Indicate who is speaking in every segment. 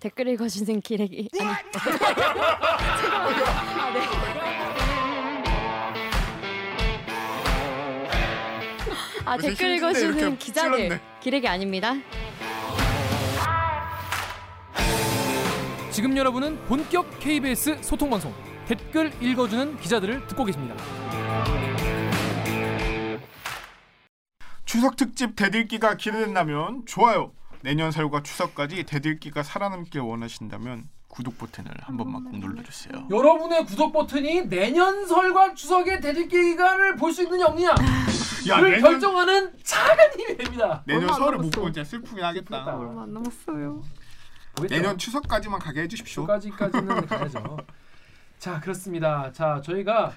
Speaker 1: 댓글 읽어주는 기레기 아니 아, 네. 아
Speaker 2: 요새
Speaker 1: 댓글
Speaker 2: 심심해,
Speaker 1: 읽어주는
Speaker 2: 이렇게
Speaker 1: 기자들
Speaker 2: 찔렀네.
Speaker 1: 기레기 아닙니다
Speaker 3: 지금 여러분은 본격 KBS 소통 방송 댓글 읽어주는 기자들을 듣고 계십니다.
Speaker 2: 추석 특집 대들기가 기대된다면 좋아요. 내년 설과 추석까지 대들기가 살아남길 원하신다면 구독 버튼을 한 번만 꼭 눌러주세요.
Speaker 3: 여러분의 구독 버튼이 내년 설과 추석의 대들기 기간을 볼 수 있느냐 없느냐를
Speaker 2: 야 내년
Speaker 3: 결정하는 작은 힘이 됩니다.
Speaker 2: 내년
Speaker 1: 얼마 안
Speaker 2: 설을 못
Speaker 1: 남았어.
Speaker 2: 보고 진짜 슬프긴 하겠다.
Speaker 3: 슬프겠다.
Speaker 1: 안 남았어요
Speaker 2: 내년 추석까지만 가게 해주십시오.
Speaker 3: 까지까지는 가야죠. 자 그렇습니다. 자 저희가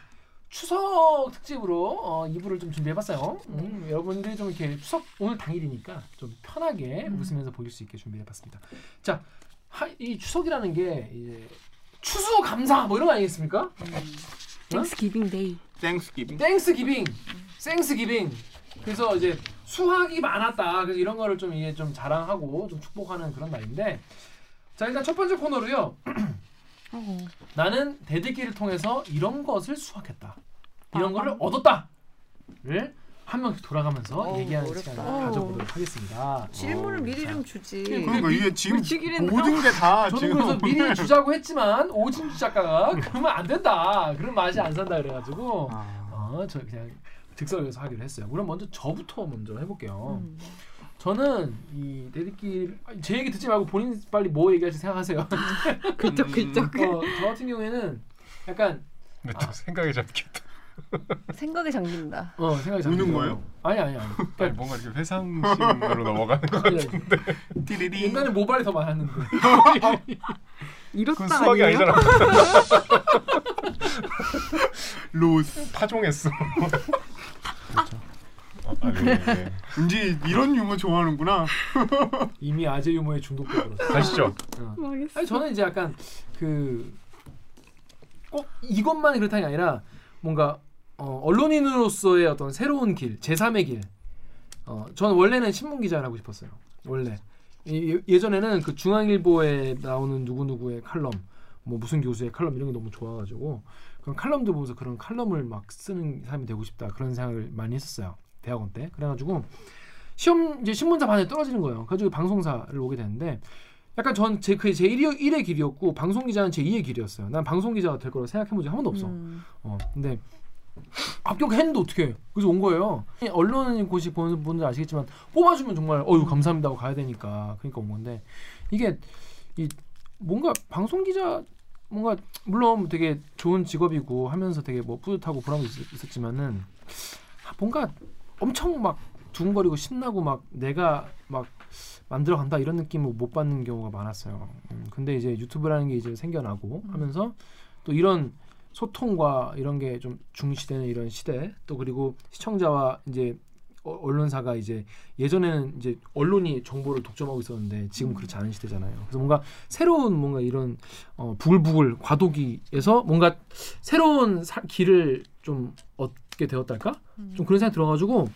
Speaker 3: 추석 특집으로 어, 2부를 좀 준비해봤어요. 음,
Speaker 2: 네.
Speaker 3: 여러분들이 좀 이렇게 추석 오늘 당일이니까 좀 편하게
Speaker 2: 음.
Speaker 3: 웃으면서 보실 수 있게 준비해봤습니다. 자, 하, 이 추석이라는 게 이제 추수 감사 뭐 이런 거 아니겠습니까?
Speaker 2: 음.
Speaker 3: 어?
Speaker 1: 땡스기빙 데이
Speaker 2: 땡스기빙.
Speaker 3: 땡스 기빙, 땡스 기빙. 그래서 이제 수학이 많았다. 그래서 이런 거를 좀 이게 좀 자랑하고 좀 축복하는 그런 날인데, 자 일단 첫 번째 코너로요. 나는 대들기를 통해서 이런 것을 수확했다. 이런 거를 얻었다. 를한 명씩 돌아가면서
Speaker 4: 어우,
Speaker 3: 얘기하는
Speaker 4: 어렵다.
Speaker 3: 시간을 가져보도록 하겠습니다.
Speaker 4: 질문을 미리 좀 주지.
Speaker 2: 그러니까 이게 지금
Speaker 4: 미치기로 했나?
Speaker 2: 모든 게 다
Speaker 3: 저는
Speaker 2: 지금
Speaker 3: 그래서 미리
Speaker 2: 오늘-
Speaker 3: 주자고 했지만 오진주 작가가 그러면 안 된다. 그런 맛이 안 산다 그래가지고
Speaker 2: 아,
Speaker 3: 어, 저 그냥 즉석에서 하기로 했어요. 그럼 먼저 저부터 먼저 해볼게요.
Speaker 2: 음.
Speaker 3: 저는 이 대리끼 제 얘기 듣지 말고 본인 빨리 뭐 얘기할지 생각하세요. 어,
Speaker 2: 아, 그쪽, 그쪽.
Speaker 3: 저 같은 경우에는 약간
Speaker 5: 근데 또 생각이 잡히겠다.
Speaker 4: 생각에 잠긴다.
Speaker 3: 아. 어 생각이 잘
Speaker 2: 우는
Speaker 3: 들어요.
Speaker 2: 거예요?
Speaker 3: 아니 아니 아니.
Speaker 5: 아니,
Speaker 3: 그러니까
Speaker 5: 뭔가 이렇게 회상식으로 넘어가는 거.
Speaker 3: 그냥
Speaker 2: 띠리리.
Speaker 3: 옛날에 모발이 더 많았는데
Speaker 5: 그건 수학이 아니잖아.
Speaker 2: 로스.
Speaker 5: 파종했어. 아, 아니, 네.
Speaker 2: 은지 이런 유머 좋아하는구나.
Speaker 3: 이미 아재 유머에 중독돼 버렸어.
Speaker 5: 가시죠.
Speaker 3: 아니 저는 이제 약간 그 꼭 이것만 그렇다는 게 아니라 뭔가 어, 언론인으로서의 어떤 새로운 길, 제3의 길. 어, 저는 원래는 신문 기자를 하고 싶었어요. 원래 예- 예전에는 그 중앙일보에 나오는 누구 누구의 칼럼, 뭐 무슨 교수의 칼럼 이런 게 너무 좋아가지고 그런 칼럼도 보면서 그런 칼럼을 막 쓰는 사람이 되고 싶다 그런 생각을 많이 했었어요. 대학원 때 그래가지고 시험 이제 신문사 반에 떨어지는 거예요. 그래가지고 방송사를 오게 되는데 약간 전 제 그게 제 1의, 1의 길이었고 방송 기자는 제 2의 길이었어요. 난 방송 기자가 될 거라고 생각해 본 적 한 번도 없어.
Speaker 4: 음.
Speaker 3: 어 근데 합격했는데 어떻게 해? 그래서 온 거예요. 언론인 곳이 보는 분들 아시겠지만 뽑아주면 정말 어유 감사합니다 하고 가야 되니까 그러니까 온 건데 이게 이 뭔가 방송 기자 뭔가 물론 되게 좋은 직업이고 하면서 되게 뭐 뿌듯하고 보람이 있- 있었지만은 아, 뭔가 엄청 막 두근거리고 신나고 막 내가 막 만들어 간다 이런 느낌을 못 받는 경우가 많았어요. 음, 근데 이제 유튜브라는 게 이제 생겨나고 하면서 또 이런 소통과 이런 게 좀 중시되는 이런 시대 또 그리고 시청자와 이제 어- 언론사가 이제 예전에는 이제 언론이 정보를 독점하고 있었는데 지금 그렇지 않은 시대잖아요. 그래서 뭔가 새로운 뭔가 이런 어, 부글부글 과도기에서 뭔가 새로운 사- 길을 좀 얻게 되었달까? 좀 그런 생각 들어가지고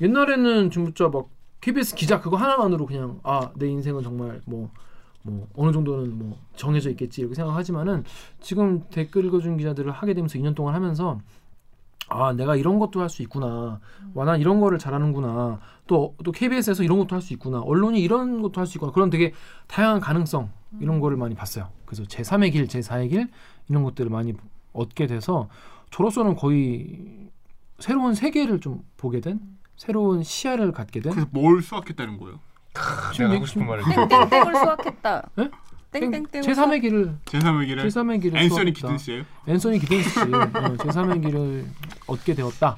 Speaker 3: 옛날에는 진짜 막 KBS 기자 그거 하나만으로 그냥 아 내 인생은 정말 뭐 뭐 어느 정도는 뭐 정해져 있겠지 이렇게 생각하지만은 지금 댓글 읽어준 기자들을 하게 되면서 2년 동안 하면서 아 내가 이런 것도 할 수 있구나 와 난 이런 거를 잘하는구나 또 또 KBS에서 이런 것도 할 수 있구나 언론이 이런 것도 할 수 있구나 그런 되게 다양한 가능성 이런 거를 많이 봤어요 그래서 제 3의 길 제 4의 길 이런 것들을 많이 얻게 돼서 저로서는 거의 새로운 세계를 좀 보게 된 새로운 시야를 갖게 된
Speaker 2: 그래서 뭘 수확했다는 거예요?
Speaker 5: 내가 하고 싶은 말을.
Speaker 4: 땡땡땡을 수확했다.
Speaker 3: 예?
Speaker 4: 땡땡땡.
Speaker 3: 제 3의 길을
Speaker 2: 제3의
Speaker 3: 제
Speaker 2: 길을
Speaker 3: 3의 길을
Speaker 2: 앤서니
Speaker 3: 수확했다.
Speaker 2: 기든스예요.
Speaker 3: 앤서니 기든스 어, 제 3의 길을 얻게 되었다.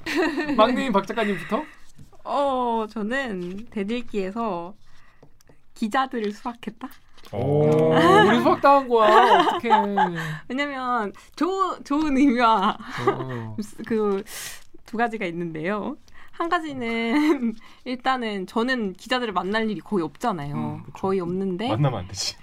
Speaker 3: 막내인 박 작가님부터
Speaker 6: 어, 저는 대들기에서 기자들을 수확했다.
Speaker 5: 오.
Speaker 3: 어, 우리 수학 당한 거야. 어떡해.
Speaker 6: 왜냐면 좋 좋은 의미와
Speaker 3: 어.
Speaker 6: 그 두 가지가 있는데요. 한 가지는 일단은 저는 기자들을 만날 일이 거의 없잖아요.
Speaker 2: 음,
Speaker 6: 거의 없는데
Speaker 5: 만나면 안 되지.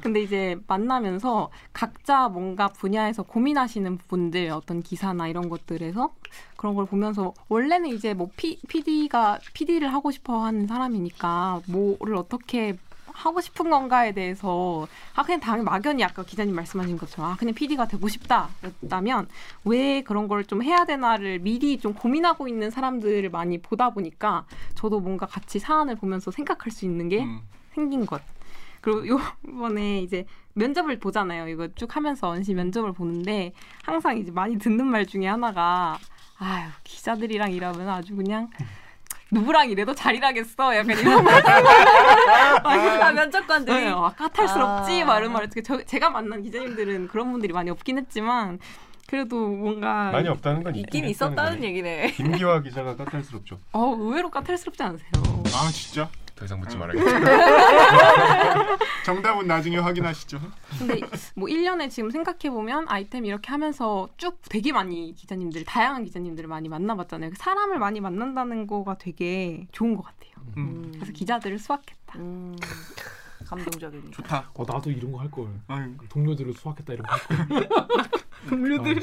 Speaker 6: 근데 이제 만나면서 각자 뭔가 분야에서 고민하시는 분들 어떤 기사나 이런 것들에서 그런 걸 보면서 원래는 이제 뭐 피, PD가 PD를 하고 싶어 하는 사람이니까 뭐를 어떻게 하고 싶은 건가에 대해서 아 그냥 당연히 막연히 아까 기자님 말씀하신 것처럼 아 그냥 PD가 되고 싶다였다면 왜 그런 걸 좀 해야 되나를 미리 좀 고민하고 있는 사람들을 많이 보다 보니까 저도 뭔가 같이 사안을 보면서 생각할 수 있는 게
Speaker 2: 음.
Speaker 6: 생긴 것. 그리고 요번에 이제 면접을 보잖아요. 이거 쭉 하면서 언시 면접을 보는데 항상 이제 많이 듣는 말 중에 하나가 아유 기자들이랑 일하면 아주 그냥 누구랑 일해도 잘 일하겠어. 약간 이런 말.
Speaker 4: 아 면접관들이
Speaker 6: 네, 아, 까탈스럽지
Speaker 4: 아.
Speaker 6: 막 이런 말. 어떻게 저- 제가 만난 기자님들은 그런 분들이 많이 없긴 했지만 그래도 뭔가
Speaker 5: 많이 없다는 건
Speaker 4: 있긴
Speaker 5: 있다는
Speaker 4: 있었다는
Speaker 5: 거네.
Speaker 4: 얘기네.
Speaker 5: 김기화 기자가 까탈스럽죠.
Speaker 6: 어 의외로 까탈스럽지 않으세요?
Speaker 2: 아 진짜?
Speaker 5: 더 이상 묻지 말아야겠다. 네.
Speaker 2: 정답은 나중에 확인하시죠.
Speaker 3: 네,
Speaker 6: 근데 뭐 1년에 지금 생각해보면 아이템 이렇게 하면서 쭉 되게 많이 기자님들, 다양한 기자님들을 많이 만나봤잖아요. 그 사람을 많이 만난다는 거가 되게 좋은 것 같아요.
Speaker 2: 음.
Speaker 6: 그래서 기자들을 수확했다.
Speaker 4: 음, 감동적입니다.
Speaker 2: 좋다.
Speaker 3: 어 나도 이런 거 할 걸.
Speaker 2: 아유,
Speaker 3: 동료들을 수학했다 이런 거. 할 걸.
Speaker 6: 동료들.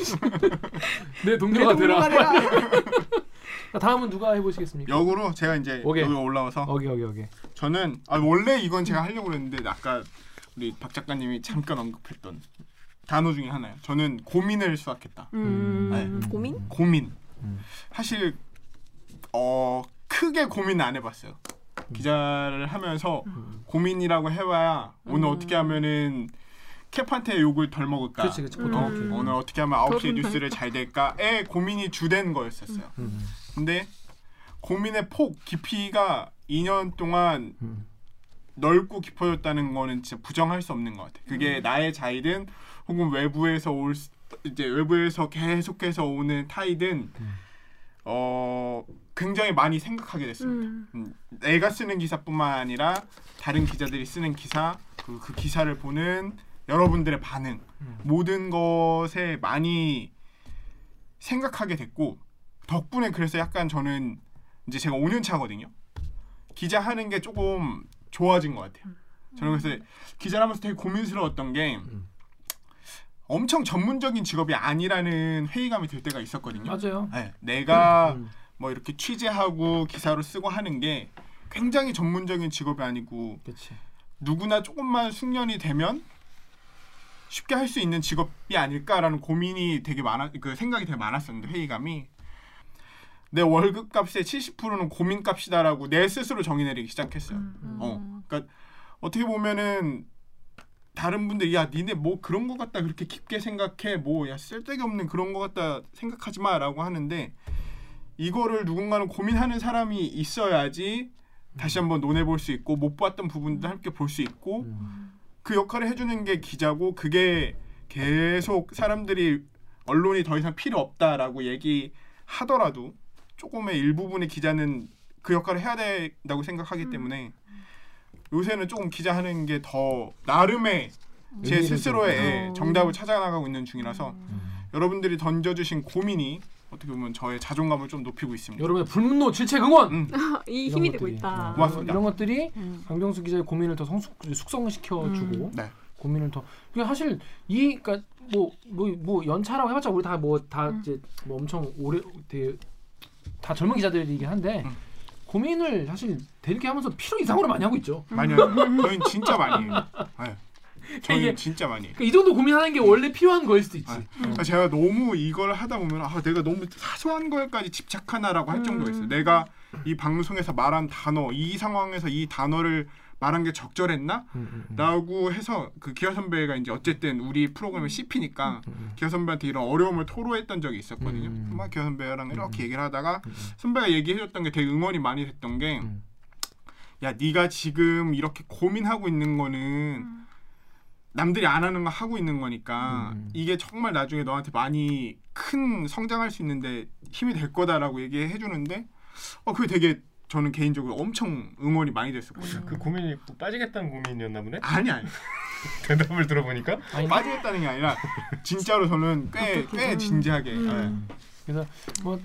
Speaker 3: 내 동료가 되라. 자, 다음은 누가 해보시겠습니까?
Speaker 2: 역으로 제가 이제
Speaker 3: 오케이.
Speaker 2: 여기 올라와서
Speaker 3: 오케이 오케이 오케이.
Speaker 2: 저는 아 원래 이건 제가 하려고 했는데 아까 우리 박 작가님이 잠깐 언급했던 단어 중에 하나예요. 저는 고민을 수확했다.
Speaker 6: 음.
Speaker 2: 네.
Speaker 4: 고민?
Speaker 2: 고민.
Speaker 3: 음.
Speaker 2: 사실 어 크게 고민 안 해봤어요. 기자를 하면서
Speaker 3: 음.
Speaker 2: 고민이라고 해봐야 오늘 어떻게 하면은 캡한테 욕을 덜 먹을까.
Speaker 3: 그렇지 그렇지 보통
Speaker 2: 어,
Speaker 3: 오케이.
Speaker 2: 오늘 어떻게 하면 9시에
Speaker 6: 덜
Speaker 2: 뉴스를 잘 될까에 고민이 주된 거였었어요.
Speaker 3: 음,
Speaker 2: 근데 고민의 폭 깊이가 2년 동안
Speaker 3: 음.
Speaker 2: 넓고 깊어졌다는 거는 진짜 부정할 수 없는 것 같아.
Speaker 3: 음.
Speaker 2: 그게 나의 자이든 혹은 외부에서 올 수- 이제 외부에서 계속해서 오는 타이든 어 굉장히 많이 생각하게 됐습니다.
Speaker 6: 음.
Speaker 2: 음, 내가 쓰는 기사뿐만 아니라 다른 기자들이 쓰는 기사 그리고 그 기사를 보는 여러분들의 반응
Speaker 3: 음.
Speaker 2: 모든 것에 많이 생각하게 됐고 덕분에 그래서 약간 저는 이제 제가 5년 차거든요. 기자 하는 게 조금 좋아진 것 같아요.
Speaker 7: 음.
Speaker 2: 저는 그래서 기자를 하면서 되게 고민스러웠던 게
Speaker 3: 음.
Speaker 2: 엄청 전문적인 직업이 아니라는 회의감이 들 때가 있었거든요.
Speaker 3: 맞아요.
Speaker 2: 네, 내가
Speaker 3: 음.
Speaker 2: 뭐 이렇게 취재하고 기사로 쓰고 하는 게 굉장히 전문적인 직업이 아니고
Speaker 3: 그렇지.
Speaker 2: 누구나 조금만 숙련이 되면 쉽게 할 수 있는 직업이 아닐까라는 고민이 되게 많아 그 생각이 되게 많았었는데 회의감이 내 월급 값의 70%는 고민 값이다라고 내 스스로 정의 내리기 시작했어요. 어, 그러니까 어떻게 보면은 다른 분들이 야 니네 뭐 그런 거 같다 그렇게 깊게 생각해 뭐 야 쓸데기 없는 그런 거 같다 생각하지 마라고 하는데 이거를 누군가는 고민하는 사람이 있어야지 다시 한번 논해볼 수 있고 못 봤던 부분도 함께 볼 수 있고
Speaker 3: 음.
Speaker 2: 그 역할을 해주는 게 기자고 그게 계속 사람들이 언론이 더 이상 필요 없다라고 얘기하더라도 조금의 일부분의 기자는 그 역할을 해야 된다고 생각하기 때문에 요새는 조금 기자 하는 게 더 나름의 제
Speaker 3: 의미를
Speaker 2: 스스로의
Speaker 6: 어.
Speaker 2: 정답을 찾아나가고 있는 중이라서 여러분들이 던져주신 고민이 어떻게 보면 저의 자존감을 좀 높이고 있습니다.
Speaker 3: 여러분의 불문노 질책 응원.
Speaker 2: 음,
Speaker 6: 이
Speaker 3: 이런
Speaker 6: 힘이 되고
Speaker 3: 것들이.
Speaker 6: 있다.
Speaker 3: 어,
Speaker 2: 고맙습니다.
Speaker 3: 이런 것들이
Speaker 4: 음.
Speaker 3: 강병수 기자의 고민을 더 성숙 숙성시켜
Speaker 6: 음.
Speaker 3: 주고
Speaker 2: 네.
Speaker 3: 고민을 더 그러니까 사실 이 그러니까 뭐 뭐 뭐 연차라고 해봤자 우리 다 뭐 다
Speaker 6: 음.
Speaker 3: 이제 뭐 엄청 오래 되게 다 젊은 기자들이긴 한데
Speaker 2: 음.
Speaker 3: 고민을 사실 대리기 하면서 필요 이상으로 많이 하고 있죠.
Speaker 2: 많이 해요. 저희는 진짜 많이 해요. 네.
Speaker 3: 이게-
Speaker 2: 저희는 진짜 많이 해요.
Speaker 3: 그러니까 이 정도 고민하는 게 원래 필요한 거일 수도 있지.
Speaker 2: 아, 그러니까 제가 너무 이걸 하다 보면 아 내가 너무 사소한 거에까지 집착하나라고 할
Speaker 3: 음.
Speaker 2: 정도였어요. 내가 이 방송에서 말한 단어, 이 상황에서 이 단어를 말한 게 적절했나?
Speaker 3: 음.
Speaker 2: 라고 해서 그 기아 선배가 이제 어쨌든 우리 프로그램의 CP니까 기아 선배한테 이런 어려움을 토로했던 적이 있었거든요.
Speaker 3: 음.
Speaker 2: 막 기아 선배랑 이렇게 얘기를 하다가 선배가 얘기해줬던 게 되게 응원이 많이 됐던 게
Speaker 3: 음.
Speaker 2: 야, 네가 지금 이렇게 고민하고 있는 거는 남들이 안 하는 거 하고 있는 거니까
Speaker 3: 음.
Speaker 2: 이게 정말 나중에 너한테 많이 큰 성장할 수 있는데 힘이 될 거다라고 얘기해 주는데 어 그게 되게 저는 개인적으로 엄청 응원이 많이 됐었거든요.
Speaker 5: 그 고민이 또 빠지겠다는 고민이었나 보네.
Speaker 2: 아니 아니
Speaker 5: 대답을 들어보니까
Speaker 3: 아니,
Speaker 2: 빠지겠다는 게 아니라 진짜로 저는 꽤 꽤 진지하게 예.
Speaker 3: 그래서 뭐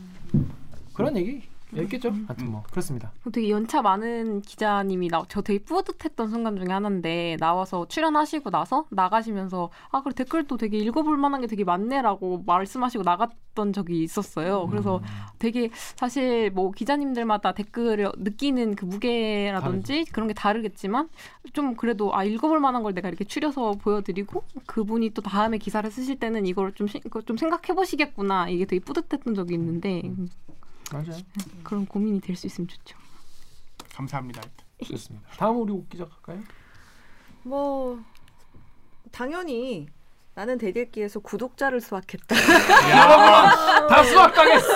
Speaker 3: 그런 얘기
Speaker 6: 음.
Speaker 3: 있겠죠? 하여튼
Speaker 2: 음.
Speaker 3: 뭐 그렇습니다.
Speaker 6: 되게 연차 많은 기자님이 나, 저 되게 뿌듯했던 순간 중에 하나인데 나와서 출연하시고 나서 나가시면서 아 그래 댓글도 되게 읽어볼 만한 게 되게 많네라고 말씀하시고 나갔던 적이 있었어요. 그래서 되게 사실 뭐 기자님들마다 댓글을 느끼는 그 무게라든지 그런 게 다르겠지만 좀 그래도 아 읽어볼 만한 걸 내가 이렇게 추려서 보여드리고 그분이 또 다음에 기사를 쓰실 때는 이걸 좀, 시- 그거 좀 생각해 보시겠구나 이게 되게 뿌듯했던 적이 있는데 음,
Speaker 3: 맞아요.
Speaker 6: 그런 고민이 될 수 있으면 좋죠.
Speaker 2: 감사합니다.
Speaker 3: 좋습니다. 다음 우리 옥 기자 갈까요?
Speaker 4: 뭐 당연히 나는 대들기에서 구독자를 수확했다.
Speaker 3: 여러분 다 수학당했어.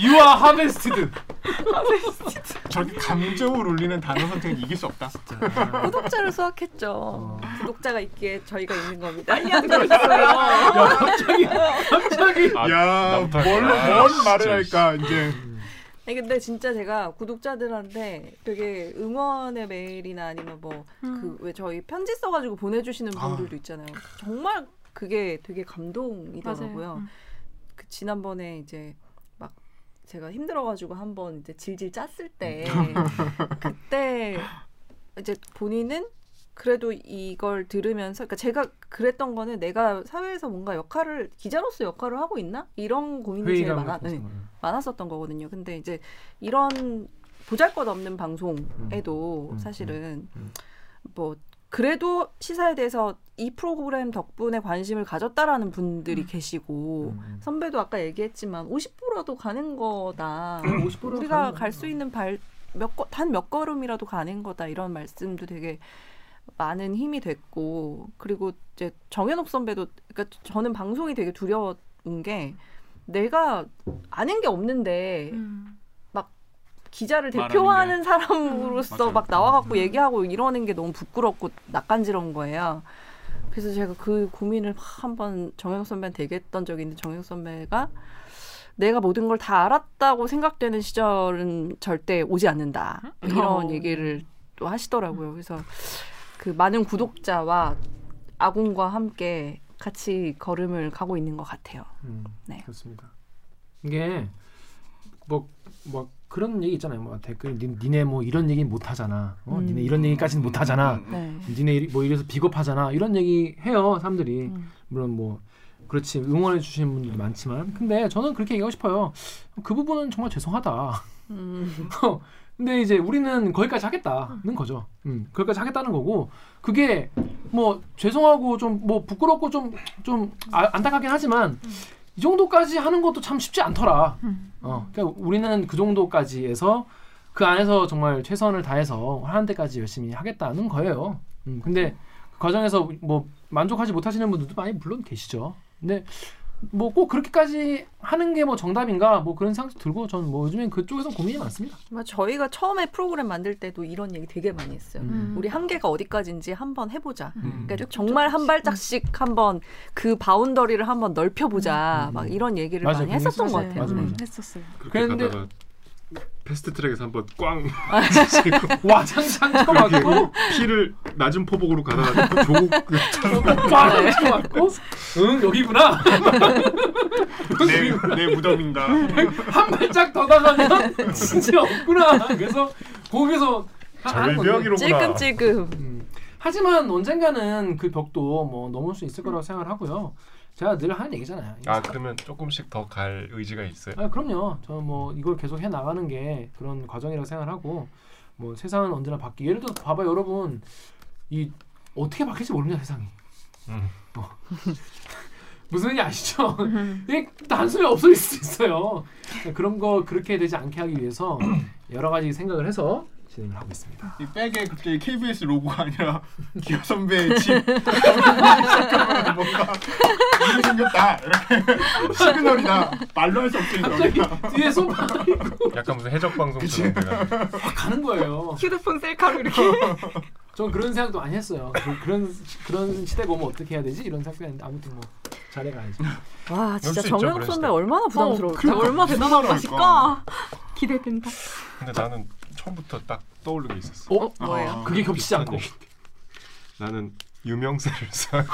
Speaker 3: 유아 하베스티드.
Speaker 2: 저렇게 감정을 울리는 단어 선택은 이길 수 없다.
Speaker 4: 구독자를 수확했죠. 구독자가 있기에 저희가 있는 겁니다.
Speaker 3: 야 갑자기 갑자기
Speaker 5: 아,
Speaker 2: 야,
Speaker 5: 나부터 할까?
Speaker 2: 뭘로
Speaker 5: 아,
Speaker 2: 뭘 말을
Speaker 5: 진짜.
Speaker 2: 할까 이제.
Speaker 4: 아니 근데 진짜 제가 구독자들한테 되게 응원의 메일이나 아니면 뭐 그 왜 저희 편지 써가지고 보내주시는
Speaker 2: 아.
Speaker 4: 분들도 있잖아요. 정말 그게 되게 감동이더라고요.
Speaker 6: 음.
Speaker 4: 그 지난번에 이제 막 제가 힘들어가지고 한번 이제 질질 짰을 때
Speaker 3: 음.
Speaker 4: 그때 이제 본인은 그래도 이걸 들으면서 그러니까 제가 그랬던 거는 내가 사회에서 뭔가 역할을 기자로서 역할을 하고 있나 이런 고민이 제일
Speaker 3: 회의감이
Speaker 4: 많아
Speaker 3: 많았던
Speaker 4: 네,
Speaker 3: 거예요.
Speaker 4: 많았었던 거거든요. 근데 이제 이런 보잘것없는 방송에도
Speaker 3: 음,
Speaker 4: 사실은
Speaker 3: 음.
Speaker 4: 뭐 그래도 시사에 대해서 이 프로그램 덕분에 관심을 가졌다라는 분들이 계시고
Speaker 3: 음.
Speaker 4: 선배도 아까 얘기했지만 50%라도 가는 거다.
Speaker 3: 50%
Speaker 4: 우리가
Speaker 3: 가는
Speaker 4: 갈 수 있는 발몇단몇 걸음이라도 가는 거다 이런 말씀도 되게 많은 힘이 됐고 그리고 이제 정현옥 선배도 그러니까 저는 방송이 되게 두려운 게 내가 아는 게 없는데 기자를
Speaker 2: 말하는 음.
Speaker 4: 대표하는 사람으로서
Speaker 2: 맞아요.
Speaker 4: 막 나와갖고 얘기하고 이러는 게 너무 부끄럽고 낯간지러운 거예요. 그래서 제가 그 고민을 한번 정영 선배한테 얘기했던 적이 있는데 정영 선배가 내가 모든 걸 다 알았다고 생각되는 시절은 절대 오지 않는다 이런
Speaker 6: 어.
Speaker 4: 얘기를 또 하시더라고요. 그래서 그 많은 구독자와 아군과 함께 같이 걸음을 가고 있는 것 같아요.
Speaker 3: 음,
Speaker 4: 네.
Speaker 3: 그렇습니다. 이게 뭐, 뭐 그런 얘기 있잖아요. 뭐 댓글 니, 니네 뭐 이런 얘기 못 하잖아. 어?
Speaker 4: 음.
Speaker 3: 니네 이런 얘기까지는 못 하잖아.
Speaker 2: 음, 음,
Speaker 4: 네.
Speaker 3: 니네 이리- 뭐 이래서 비겁하잖아. 이런 얘기 해요 사람들이.
Speaker 4: 음.
Speaker 3: 물론 뭐 그렇지 응원해 주시는 분들도 많지만 근데 저는 그렇게 얘기하고 싶어요. 그 부분은 정말 죄송하다.
Speaker 4: 음.
Speaker 3: 어, 근데 이제 우리는 거기까지 하겠다는 거죠. 음, 거기까지 하겠다는 거고 그게 뭐 죄송하고 좀 뭐 부끄럽고 좀 좀 아, 안타깝긴 하지만 이 정도까지 하는 것도 참 쉽지 않더라. 어, 그러니까 우리는 그 정도까지에서 그 안에서 정말 최선을 다해서 하는 데까지 열심히 하겠다는 거예요. 음, 근데 그 과정에서 뭐 만족하지 못하시는 분들도 많이 물론 계시죠. 근데 뭐 꼭 그렇게까지 하는 게 뭐 정답인가 뭐 그런 생각도 들고 저는 뭐 요즘엔 그쪽에서 고민이 많습니다.
Speaker 4: 정말 저희가 처음에 프로그램 만들 때도 이런 얘기 되게 많이 했어요.
Speaker 3: 음.
Speaker 4: 우리 한계가 어디까지인지 한번 해보자.
Speaker 2: 음.
Speaker 4: 그러니까 정말 한 발짝씩 한번 그 바운더리를 한번 넓혀보자.
Speaker 3: 음.
Speaker 4: 막 이런 얘기를
Speaker 3: 맞아요.
Speaker 4: 많이 했었던 것
Speaker 3: 맞아요.
Speaker 4: 같아요.
Speaker 3: 맞아, 맞아.
Speaker 1: 했었어요.
Speaker 5: 그렇게
Speaker 3: 그랬는데-
Speaker 5: 가다가 패스트 트랙에서 한번 꽝
Speaker 3: 와, 장창
Speaker 5: 이렇게
Speaker 3: 맞고
Speaker 5: 피를 낮은 포복으로 가다가 조국
Speaker 3: 꽝 맞고 네. 응 여기구나
Speaker 2: 내, 내 무덤인가.
Speaker 3: 한 발짝 더 나가면 진짜 없구나 그래서 거기서 하- 하는 건데.
Speaker 5: 절벽이로구나.
Speaker 4: 찔끔찔끔.
Speaker 3: 음. 하지만 언젠가는 그 벽도 뭐 넘을 수 있을 거라고 생각을 하고요 제가 늘 하는 얘기잖아요
Speaker 5: 아 그러면 조금씩 더 갈 의지가 있어요.
Speaker 3: 아, 그럼요. 저는 뭐 이걸 계속 해 나가는 게 그런 과정이라고 생각하고 뭐 세상은 언제나 바뀌. 예를 들어 봐봐 여러분 이 어떻게 바뀔지 모릅니다 세상이.
Speaker 5: 음.
Speaker 3: 어. 무슨 얘기 아시죠?
Speaker 6: 음.
Speaker 3: 이게 단순히 없어질 수 있어요. 그런 거 그렇게 되지 않게 하기 위해서 여러 가지 생각을 해서 진행을 하고 있습니다.
Speaker 2: 이 백에 갑자기 KBS 로고가 아니라 기아 선배의 집. 잠깐만 뭔가 이름 생겼다. 이렇게 시그널이다. 말로 할 수 없을
Speaker 3: 갑자기
Speaker 2: 정도다.
Speaker 3: 뒤에 손발이
Speaker 5: 약간 무슨 해적 방송처럼 내가
Speaker 3: 확 아, 가는 거예요.
Speaker 6: 휴대폰 셀카로 이렇게
Speaker 3: 전 그런 생각도 많이 했어요. 그- 그런 그런 시대가 오면 어떻게 해야 되지? 이런 생각도 했는데 아무튼 뭐 잘해가야죠. 어, 그러니까
Speaker 4: 와, 진짜
Speaker 5: 수 있죠,
Speaker 4: 정현욱
Speaker 5: 그럴
Speaker 4: 선배
Speaker 5: 수도.
Speaker 4: 얼마나 부담스러울까.
Speaker 6: 얼마 대단한
Speaker 2: 얼마나 할까?
Speaker 6: 것일까
Speaker 1: 기대된다.
Speaker 5: 근데 나는 처음부터 딱 떠오르고 있었어.
Speaker 3: 어?
Speaker 4: 뭐예요?
Speaker 2: 아,
Speaker 3: 그게 겹치지 않고
Speaker 5: 나는 유명세를 쌓고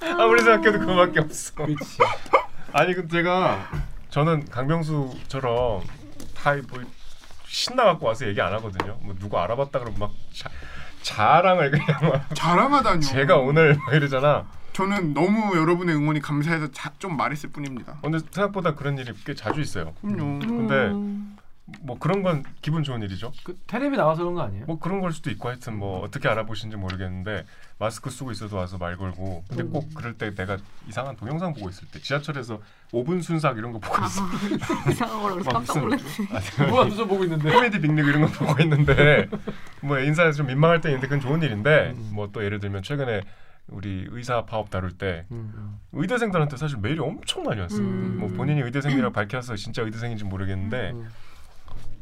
Speaker 5: 아무리 생각해도 그거밖에 없어.
Speaker 3: 그렇지.
Speaker 5: 아니 근데 제가 저는 강병수처럼 다뭐 신나 갖고 와서 얘기 안 하거든요. 뭐 누구 알아봤다 그러면 막 자, 자랑을 그냥 막
Speaker 2: 자랑하다뇨.
Speaker 5: 제가 오늘 막 이러잖아.
Speaker 2: 저는 너무 여러분의 응원이 감사해서 자, 좀 말했을 뿐입니다.
Speaker 5: 근데 생각보다 그런 일이 꽤 자주 있어요.
Speaker 2: 그럼요.
Speaker 5: 근데 뭐 그런 건 기분 좋은 일이죠.
Speaker 3: 그 테레비 나와서 그런 거 아니에요?
Speaker 5: 뭐 그런 걸 수도 있고 하여튼 뭐 어떻게 알아보시는지 모르겠는데 마스크 쓰고 있어도 와서 말 걸고 근데
Speaker 6: 음.
Speaker 5: 꼭 그럴 때 내가 이상한 동영상 보고 있을 때 지하철에서 5분 순삭 이런 거 보고 있어.
Speaker 6: 아, 이상한 걸 그래서
Speaker 5: 막
Speaker 6: 깜짝
Speaker 5: 무슨
Speaker 6: 놀랐어.
Speaker 5: 아니, 네.
Speaker 3: 뭐가 무슨 보고 있는데?
Speaker 5: 코미디 빅리그 이런 거 보고 있는데 뭐 인사해서 좀 민망할 때 있는데 그건 좋은 일인데
Speaker 3: 음.
Speaker 5: 뭐 또 예를 들면 최근에 우리 의사 파업 다룰 때
Speaker 3: 음.
Speaker 5: 의대생들한테 사실 메일이 엄청 많이 왔어요.
Speaker 6: 음.
Speaker 5: 뭐 본인이 의대생이라 밝혀서 진짜 의대생인지 모르겠는데
Speaker 3: 음.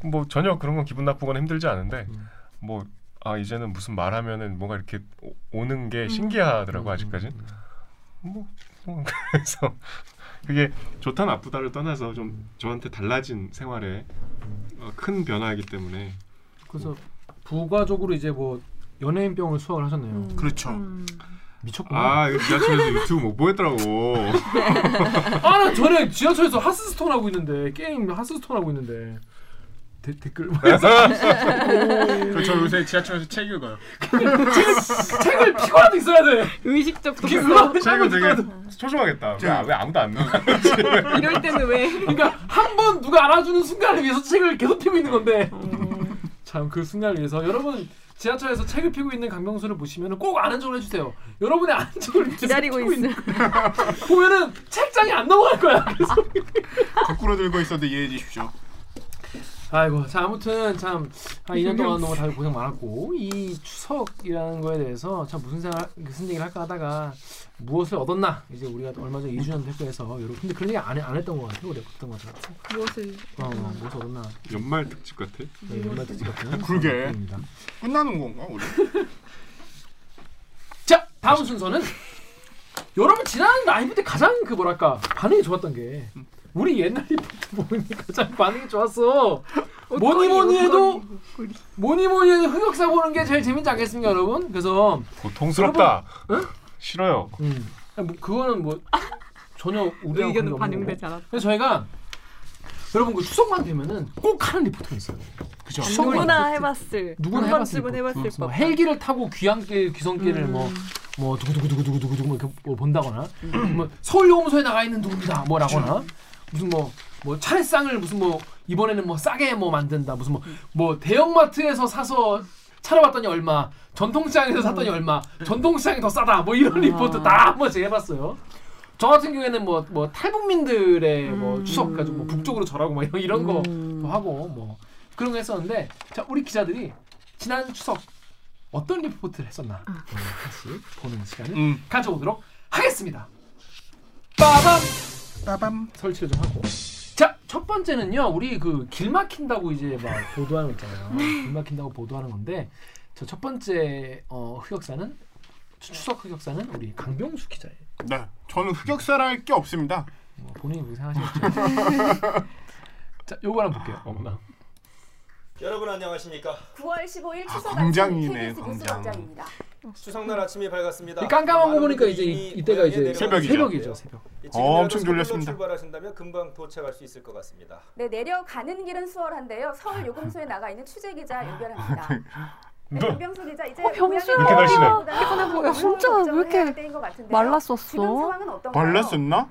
Speaker 5: 뭐 전혀 그런 건 기분 나쁘거나 힘들지 않은데
Speaker 3: 음.
Speaker 5: 뭐 아 이제는 무슨 말하면은 뭔가 이렇게 오- 오는
Speaker 3: 음.
Speaker 5: 게 신기하더라고 아직까지. 뭐, 뭐 그래서 그게 좋다 나쁘다를 떠나서 좀 저한테 달라진 생활에 어, 큰 변화이기 때문에
Speaker 3: 그래서 부가적으로 이제 뭐 연예인병을 수확을 하셨네요.
Speaker 6: 음.
Speaker 2: 그렇죠.
Speaker 3: 미쳤구나.
Speaker 5: 아 이거 지하철에서 유튜브 못 보겠더라고.
Speaker 3: 아, 나 전에 지하철에서 하스스톤 하고 있는데 게임 하스스톤 하고 있는데 데, 댓글
Speaker 5: 그렇죠,
Speaker 3: 보면서
Speaker 2: 그 저, 저 요새 지하철에서 책 읽어요.
Speaker 3: 책을 피곤해도 있어야 돼.
Speaker 6: 의식적
Speaker 3: 이게
Speaker 6: 독서.
Speaker 3: 뭐야?
Speaker 5: 책은 되게 소중하겠다. 왜, 아- 왜 아무도 안 나?
Speaker 6: 이럴 때는 왜?
Speaker 3: 그러니까 한 번 누가 알아주는 순간을 위해서 책을 계속 피고 있는 건데
Speaker 6: 음.
Speaker 3: 참 그 순간을 위해서 여러분 지하철에서 책을 피고 있는 강병수를 보시면 꼭 아는 척을 해주세요. 여러분의 아는 척을 위해서
Speaker 6: 기다리고
Speaker 3: 피고
Speaker 6: 있어.
Speaker 3: 있는 보면은 책장이 안 넘어갈 거야. 그래서
Speaker 2: 거꾸로 들고 있어도 이해해 주십시오.
Speaker 3: 아이고 자 아무튼 참 한 2년 동안 너무 다들 고생 많았고 이 추석이라는 거에 대해서 참 무슨 생각 무슨 얘기를 할까 하다가 무엇을 얻었나 이제 우리가 또 얼마 전에 2주년 대표에서 여러분 근데 그런 얘기 안, 해- 안 했던 것 같아요 우리 어떤 것 같아요
Speaker 6: 무엇을?
Speaker 3: 어, 무엇을 얻었나
Speaker 5: 연말 특집 같아.
Speaker 3: 네, 연말 특집 같은
Speaker 2: 그러게.
Speaker 3: 그런
Speaker 2: 끝나는 건가 우리?
Speaker 3: 자 다음 순서는 여러분 지난 라이브 때 가장 그 뭐랄까 반응이 좋았던 게 우리 옛날 리포트 보니 가장 반응이 좋았어 뭐니 뭐니 해도 뭐니 뭐니 해도 흑역사 보는 게 제일 재밌지 않겠습니까 여러분 그래서
Speaker 2: 뭐
Speaker 5: 고통스럽다.
Speaker 3: 응?
Speaker 5: 싫어요.
Speaker 3: 음. 뭐 그거는 뭐 전혀 우리하고
Speaker 6: 의견은
Speaker 3: 관계없는 거고.
Speaker 6: 반영되지 않았다.
Speaker 3: 그래서 저희가 여러분 그 추석만 되면은 꼭 하는 리포트가 있어요
Speaker 2: 그죠.
Speaker 3: 추석만
Speaker 4: 누구나
Speaker 3: 리포트.
Speaker 4: 해봤을
Speaker 3: 누구나
Speaker 4: 한
Speaker 3: 해봤을 음.
Speaker 4: 번쯤은
Speaker 3: 법.
Speaker 4: 해봤을
Speaker 3: 뭐
Speaker 4: 법.
Speaker 3: 헬기를 타고 귀향길 귀성길을 뭐뭐 두구두구두구두구두구 뭐 이렇게 뭐 본다거나 뭐 서울 용서에 나가 있는 누구다 뭐라거나 무슨 뭐 뭐 차례상을 무슨 뭐 이번에는 뭐 싸게 뭐 만든다 무슨 뭐 뭐 대형마트에서 사서 차려봤더니 얼마 전통시장에서 샀더니 얼마 전통시장이 더 싸다 뭐 이런 리포트 다 한번 제해봤어요. 저 같은 경우에는 뭐 뭐 탈북민들의 뭐 추석 가지고 뭐 북쪽으로 절하고 막 이런 이런 거뭐 하고 뭐 그런 거 했었는데 자 우리 기자들이 지난 추석 어떤 리포트를 했었나 오늘 다시 보는 시간을
Speaker 2: 음.
Speaker 3: 가져보도록 하겠습니다. 빠밤
Speaker 2: 빠밤.
Speaker 3: 설치를 좀 하고 자 첫 번째는요 우리 그 길 막힌다고 이제 막 보도하는 거
Speaker 2: 네.
Speaker 3: 있잖아요. 길 막힌다고 보도하는 건데 저 첫 번째 어, 흑역사는 추- 추석 흑역사는 우리 강병수 기자예요.
Speaker 2: 네. 저는 흑역사라 할 게 없습니다.
Speaker 3: 뭐 본인이 그렇게 생각하시겠죠. 자 요거 하나 볼게요. 어머나.
Speaker 8: 여러분 안녕하십니까
Speaker 9: 9월 15일 추석 아침
Speaker 2: 광장이네,
Speaker 9: KBS 뉴스
Speaker 2: 광장.
Speaker 9: 광장입니다.
Speaker 8: 추석날 아침이 밝았습니다
Speaker 3: 이 깜깜한 거
Speaker 8: 많은
Speaker 3: 보니까
Speaker 8: 분들이
Speaker 3: 이제 이-
Speaker 8: 이미
Speaker 3: 이때가
Speaker 8: 고향에
Speaker 3: 이제
Speaker 2: 새벽이죠.
Speaker 3: 네, 새벽이죠. 예, 새벽.
Speaker 8: 이
Speaker 2: 어,
Speaker 8: 지금이라도
Speaker 2: 엄청
Speaker 8: 서둘러
Speaker 2: 졸렸습니다.
Speaker 8: 출발하신다면 금방 도착할 수 있을 것 같습니다
Speaker 9: 네, 내려가는 길은 수월한데요. 서울 요금소에 나가 있는 취재 기자 연결합니다. 네,
Speaker 5: 아, 너-
Speaker 9: 김병수 기자 이제
Speaker 4: 어,
Speaker 6: 병수야.
Speaker 5: 왜 이렇게 날씬해?
Speaker 9: 피곤해
Speaker 6: 보여. 진짜 왜 이렇게
Speaker 9: 지금
Speaker 6: 말랐었어.
Speaker 9: 상황은 어떤가요?
Speaker 2: 발랐었나?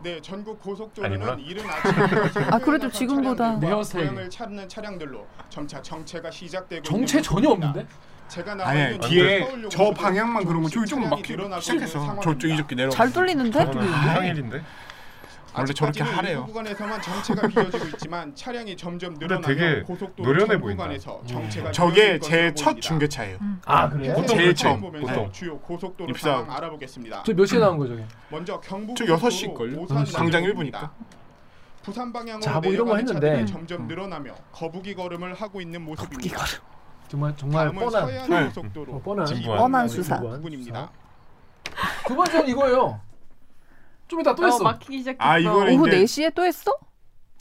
Speaker 2: 네, 전국
Speaker 5: 아니구나.
Speaker 7: 고속도로는 이른 아침
Speaker 6: 아, 그래도 지금보다.
Speaker 3: 내 스타일.
Speaker 7: 고향을 찾는 차량들로 점차 정체가 시작되고
Speaker 3: 정체
Speaker 7: 있는
Speaker 3: 전혀
Speaker 7: 모습입니다.
Speaker 3: 없는데?
Speaker 7: 제가 나와
Speaker 2: 아니
Speaker 7: 있는
Speaker 2: 뒤에
Speaker 7: 서울역
Speaker 2: 저
Speaker 7: 모습은
Speaker 2: 방향만 그런 거 저기
Speaker 7: 조금씩
Speaker 2: 조금
Speaker 7: 차량이
Speaker 2: 막히기
Speaker 7: 늘어나고
Speaker 2: 시작해서
Speaker 7: 있는
Speaker 2: 저쪽
Speaker 7: 상황입니다.
Speaker 2: 이렇게 내려가.
Speaker 6: 잘 뚫리는데? 네.
Speaker 5: 저는 평일인데.
Speaker 2: 원래 저렇게
Speaker 7: 아직까지는
Speaker 2: 하래요.
Speaker 7: 일부 구간에서만 정체가 비어지고 있지만 차량이 점점 늘어나며
Speaker 5: 되게
Speaker 7: 고속도로
Speaker 5: 노련해
Speaker 7: 전
Speaker 5: 보인다. 음.
Speaker 2: 어,
Speaker 7: 구간에서 정체가
Speaker 2: 저게
Speaker 7: 비어질
Speaker 2: 제
Speaker 7: 것으로
Speaker 2: 첫
Speaker 7: 보입니다.
Speaker 2: 중계차예요.
Speaker 3: 아 그래요?
Speaker 7: 해당
Speaker 2: 제일
Speaker 7: 상황
Speaker 2: 처음,
Speaker 7: 보면서 네,
Speaker 5: 보통.
Speaker 7: 주요 고속도로
Speaker 2: 입사.
Speaker 7: 상황 알아보겠습니다.
Speaker 3: 저 몇 시에 나온 거죠? 저게?
Speaker 7: 먼저 경북
Speaker 2: 저 여섯 시일걸요? 음,
Speaker 7: 오산
Speaker 2: 당장
Speaker 7: 방면입니다.
Speaker 2: 일부니까.
Speaker 7: 부산 방향으로
Speaker 3: 자, 뭐 이런 거
Speaker 7: 내려가는
Speaker 3: 했는데.
Speaker 7: 차들이 점점 늘어나며 거북이 걸음을 하고 있는 모습입니다.
Speaker 3: 정말 정말
Speaker 7: 다음은
Speaker 3: 뻔한
Speaker 7: 서해안
Speaker 2: 네.
Speaker 7: 고속도로
Speaker 3: 어, 뻔한
Speaker 5: 진부한.
Speaker 3: 뻔한
Speaker 7: 수사
Speaker 3: 진부한
Speaker 7: 부분입니다.
Speaker 3: 수사. 두 번째는 이거예요. 좀 이따 또 했어.
Speaker 6: 어, 막히기 시작했어.
Speaker 2: 아, 이거는
Speaker 10: 오후
Speaker 4: 네
Speaker 2: 이제
Speaker 10: 4시에 또 했어?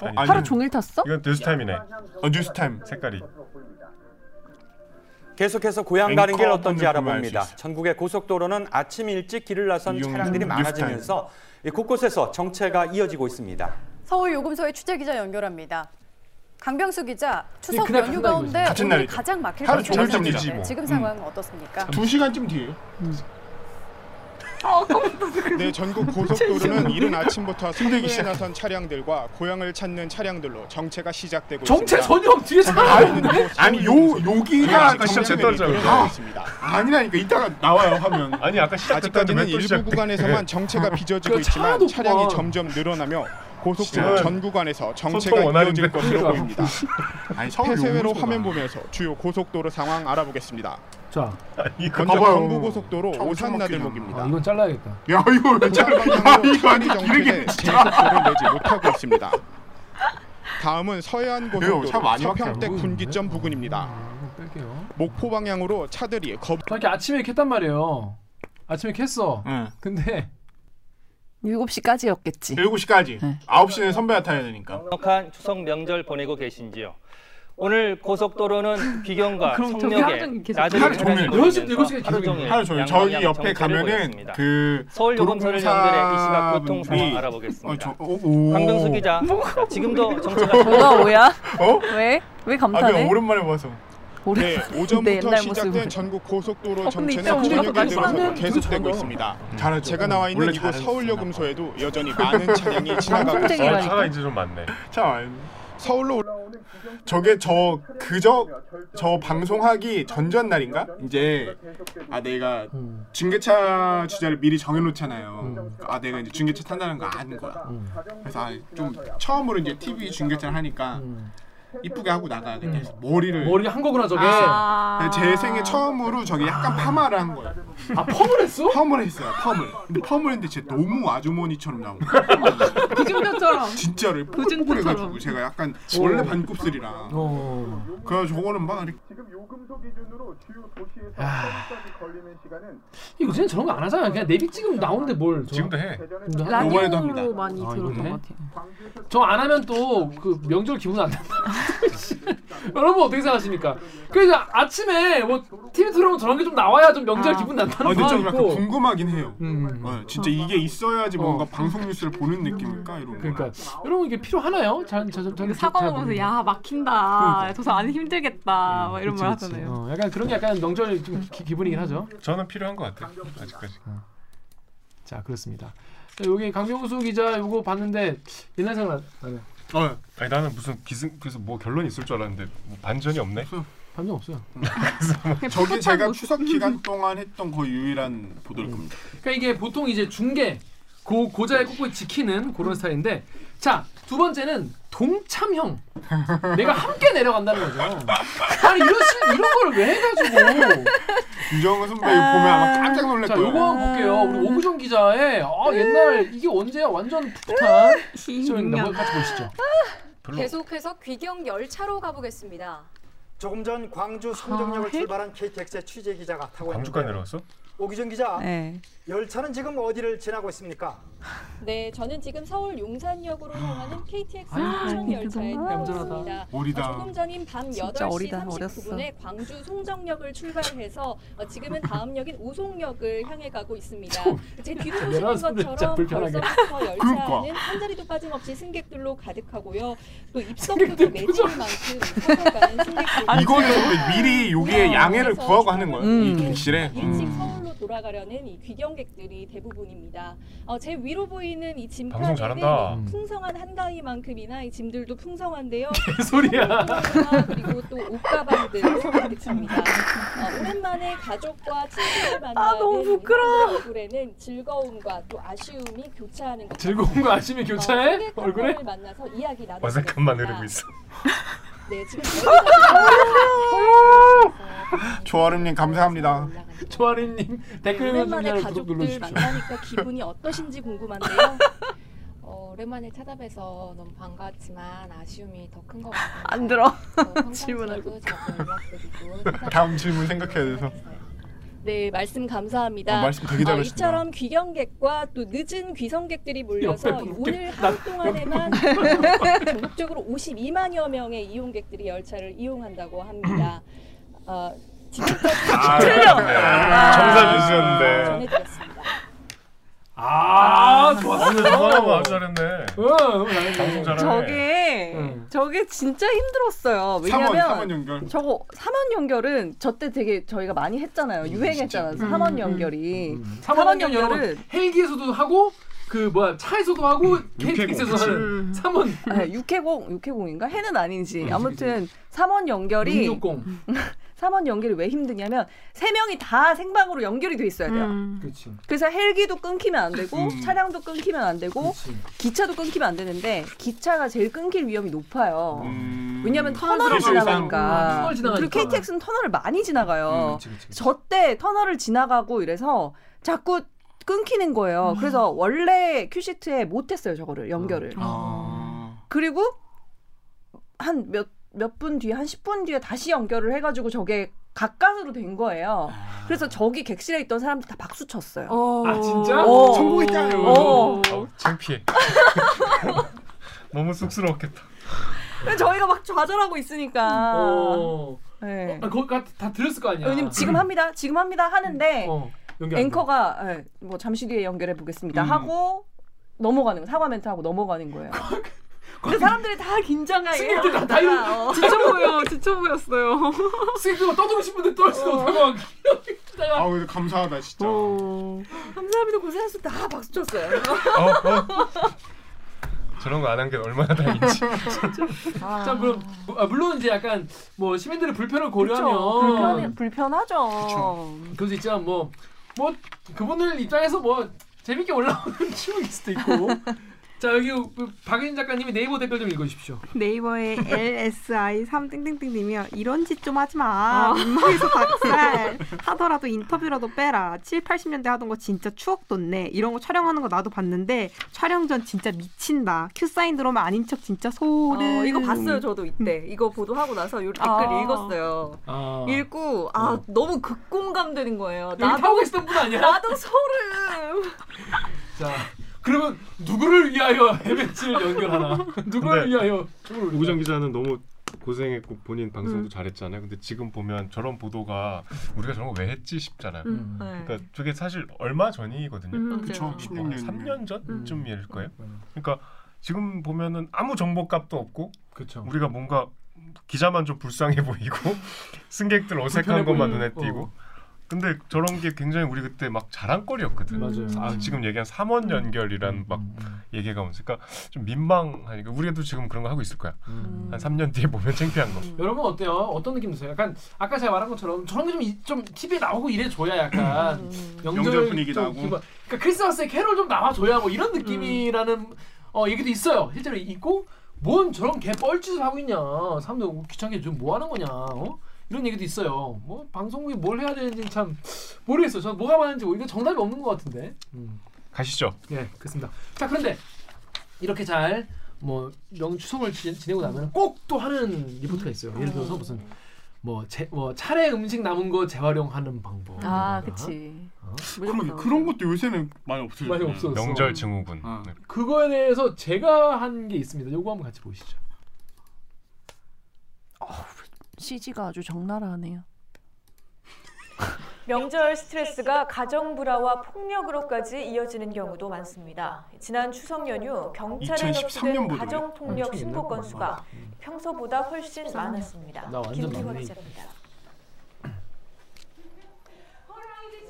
Speaker 5: 아니,
Speaker 10: 하루 종일 탔어?
Speaker 5: 이건 뉴스 타임이네.
Speaker 2: 어, 뉴스 타임.
Speaker 5: 색깔이.
Speaker 8: 계속해서 고향 가는 길
Speaker 2: 앵커
Speaker 8: 어떤지
Speaker 2: 분들 보면 알수
Speaker 8: 알아봅니다.
Speaker 2: 있어요.
Speaker 8: 전국의 고속도로는 아침 일찍 길을 나선
Speaker 2: 이용주
Speaker 8: 차량들이
Speaker 2: 뉴스타임.
Speaker 8: 많아지면서 이 곳곳에서 정체가 이어지고 있습니다.
Speaker 10: 서울 요금소의 취재 기자 연결합니다. 강병수 기자, 추석
Speaker 3: 예, 그날
Speaker 10: 연휴
Speaker 3: 같은 날이거든요.
Speaker 10: 가운데
Speaker 2: 같은
Speaker 10: 오늘
Speaker 2: 날이죠.
Speaker 10: 가장 막힐
Speaker 2: 하루
Speaker 10: 것으로
Speaker 2: 종일
Speaker 10: 예상되는데
Speaker 2: 잡니다, 뭐.
Speaker 10: 지금
Speaker 2: 음.
Speaker 10: 상황은 어떻습니까?
Speaker 2: 두 시간쯤 뒤에요.
Speaker 3: 음.
Speaker 7: 네, 전국 고속도로는 이른 아침부터
Speaker 2: 힘들기
Speaker 7: 승대기에
Speaker 2: 시작해.
Speaker 7: 나선 차량들과 고향을 찾는 차량들로 정체가 시작되고
Speaker 3: 정체
Speaker 7: 있습니다.
Speaker 3: 전혀 없 뒤에 사람 없는데.
Speaker 2: 아니 요 여기가 아까
Speaker 5: 정체
Speaker 2: 시작
Speaker 5: 떨어져요.
Speaker 2: 아.
Speaker 7: 있습니다.
Speaker 2: 아니라니까 이따가 나와요 화면.
Speaker 5: 아니 아까 시작했다는
Speaker 7: 아직까지는 일부
Speaker 5: 예.
Speaker 7: 구간에서만 정체가 빚어지고
Speaker 3: 그 차도
Speaker 7: 있지만 차량이
Speaker 3: 없구만.
Speaker 7: 점점 늘어나며
Speaker 5: 진짜.
Speaker 7: 고속도로 전 구간에서 정체가
Speaker 5: 소통 원활한데.
Speaker 7: 이어질 것으로 보입니다.
Speaker 2: 아니 서울
Speaker 7: 폐쇄회로
Speaker 2: 요금소가.
Speaker 7: 화면 보면서 주요 고속도로 상황 알아보겠습니다.
Speaker 3: 자,
Speaker 5: 이거
Speaker 7: 먼저
Speaker 2: 봐봐요.
Speaker 7: 경부고속도로
Speaker 2: 참,
Speaker 7: 오산
Speaker 2: 참
Speaker 7: 나들목입니다.
Speaker 3: 아, 이건 잘라야겠다.
Speaker 2: 야 이거 왜
Speaker 7: 왼쪽
Speaker 2: 자르? 야
Speaker 7: 방향으로
Speaker 2: 이거 아니
Speaker 7: 차량이 정체돼
Speaker 2: 이렇게
Speaker 7: 제속도를 내지 못하고 있습니다. 다음은 서해안
Speaker 2: 왜요? 차
Speaker 7: 고속도로
Speaker 2: 많이
Speaker 7: 서평대
Speaker 3: 막혀요.
Speaker 7: 군기점 부근입니다.
Speaker 3: 아, 이거 뺄게요.
Speaker 7: 목포 방향으로 차들이 거
Speaker 3: 자, 이렇게 아침에 캤단 말이에요. 아침에 캤어.
Speaker 2: 응.
Speaker 3: 근데
Speaker 10: 7시까지였겠지.
Speaker 2: 7시까지. 9시는 선배가 타야 되니까.
Speaker 11: 행복한 추석 명절 보내고 계신지요? 오늘 고속도로는
Speaker 3: 아,
Speaker 11: 귀경과
Speaker 6: 그럼 저기 하루
Speaker 11: 성명에
Speaker 6: 종일 계속
Speaker 11: 나들이
Speaker 2: 하루 종일.
Speaker 11: 차량이
Speaker 3: 여섯 시-
Speaker 11: 몰리면서
Speaker 3: 여섯 시에
Speaker 11: 하루 종일
Speaker 3: 기록이네요.
Speaker 2: 네, 하루 종일
Speaker 11: 양방향
Speaker 2: 저희
Speaker 11: 정체를
Speaker 2: 옆에 가면은
Speaker 11: 보였습니다.
Speaker 2: 그
Speaker 11: 서울 요금소를 연결해 이 시각 교통 상황
Speaker 2: 도로공사분들이- 어,
Speaker 11: 알아보겠습니다.
Speaker 2: 저, 오, 오.
Speaker 11: 강병수 기자, 자, 지금도 정체가
Speaker 10: 뭐가 오야?
Speaker 2: 어?
Speaker 10: 왜? 왜
Speaker 2: 아,
Speaker 10: 감탄해?
Speaker 2: 그냥 오랜만에 봐서.
Speaker 7: 네, 오전부터
Speaker 10: 옛날
Speaker 7: 시작된
Speaker 10: 모습을.
Speaker 7: 전국 고속도로
Speaker 6: 근데
Speaker 7: 정체는
Speaker 6: 이따가
Speaker 7: 저녁에
Speaker 6: 올라가서
Speaker 7: 들어서
Speaker 3: 말씀하면
Speaker 7: 계속되고
Speaker 3: 그렇잖아.
Speaker 7: 있습니다.
Speaker 5: 음.
Speaker 2: 잘하죠.
Speaker 7: 제가 나와 있는
Speaker 2: 원래
Speaker 7: 이곳
Speaker 2: 잘하는
Speaker 7: 서울
Speaker 2: 분이나 봐.
Speaker 7: 요금소에도 여전히 많은 차량이 지나가고
Speaker 10: 방송쟁이.
Speaker 7: 있습니다.
Speaker 5: 아, 차가 이제 좀 많네.
Speaker 2: 참 아니.
Speaker 7: 서울로 올라
Speaker 2: 저게 저 그저 저 방송하기 전전 날인가? 이제 아 내가
Speaker 3: 음.
Speaker 2: 중계차 주제를 미리 정해놓잖아요. 아 내가 이제 중계차 탄다는 거 아는 거야.
Speaker 7: 음.
Speaker 2: 그래서 아, 좀 처음으로 이제 TV 중계차를 하니까 이쁘게 하고 나가야겠다. 해서 머리를
Speaker 3: 음. 머리 한 거구나 저게. 아,
Speaker 6: 아,
Speaker 2: 제 생애 처음으로 저기 약간 파마를 한 거예요.
Speaker 3: 아, 펌을 했어?
Speaker 2: 펌을 했어요. 펌을. 근데 펌을 했는데 진짜 너무 아주머니처럼 나온 거예요.
Speaker 6: 구중표처럼
Speaker 2: 진짜로 뽀글뽀글해가지고 제가 약간 원래 반곱슬이라.
Speaker 3: 어.
Speaker 2: 그래서 저거는 막 이렇게
Speaker 3: 아. 이거 쟤는 저런 거 안 하잖아. 그냥 내비 찍으면 나오는데 뭘. 저-
Speaker 5: 지금도 해.
Speaker 3: 지금도 하나?
Speaker 2: 요번에도
Speaker 6: 라디오로
Speaker 2: 합니다.
Speaker 6: 많이
Speaker 3: 아,
Speaker 6: 들었던
Speaker 3: 이거네?
Speaker 6: 것 같아요.
Speaker 3: 저안 하면 또 그 명절 기분 안 난다. 여러분 어떻게 생각하십니까? 그래서 아침에 뭐 TV 틀어놓으면 저런 게 좀 나와야 좀 명절 기분
Speaker 2: 아
Speaker 3: 난다는
Speaker 2: 근데
Speaker 3: 거
Speaker 2: 좀 약간
Speaker 3: 있고.
Speaker 2: 궁금하긴 해요.
Speaker 3: 음.
Speaker 2: 어, 진짜 이게 있어야지 뭔가
Speaker 3: 어.
Speaker 2: 방송 뉴스를 보는 느낌일까 이런 거.
Speaker 3: 그러니까 여러분 이게 필요하나요? 잘, 저, 저, 저,
Speaker 6: 사과
Speaker 3: 잘
Speaker 6: 먹으면서
Speaker 3: 모르겠네.
Speaker 6: 야 막힌다. 조선 안 힘들겠다. 막 이런 말 하잖아요.
Speaker 3: 어, 약간 그런 게 약간 명절 좀 기, 기분이긴 하죠.
Speaker 5: 저는 필요한 것 같아요. 아직까지.
Speaker 3: 어. 자 그렇습니다. 여기 강병수 기자 요거 봤는데 옛날 생각 나네.
Speaker 2: 어,
Speaker 5: 아니 나는 무슨 기승 그래서 뭐 결론이 있을 줄 알았는데 뭐 반전이 없네.
Speaker 3: 반전 없어요.
Speaker 6: 그냥
Speaker 2: 저게
Speaker 6: 풋풋한
Speaker 2: 제가
Speaker 6: 모습.
Speaker 2: 추석 기간 동안 했던 거의 유일한 보도일
Speaker 4: 음.
Speaker 2: 겁니다.
Speaker 3: 그러니까 이게 보통 이제 중계 고 고자의 꾹꾹이 지키는 그런 스타일인데 자 두 번째는 동참형 내가 함께 내려간다는 거죠 아니 이런 시, 이런 걸 왜 해가지고
Speaker 2: 유정은 선배 이거 보면 아마 깜짝 놀랄
Speaker 3: 자
Speaker 2: 거예요.
Speaker 3: 요거 한번 볼게요 우리 오구정 기자의 아 옛날 이게 언제야 완전
Speaker 6: 아,
Speaker 3: 풋풋한 시절입니다 한번 같이 보시죠
Speaker 4: 계속해서 귀경 열차로 가보겠습니다.
Speaker 8: 조금 전 광주
Speaker 6: 아,
Speaker 8: 송정역을
Speaker 6: 해-
Speaker 8: 출발한 KTX의 취재 기자가 타고
Speaker 5: 광주까지
Speaker 8: 있는데요.
Speaker 5: 내려왔어?
Speaker 8: 오기준 기자,
Speaker 12: 네.
Speaker 8: 열차는 지금 어디를 지나고 있습니까?
Speaker 4: 네, 저는 지금 서울 용산역으로 향하는 KTX
Speaker 6: 아이고,
Speaker 4: 순천 열차에 타고
Speaker 3: 얌전하다.
Speaker 4: 있습니다.
Speaker 2: 어리다.
Speaker 13: 아,
Speaker 4: 어, 조금 전인 밤
Speaker 10: 진짜
Speaker 4: 8시
Speaker 10: 어리다, 어렸어.
Speaker 4: 39분에 광주 송정역을 출발해서 어, 지금은 다음 역인 우송역을 향해 가고 있습니다. 제 뒤로 보시는
Speaker 3: 내려와서 그래, 진짜
Speaker 4: 것처럼
Speaker 3: 불편하게.
Speaker 4: 벌써부터 열차는
Speaker 2: 그러니까.
Speaker 4: 한 자리도 빠짐없이 승객들로 가득하고요. 또 입석부터
Speaker 3: 승객들
Speaker 4: 매진일 만큼 서서가는 승객들이
Speaker 2: 이거는 선배 미리 요게
Speaker 4: 네,
Speaker 2: 양해를
Speaker 4: 그래서
Speaker 2: 구하고 하는 거예요.
Speaker 4: 음.
Speaker 2: 이 객실에.
Speaker 4: 일찍 서울로 돌아가려는 이 귀경객들이 대부분입니다. 어, 제 위로 보이는 이
Speaker 5: 방송
Speaker 4: 짐칸에는 뭐
Speaker 5: 잘한다.
Speaker 3: 음.
Speaker 4: 풍성한 한가위만큼이나 이 짐들도 풍성한데요.
Speaker 3: 소리야
Speaker 4: 소품이나 그리고 또 옷가방들 선택됩니다. 어, 오랜만에 가족과 친구를 만나 아, 너무 부끄러워. 얼굴에는 즐거움과 또 아쉬움이 교차하는 것
Speaker 3: 즐거운 거 아침에
Speaker 4: 같아요. 어,
Speaker 3: 교차해 네?
Speaker 4: 소개
Speaker 3: 얼굴에
Speaker 4: 커플을 만나서 이야기 나누고
Speaker 5: 어색함만 흐르고 있어.
Speaker 4: 네, 지금 여기까지
Speaker 2: 조아름님 감사합니다.
Speaker 3: 조아린님 댓글 읽어주는
Speaker 4: 오랜만에
Speaker 3: 날
Speaker 4: 네,
Speaker 3: 구독
Speaker 4: 가족들
Speaker 3: 눌러주십시오
Speaker 4: 만나니까 기분이 어떠신지 궁금한데요.
Speaker 13: 어, 오랜만에 찾아뵈서 너무 반가웠지만 아쉬움이 더 큰 것 같아요.
Speaker 10: 안 들어.
Speaker 13: 질문하고 자주 연락드리고 찾아뵙고
Speaker 2: 다음 질문 생각해야 돼서.
Speaker 13: 있어요.
Speaker 4: 네, 말씀 감사합니다.
Speaker 2: 어, 말씀 되게
Speaker 4: 어,
Speaker 2: 잘하신다.
Speaker 4: 이처럼 귀경객과 또 늦은 귀성객들이 몰려서
Speaker 3: 옆에 분께-
Speaker 4: 오늘 하루 동안에만 전국적으로 52만여 명의 이용객들이 열차를 이용한다고 합니다. 어, 지금까지
Speaker 5: 아, 틀려. 정사 주셨는데.
Speaker 4: 전해드렸습니다.
Speaker 3: 아,
Speaker 5: 오늘 전화하고 아주 잘했네. 방송 잘하네.
Speaker 4: 저게 저게 진짜 힘들었어요.
Speaker 2: 삼원,
Speaker 4: 아, 왜냐면
Speaker 2: 삼원 연결.
Speaker 4: 저거 삼원 연결은 저때 되게 저희가 많이 했잖아요. 유행했잖아요.
Speaker 3: 음, 진짜.
Speaker 4: 삼원
Speaker 3: 음,
Speaker 4: 연결이.
Speaker 3: 삼원 연결 여러분 헬기에서도 하고 그 뭐야 차에서도 하고 KTX에서 하는 음. 3원 음,
Speaker 4: 네, 6회공 6회공인가 해는 아닌지 아무튼 삼원 연결이 음.
Speaker 3: 660.
Speaker 4: 삼원 연결이 왜 힘드냐면 세 명이 다 생방으로 연결이 돼 있어야 돼요.
Speaker 3: 네. 그렇지.
Speaker 4: 그래서 헬기도 끊기면 안 되고
Speaker 3: 음.
Speaker 4: 차량도 끊기면 안 되고 기차도 끊기면 안 되는데 기차가 제일 끊길 위험이 높아요.
Speaker 3: 음.
Speaker 4: 왜냐하면 터널을
Speaker 3: 기술상.
Speaker 4: 지나가니까.
Speaker 3: 음, 터널 지나가니까.
Speaker 4: 그리고 KTX는 터널을 많이 지나가요.
Speaker 3: 음, 그치, 그치, 그치.
Speaker 4: 저 때 터널을 지나가고 이래서 자꾸 끊기는 거예요. 그래서 원래 큐시트에 못했어요 저거를 연결을.
Speaker 3: 음. 아.
Speaker 4: 그리고 한 몇 몇 분 뒤에 한 10분 뒤에 다시 연결을 해가지고 저게 가까스로 된 거예요. 그래서 저기 객실에 있던 사람들 다 박수 쳤어요.
Speaker 3: 아 진짜?
Speaker 4: 어.
Speaker 2: 성공했다요.
Speaker 4: 어.
Speaker 5: 아우, 창피해. 너무 쑥스러웠겠다.
Speaker 4: 근데 저희가 막 좌절하고 있으니까.
Speaker 3: 어.
Speaker 4: 아. 네.
Speaker 3: 아, 거기 다 들었을 거 아니야. 음. 어.
Speaker 4: 왜냐면 지금 합니다, 지금 합니다 하는데
Speaker 3: 연결 안
Speaker 4: 앵커가 예, 뭐 잠시 뒤에 연결해 보겠습니다
Speaker 3: 음.
Speaker 4: 하고 넘어가는 거 사과 멘트 하고 넘어가는 거예요. 근데 사람들이 다 긴장해.
Speaker 6: 승객들 다
Speaker 4: 이러다가,
Speaker 6: 다이어-
Speaker 4: 어.
Speaker 6: 지쳐 보여, 지쳐 보였어요.
Speaker 3: 승객들 떠들고 싶은데 떠들지도
Speaker 4: 어.
Speaker 3: 못하고
Speaker 2: 아 근데 감사하다 진짜.
Speaker 4: 감사합니다 고생하셨다 다 박수 쳤어요.
Speaker 5: 어, 어. 저런 거 안 한 게 얼마나 다행인지.
Speaker 3: 자 물론 아, 물론 이제 약간 뭐 시민들의 불편을
Speaker 4: 그렇죠. 불편해-
Speaker 3: 고려하면
Speaker 4: 불편하죠.
Speaker 3: 그래서 있지만 뭐뭐 그분들 입장에서 뭐 재밌게 올라오는 추억일 수도 있고. 자 여기 그 박인 작가님이 네이버 댓글 좀 읽어주십시오.
Speaker 6: 네이버의 LSI 3땡땡땡님이요. 이런 짓 좀 하지 마. 민망해서 박살. 하더라도 인터뷰라도 빼라. 7, 80년대 하던 거 진짜 추억 돋네. 이런 거 촬영하는 거 나도 봤는데 촬영 전 진짜 미친다. 큐 사인 들어오면 아닌 척 진짜 소름.
Speaker 4: 어, 이거 봤어요 저도 이때 이거 보도하고 나서 요 댓글
Speaker 6: 아.
Speaker 4: 읽었어요.
Speaker 3: 아.
Speaker 4: 읽고 아 너무 극공감되는 거예요.
Speaker 3: 여기 타고 계시던 분 아니야?
Speaker 4: 나도 소름.
Speaker 3: 자 그러면 누구를 위하여 헤벤츠를 연결하나? 누구를
Speaker 2: 네.
Speaker 5: 근데
Speaker 3: 위하여?
Speaker 5: 우구정 기자는 너무 고생했고 본인 방송도
Speaker 2: 음.
Speaker 5: 잘했잖아요. 근데 지금 보면 저런 보도가 우리가 저런 거 왜 했지 싶잖아요.
Speaker 2: 음. 네.
Speaker 5: 그러니까 저게 사실 얼마 전이거든요.
Speaker 2: 음, 그쵸, 음. 16 년.
Speaker 5: 3년 전쯤일 거예요. 그러니까 지금 보면은 아무 정보값도 없고 우리가 뭔가 기자만 좀 불쌍해 보이고 승객들
Speaker 3: 불편해
Speaker 5: 어색한 것만
Speaker 3: 보이는,
Speaker 5: 눈에 띄고 근데 저런 게 굉장히 우리 그때 막 자랑거리였거든.
Speaker 3: 맞아요. 음.
Speaker 5: 아, 지금 얘기한 3원 연결이란 막 얘기가 오면서 그러니까 좀 민망하니까 우리도 지금 그런 거 하고 있을 거야.
Speaker 3: 음.
Speaker 5: 한 3년 뒤에 보면 창피한 거.
Speaker 3: 여러분 어때요? 어떤 느낌 드세요? 약간 아까 제가 말한 것처럼 저런 게좀좀 TV에 나오고 이래 줘야 약간
Speaker 2: 명절 분위기
Speaker 3: 좀
Speaker 2: 나고.
Speaker 3: 기분- 그러니까 크리스마스에 캐롤 좀 나와 줘야 뭐 이런 느낌이라는 어 얘기도 있어요. 실제로 있고 뭔 저런 개 뻘짓을 하고 있냐? 사람들 귀찮게 좀 뭐 하는 거냐? 어? 이런 얘기도 있어요. 뭐 방송국이 뭘 해야 되는지 참 모르겠어요. 저는 뭐가 맞는지 이거 정답이 없는 것 같은데.
Speaker 5: 가시죠.
Speaker 3: 예, 그렇습니다. 자, 그런데 이렇게 잘 뭐 명추석을 지- 지내고 나면 꼭 또 하는 리포트가 있어요. 예를 들어서 무슨 뭐, 제, 뭐 차례 음식 남은 거 재활용하는 방법.
Speaker 4: 아 그치.
Speaker 2: 그럼 그런 것도 요새는 많이 없어졌어.
Speaker 3: 음. 많이 없어졌어. 아.
Speaker 5: 명절 증후군. 네.
Speaker 3: 그거에 대해서 제가 한 게 있습니다. 요거 한번 같이 보시죠.
Speaker 4: CG가 아주 적나라하네요.
Speaker 13: 명절 스트레스가 가정 불화와 폭력으로까지 이어지는 경우도 많습니다. 지난 추석 연휴 경찰에
Speaker 2: 2013
Speaker 13: 접수된
Speaker 2: 년보다요?
Speaker 13: 가정 폭력
Speaker 2: 엄청
Speaker 13: 신고
Speaker 2: 옛날
Speaker 13: 건수가 평소보다 훨씬 많았습니다.
Speaker 3: 나 완전
Speaker 13: 김기원
Speaker 3: 막내.
Speaker 13: 기자입니다.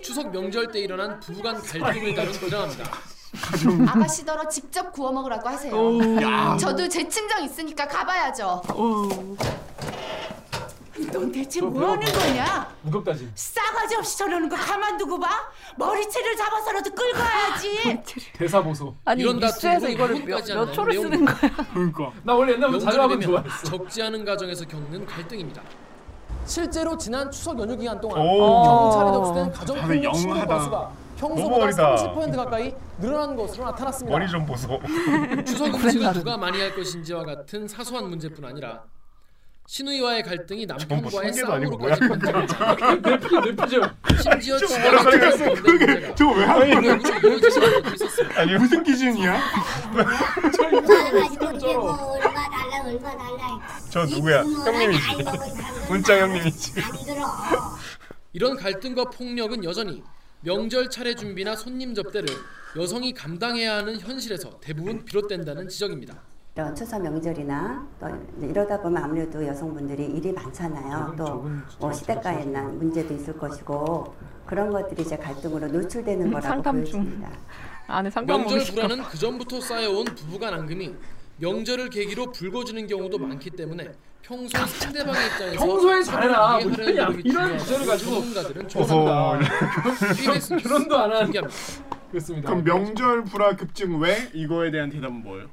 Speaker 3: 추석 명절 때 일어난 부부간 갈등을 따른 도전합니다.
Speaker 14: 아가씨더러 직접 구워 먹으라고 하세요.
Speaker 3: 어우. 야.
Speaker 14: 저도 제 친정 있으니까 가봐야죠.
Speaker 15: 넌 대체
Speaker 3: 저
Speaker 15: 뭐 하는
Speaker 3: 배워봐.
Speaker 15: 거냐?
Speaker 3: 무겁다 지금.
Speaker 15: 싸가지 없이 저러는 거 가만두고 봐. 머리채를 잡아서라도 끌고 와야지.
Speaker 3: 대사 보소.
Speaker 4: 아니, 이런 다툼 뉴스에서 이거를 몇-
Speaker 16: 부분까지
Speaker 4: 몇
Speaker 16: 하는
Speaker 4: 초를
Speaker 16: 내용이
Speaker 4: 쓰는
Speaker 2: 그러니까.
Speaker 3: 나 원래 옛날부터
Speaker 16: 명절이
Speaker 3: 자료하면
Speaker 16: 되면
Speaker 3: 좋아했어.
Speaker 16: 적지 않은 가정에서 겪는 갈등입니다. 실제로 지난 추석 연휴 기간 동안
Speaker 5: 오.
Speaker 16: 경찰에 접수된 가정
Speaker 5: 다들
Speaker 16: 폭력 신고
Speaker 5: 영하다.
Speaker 16: 건수가
Speaker 5: 너무
Speaker 16: 평소보다
Speaker 5: 어리다.
Speaker 16: 30% 가까이 늘어난 것으로 나타났습니다.
Speaker 5: 머리 좀 보소.
Speaker 16: 추석 음식을 누가 많이 할 것인지와 같은 사소한 문제뿐 아니라 시누이와의 갈등이
Speaker 5: 뭐
Speaker 16: 남편과의
Speaker 5: 성계도 아니고 뭐야?
Speaker 16: 싸움으로까지 번져가자. 심지어
Speaker 5: 좀
Speaker 16: 지나치게
Speaker 5: 뭐라 그랬어?
Speaker 16: 건드는
Speaker 5: 그게
Speaker 16: 문제가
Speaker 5: 저왜 하는 거야?
Speaker 2: 아니 무슨 기준이야?
Speaker 17: 뭐 얼마 달라 얼마 달라
Speaker 5: 저 누구야? 형님이지. 문장 형님이지.
Speaker 16: 이런 갈등과 폭력은 여전히 명절 차례 준비나 손님 접대를 여성이 감당해야 하는 현실에서 대부분 비롯된다는 지적입니다.
Speaker 18: 이런 추석 어, 명절이나 또 이제 이러다 보면 아무래도 여성분들이 일이 많잖아요. 또 뭐 시댁과의 난 문제도 있을 것이고 그런 것들이 이제 갈등으로 노출되는 거라고
Speaker 6: 상담 중.
Speaker 18: 보여집니다.
Speaker 6: 안에
Speaker 16: 명절 불안은 그 전부터 쌓여온 부부간 앙금이 명절을 계기로 불거지는 경우도 많기 때문에 평소 상대방의 입장에서
Speaker 3: 아, 평소에 잘해라. 뭐
Speaker 16: 이해하려는
Speaker 3: 이런-
Speaker 16: 노력이
Speaker 3: 이런
Speaker 16: 중요하고
Speaker 3: 주제를 가지고
Speaker 16: 전문가들은
Speaker 2: 어허.
Speaker 16: 조선다.
Speaker 3: 결혼도 안 한.
Speaker 2: 그렇습니다. 그럼 명절 불화 급증 왜 이거에 대한 대답은 뭐예요?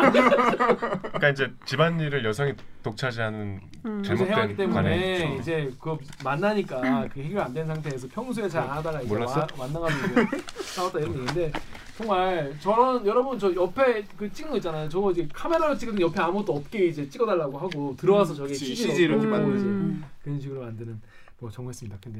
Speaker 5: 그러니까 이제 집안일을 여성이 독차지하는
Speaker 3: 음. 그래서 해왔기
Speaker 5: 잘못된 관행.
Speaker 3: 때문에 이제 그 만나니까 그 해결 안 된 상태에서 평소에 잘 안 하다가 이제
Speaker 5: 몰랐어?
Speaker 3: 와, 만나가지고 싸웠다 이런 얘기인데 정말 저런 여러분 저 옆에 그 찍은 거 있잖아요. 저거 이제 카메라로 찍은데 옆에 아무것도 없게 이제 찍어달라고 하고 들어와서 저게
Speaker 2: 그치,
Speaker 3: CG 로 음.
Speaker 2: CG 로 이렇게
Speaker 3: 넣고 이제
Speaker 2: 만드는.
Speaker 3: 그런 식으로 만드는 뭐 정했습니다. 근데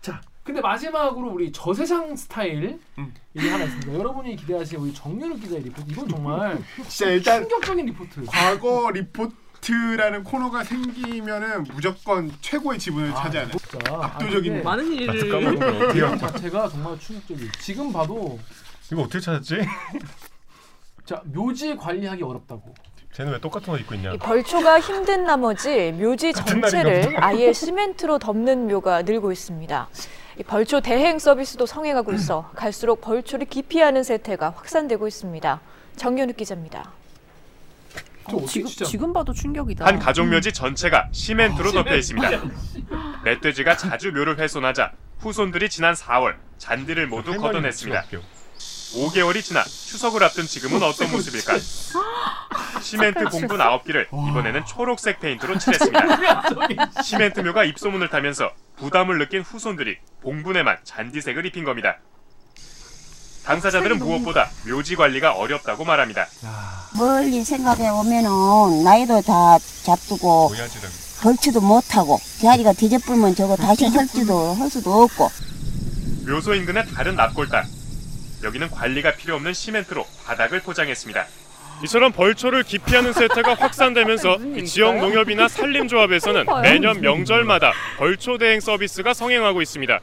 Speaker 3: 자 근데 마지막으로 우리 저세상 스타일
Speaker 5: 음.
Speaker 3: 얘기 하나 있습니다. 여러분이 기대하시는 우리 정윤욱 기자의 리포트 이건 정말
Speaker 2: 진짜 일단
Speaker 3: 충격적인 리포트.
Speaker 2: 과거 리포트라는 코너가 생기면은 무조건 최고의 지분을 그
Speaker 7: 아,
Speaker 2: 차지하는
Speaker 7: 뭐,
Speaker 3: 그
Speaker 2: 압도적인
Speaker 3: 아, 근데
Speaker 5: 나도 까먹은 걸 어떻게
Speaker 3: 이런
Speaker 5: 알아?
Speaker 3: 자체가 정말 충격적이에요. 지금 봐도
Speaker 5: 이거 어떻게 찾았지?
Speaker 3: 자 묘지 관리하기 어렵다고.
Speaker 5: 쟤는 왜 똑같은 옷 입고 있냐?
Speaker 13: 이 벌초가 힘든 나머지 묘지
Speaker 5: 같은 날인가
Speaker 13: 전체를
Speaker 5: 보다.
Speaker 13: 아예 시멘트로 덮는 묘가 늘고 있습니다. 이 벌초 대행 서비스도 성행하고 있어 갈수록 벌초를 기피하는 세태가 확산되고 있습니다. 정윤욱 기자입니다.
Speaker 4: 어,
Speaker 19: 지금,
Speaker 13: 진짜.
Speaker 19: 지금 봐도 충격이다.
Speaker 20: 한
Speaker 4: 음,
Speaker 20: 가족묘지 전체가 시멘트로
Speaker 19: 아,
Speaker 20: 덮여
Speaker 19: 시멘트. 아,
Speaker 20: 있습니다. 멧돼지가 자주 묘를 훼손하자 후손들이 지난 4월 잔디를 모두 걷어냈습니다. 5개월이 지나 추석을 앞둔 지금은 어떤 모습일까? 시멘트 봉분 9개를 이번에는 초록색 페인트로 칠했습니다. 시멘트묘가 입소문을 타면서 부담을 느낀 후손들이 봉분에만 잔디색을 입힌 겁니다. 당사자들은 무엇보다 묘지 관리가 어렵다고 말합니다.
Speaker 17: 멀리 생각해 보면은 나이도 다 잡두고 걸지도 못하고 자리가 뒤집으면 저거 다시 할지도 할 수도 없고
Speaker 20: 묘소 인근의 다른 납골당. 여기는 관리가 필요 없는 시멘트로 바닥을 포장했습니다.
Speaker 21: 이처럼 벌초를 기피하는 세태가 확산되면서 이 지역 농협이나 산림조합에서는 매년 명절마다
Speaker 20: 음.
Speaker 21: 벌초 대행 서비스가 성행하고 있습니다.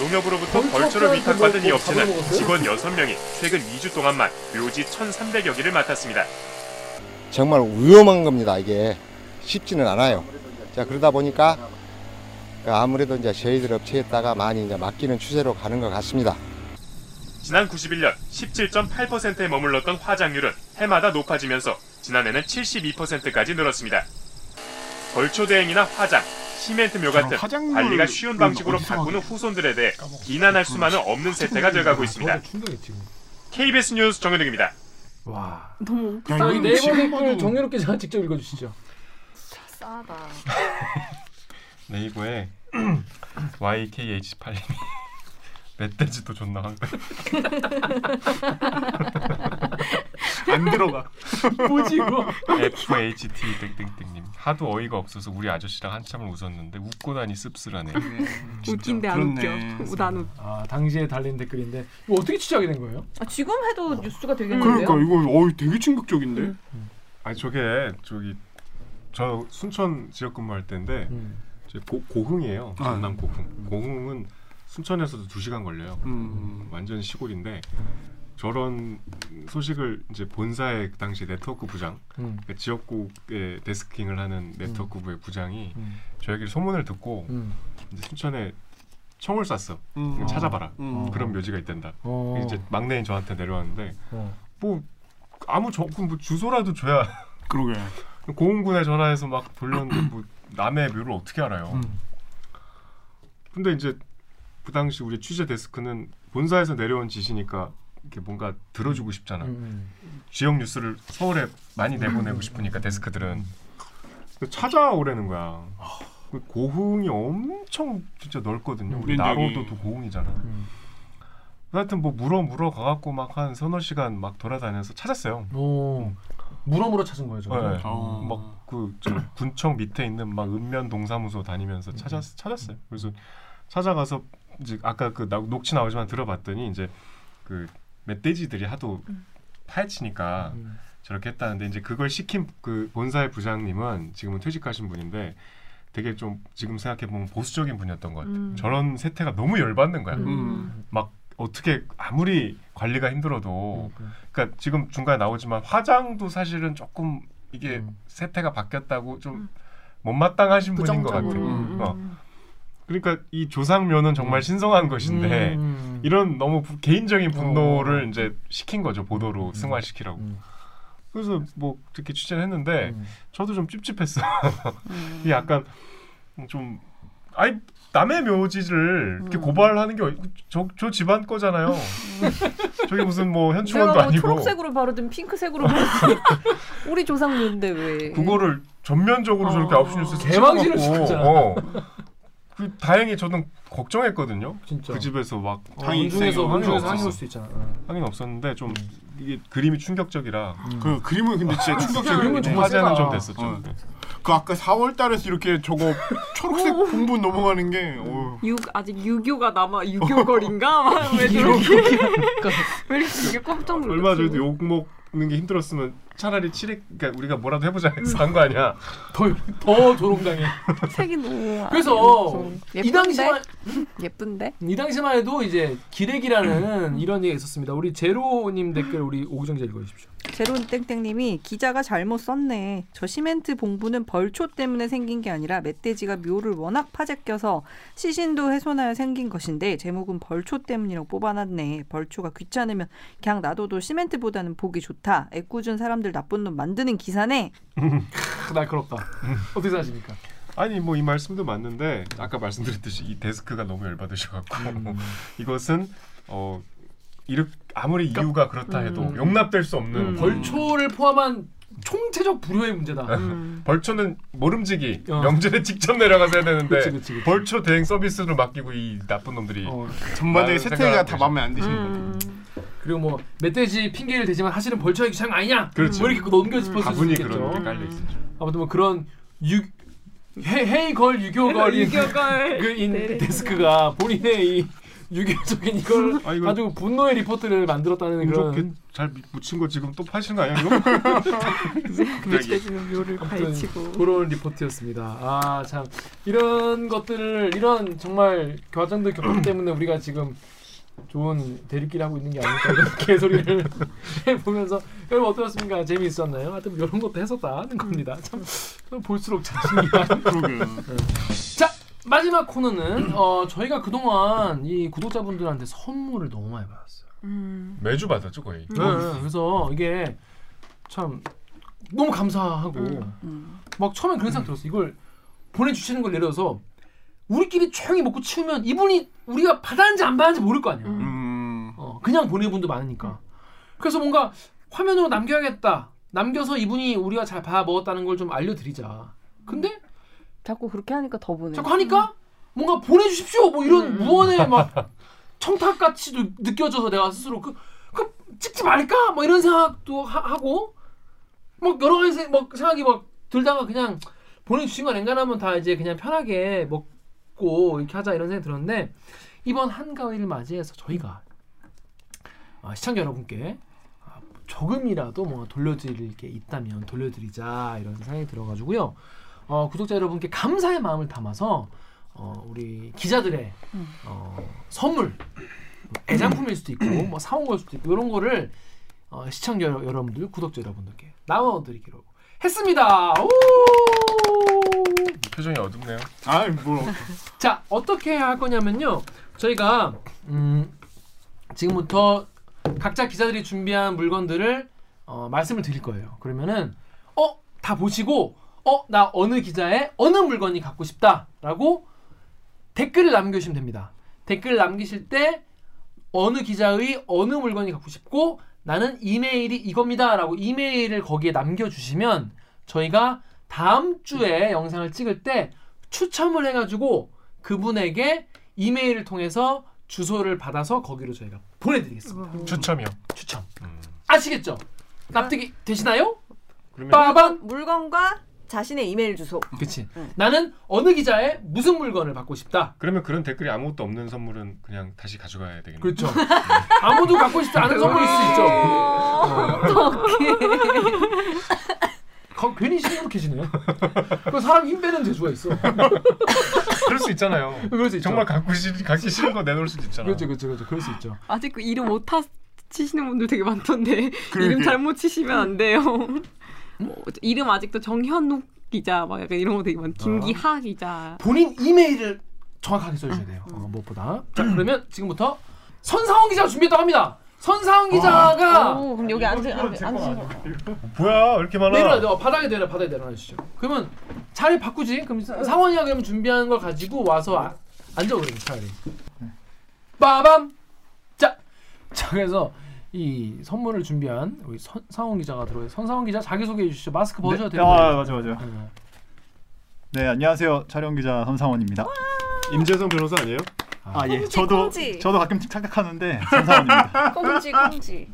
Speaker 20: 농협으로부터 벌초를 뭐 위탁받은 이 업체는 직원 6명이 최근 2주 동안만 묘지 1,300여 개를 맡았습니다.
Speaker 22: 정말 위험한 겁니다. 이게 쉽지는 않아요. 자 그러다 보니까 그 아무래도 이제 저희들 업체에다가 많이 이제 맡기는 추세로 가는 것 같습니다.
Speaker 20: 지난 91년 17.8%에 머물렀던 화장률은 해마다 높아지면서 지난해는 72%까지 늘었습니다. 벌초 대행이나 화장, 시멘트묘 같은 관리가 쉬운 방식으로 바꾸는 후손들에 대해 비난할 수만은 없는 세태가 돼가고 있습니다. KBS 뉴스 정현욱입니다.
Speaker 3: 와.
Speaker 20: 너무
Speaker 3: 야, 여기 네이버 댓글 정유롭게 제가 직접 읽어주시죠.
Speaker 4: 싸다.
Speaker 5: 네이버에 YKH8님이 멧돼지도 존나 황
Speaker 2: 안 들어가.
Speaker 3: 뭐지 이거?
Speaker 5: FHT 땡땡땡님 하도 어이가 없어서 우리 아저씨랑 한참을 웃었는데 웃고 다니 씁쓸하네.
Speaker 6: 웃긴데 안 웃겨. 웃안 웃.
Speaker 3: 아 당시에 달린 댓글인데 이거 어떻게 취재하게 된 거예요?
Speaker 6: 아, 지금
Speaker 3: 어.
Speaker 6: 해도 뉴스가 되겠는데요?
Speaker 2: 그러니까 이거 어이 되게 충격적인데.
Speaker 5: 아 저게 저기 저 순천 지역 근무할 때인데
Speaker 3: 음.
Speaker 5: 저기 고, 고흥이에요.
Speaker 2: 아.
Speaker 5: 전남 고흥. 고흥은 순천에서도 두 시간 걸려요.
Speaker 2: 음.
Speaker 5: 완전 시골인데 저런 소식을 이제 본사의 그 당시 네트워크 부장,
Speaker 3: 음.
Speaker 5: 그러니까 지역국의 데스킹을 하는 네트워크부의 부장이
Speaker 3: 음.
Speaker 5: 저에게 소문을 듣고
Speaker 3: 음.
Speaker 5: 이제 순천에 총을 쐈어.
Speaker 3: 음.
Speaker 5: 찾아봐라.
Speaker 3: 음.
Speaker 5: 그런 묘지가 있단다.
Speaker 3: 어.
Speaker 5: 이제 막내인 저한테 내려왔는데
Speaker 3: 어.
Speaker 5: 뭐 아무 저, 그뭐 주소라도 줘야
Speaker 2: 그러게
Speaker 5: 고흥군에 전화해서 막 돌렸는데 뭐 남의 묘를 어떻게 알아요
Speaker 3: 음.
Speaker 5: 근데 이제 그 당시 우리 취재 데스크는 본사에서 내려온 지시니까 이렇게 뭔가 들어주고 싶잖아
Speaker 3: 음,
Speaker 5: 지역 뉴스를 서울에 많이 내보내고 싶으니까 데스크들은 근데 찾아오라는 거야 그 고흥이 엄청 진짜 넓거든요 우리
Speaker 2: 면적이.
Speaker 5: 나로도 또 고흥이잖아
Speaker 3: 음.
Speaker 5: 하여튼 뭐 물어 물어 가갖고 막 한 서너 시간 막 돌아다녀서 찾았어요
Speaker 3: 오. 물어물어 찾은 거예요, 저거.
Speaker 5: 네.
Speaker 3: 아.
Speaker 5: 막그 군청 밑에 있는 막 읍면 동사무소 다니면서 찾았 찾았어요. 그래서 찾아가서 이제 아까 그 나- 녹취 나오지만 들어봤더니 이제 그 멧돼지들이 하도 파헤치니까 저렇게 했다는데 이제 그걸 시킨 그 본사의 부장님은 지금은 퇴직하신 분인데 되게 좀 지금 생각해 보면 보수적인 분이었던 것 같아요.
Speaker 20: 음.
Speaker 5: 저런 세태가 너무 열받는 거야.
Speaker 20: 음.
Speaker 5: 막 어떻게 아무리 관리가 힘들어도 그러니까 지금 중간에 나오지만 화장도 사실은 조금 이게 세태가 바뀌었다고 좀 못마땅하신 분인 것 같아요. 어. 그러니까 이 조상묘는 정말 신성한 것인데 이런 너무 부- 개인적인 분노를 이제 시킨 거죠 보도로 승화시키라고. 그래서 뭐 이렇게 취재를 했는데 저도 좀 찝찝했어.
Speaker 4: 음.
Speaker 5: 이게 약간 좀 아이 남의 묘지를 이렇게
Speaker 4: 음.
Speaker 5: 고발하는 게저 저 집안 거잖아요. 저게 무슨 뭐
Speaker 4: 음.
Speaker 5: 현충원도
Speaker 4: 내가 뭐
Speaker 5: 아니고
Speaker 4: 초록색으로 바르든 핑크색으로 바르든 우리 조상님인데 왜?
Speaker 5: 그거를 전면적으로
Speaker 6: 어.
Speaker 5: 저렇게 아홉 시 뉴스
Speaker 4: 개망신을 시켰잖아.
Speaker 5: 어. 그 다행히 저는 걱정했거든요. 그 집에서 막
Speaker 2: 당이 있어요.
Speaker 3: 원중에서 항의
Speaker 5: 없었어.
Speaker 3: 올수 있잖아.
Speaker 5: 하긴 없었는데 좀 이게 그림이 충격적이라
Speaker 2: 그 그림은 근데 진짜 충격적이에요.
Speaker 5: 그림은 정말 화제는 좀 됐었죠.
Speaker 2: 어. 그 아까 4월달에서 이렇게 저거 초록색 공부 넘어가는 게 어.
Speaker 6: 유, 아직 유교가 남아 유교걸인가? 막왜 저렇게 왜 이렇게 이게 깜짝 놀랐지?
Speaker 5: 얼마 전에도 욕 먹는 게 힘들었으면 차라리 칠해 그러니까 우리가 뭐라도 해보자 해서 한 거 아니야.
Speaker 3: 더더 조롱당해.
Speaker 19: 색이 너무
Speaker 3: 그래서 이 당시만
Speaker 19: 예쁜데
Speaker 3: 이 당시만 해도 이제 기레기라는 이런 얘기가 있었습니다. 우리 제로님 댓글 우리 오구정 기자 읽어주십시오.
Speaker 1: 제론 땡땡님이 기자가 잘못 썼네. 저 시멘트 봉부는 벌초 때문에 생긴 게 아니라 멧돼지가 묘를 워낙 파재껴서 시신도 훼손하여 생긴 것인데 제목은 벌초 때문이라고 뽑아놨네. 벌초가 귀찮으면 그냥 놔둬도 시멘트보다는 보기 좋다. 애꿎은 사람들 나쁜 놈 만드는 기사네.
Speaker 3: 날카롭다. 음. 어떻게 생각하십니까?
Speaker 5: 아니 뭐 이 말씀도 맞는데 아까 말씀드렸듯이 이 데스크가 너무 열받으셔갖고
Speaker 3: 음.
Speaker 5: 이것은 어 이렇 아무리 이유가 그렇다 해도
Speaker 3: 그러니까 음.
Speaker 5: 용납될 수 없는
Speaker 3: 벌초를 포함한 총체적 불효의 문제다.
Speaker 5: 음.
Speaker 3: 음.
Speaker 5: 벌초는 모름지기 명절에 직접 내려가서 해야 되는데
Speaker 3: 어. 그치, 그치, 어, 그치.
Speaker 5: 벌초 대행 서비스로 맡기고 이 나쁜 놈들이
Speaker 2: 전반적인
Speaker 5: 많은
Speaker 2: 세태가
Speaker 5: 생각을
Speaker 2: 다
Speaker 5: 하고
Speaker 2: 마음에 안 드시는
Speaker 3: 그리고 뭐 멧돼지 핑계를 대지만 사실은 벌초의 귀찮은 거 아니냐.
Speaker 5: 그렇죠.
Speaker 3: 뭐 이렇게 넘겨 짚어줄 수
Speaker 5: 가분이
Speaker 3: 있겠죠.
Speaker 5: 그런 게 깔려 있어요.
Speaker 3: 아무튼 뭐 그런 유 헤, 헤이걸 유교걸인
Speaker 5: 유교걸.
Speaker 3: 그인
Speaker 5: 네네.
Speaker 3: 데스크가 본인의 이 유교적인 이걸 아주 분노의 리포트를 만들었다는 그런
Speaker 5: 잘 묻힌 거 지금 또 파신 거 아니야 이거?
Speaker 3: 멧돼지는 묘를 파헤치고 그런 리포트였습니다. 아 참 이런 것들을 이런 정말 과정들 겪기 때문에 우리가 지금 좋은 대립기를 하고 있는 게 아닐까 이런 개소리를 해보면서 여러분 어떠셨습니까? 재미있었나요? 하여튼 뭐 이런 것도 했었다는 겁니다. 참 볼수록 참 신기한 자 마지막 코너는 어, 저희가 그동안 이 구독자분들한테 선물을 너무 많이 받았어요.
Speaker 5: 매주 받았죠 거의. 어,
Speaker 3: 네, 그래서 이게 참 너무 감사하고 막 처음엔 그런 생각 들었어. 이걸 보내주시는 걸 내려서 우리끼리 조용히 먹고 치우면 이분이 우리가 받았는지 안 받았는지 모를 거 아니야. 어, 그냥 보내는 분도 많으니까. 그래서 뭔가 화면으로 남겨야겠다. 남겨서 이분이 우리가 잘 봐 먹었다는 걸 좀 알려드리자. 근데
Speaker 4: 자꾸 그렇게 하니까 더 보내.
Speaker 3: 자꾸 하니까 뭔가 보내주십시오. 뭐 이런 무언의 막 청탁같이도 느껴져서 내가 스스로 그, 그 찍지 말까? 뭐 이런 생각도 하, 고막 여러 가지 세- 막 생각이 막 들다가 그냥 보내주신 거 냉간하면 다 이제 그냥 편하게 먹고 이렇게 하자 이런 생각이 들었는데 이번 한가위를 맞이해서 저희가 아, 시청자 여러분께 아, 조금이라도 뭔가 돌려드릴 게 있다면 돌려드리자 이런 생각이 들어가지고요. 어, 구독자 여러분께 감사의 마음을 담아서 어, 우리 기자들의 어, 선물 애장품일 수도 있고 뭐 사온 걸 수도 있고 이런 거를 어, 시청자 여러- 여러분들 구독자 여러분들께 나눠드리기로 했습니다. 오!
Speaker 5: 표정이 어둡네요.
Speaker 2: 아이 뭐
Speaker 3: 자 어떻게 할 거냐면요 저희가 음, 지금부터 각자 기자들이 준비한 물건들을 어, 말씀을 드릴 거예요. 그러면은 어 다 보시고 어 나 어느 기자의 어느 물건이 갖고 싶다라고 댓글을 남겨주시면 됩니다. 댓글 남기실 때 어느 기자의 어느 물건이 갖고 싶고 나는 이메일이 이겁니다라고 이메일을 거기에 남겨주시면 저희가 다음 주에 영상을 찍을 때 추첨을 해가지고 그분에게 이메일을 통해서 주소를 받아서 거기로 저희가 보내드리겠습니다.
Speaker 5: 추첨이요. 음.
Speaker 3: 추첨. 아시겠죠? 납득이 되시나요?
Speaker 5: 그러면-
Speaker 3: 빠밤.
Speaker 4: 물건과 자신의 이메일 주소.
Speaker 3: 그치.
Speaker 4: 네.
Speaker 3: 나는 어느 기자의 무슨 물건을 받고 싶다.
Speaker 5: 그러면 그런 댓글이 아무것도 없는 선물은 그냥 다시 가져가야 되겠네요.
Speaker 3: 그렇죠. 아무도
Speaker 4: 어.
Speaker 3: 어. 갖고 싶지 않은 선물일 수 있죠. 거- 괜히 시무룩해지네요. 그 사람 힘 빼는 재주가 있어.
Speaker 5: 그럴 수 있잖아요.
Speaker 3: 그럴 수 있죠.
Speaker 5: 정말 갖고 싶, 갖기 싫은 거 내놓을 수도 있잖아요.
Speaker 3: 그렇죠, 그렇죠, 그렇죠. 그럴 수 있죠.
Speaker 6: 아직 그 이름 오타 치시는 분들 되게 많던데
Speaker 3: 그러게.
Speaker 6: 이름 잘못 치시면 안 돼요. 뭐, 이름 아직도 정현욱 기자 막 약간 이런 거 되게 많. 김기하 기자.
Speaker 3: 아. 본인 이메일을 정확하게 써주셔야 돼요. 어, 무엇보다. 자 그러면 지금부터 선상원 기자 준비했다고 합니다. 선상원 기자가 어,
Speaker 6: 오, 그럼 여기 앉으 앉으 앉으.
Speaker 5: 어, 뭐야 왜 이렇게 많아?
Speaker 3: 내려, 너 어, 바닥에 내려, 바닥에 내려놔 주시죠. 그러면 차라리 바꾸지. 그럼 사- 상원이가 그럼 준비한 걸 가지고 와서 아, 앉아 그러면 차라리. 빠밤. 자, 자 그래서 이 선물을 준비한 우리 선, 상원 기자가 들어요. 선상원 기자 자기 소개해 주시죠. 마스크 벗으셔도
Speaker 7: 네.
Speaker 3: 뭐 되는
Speaker 7: 아,
Speaker 3: 거예요.
Speaker 7: 맞아 맞아. 네, 안녕하세요. 촬영 기자 선상원입니다.
Speaker 5: 임재성 변호사 아니에요?
Speaker 7: 아, 예.
Speaker 4: 꽁지,
Speaker 7: 저도
Speaker 4: 꽁지.
Speaker 7: 저도 가끔씩 착각하는데 선상원입니다.
Speaker 4: 꽁지 꽁지.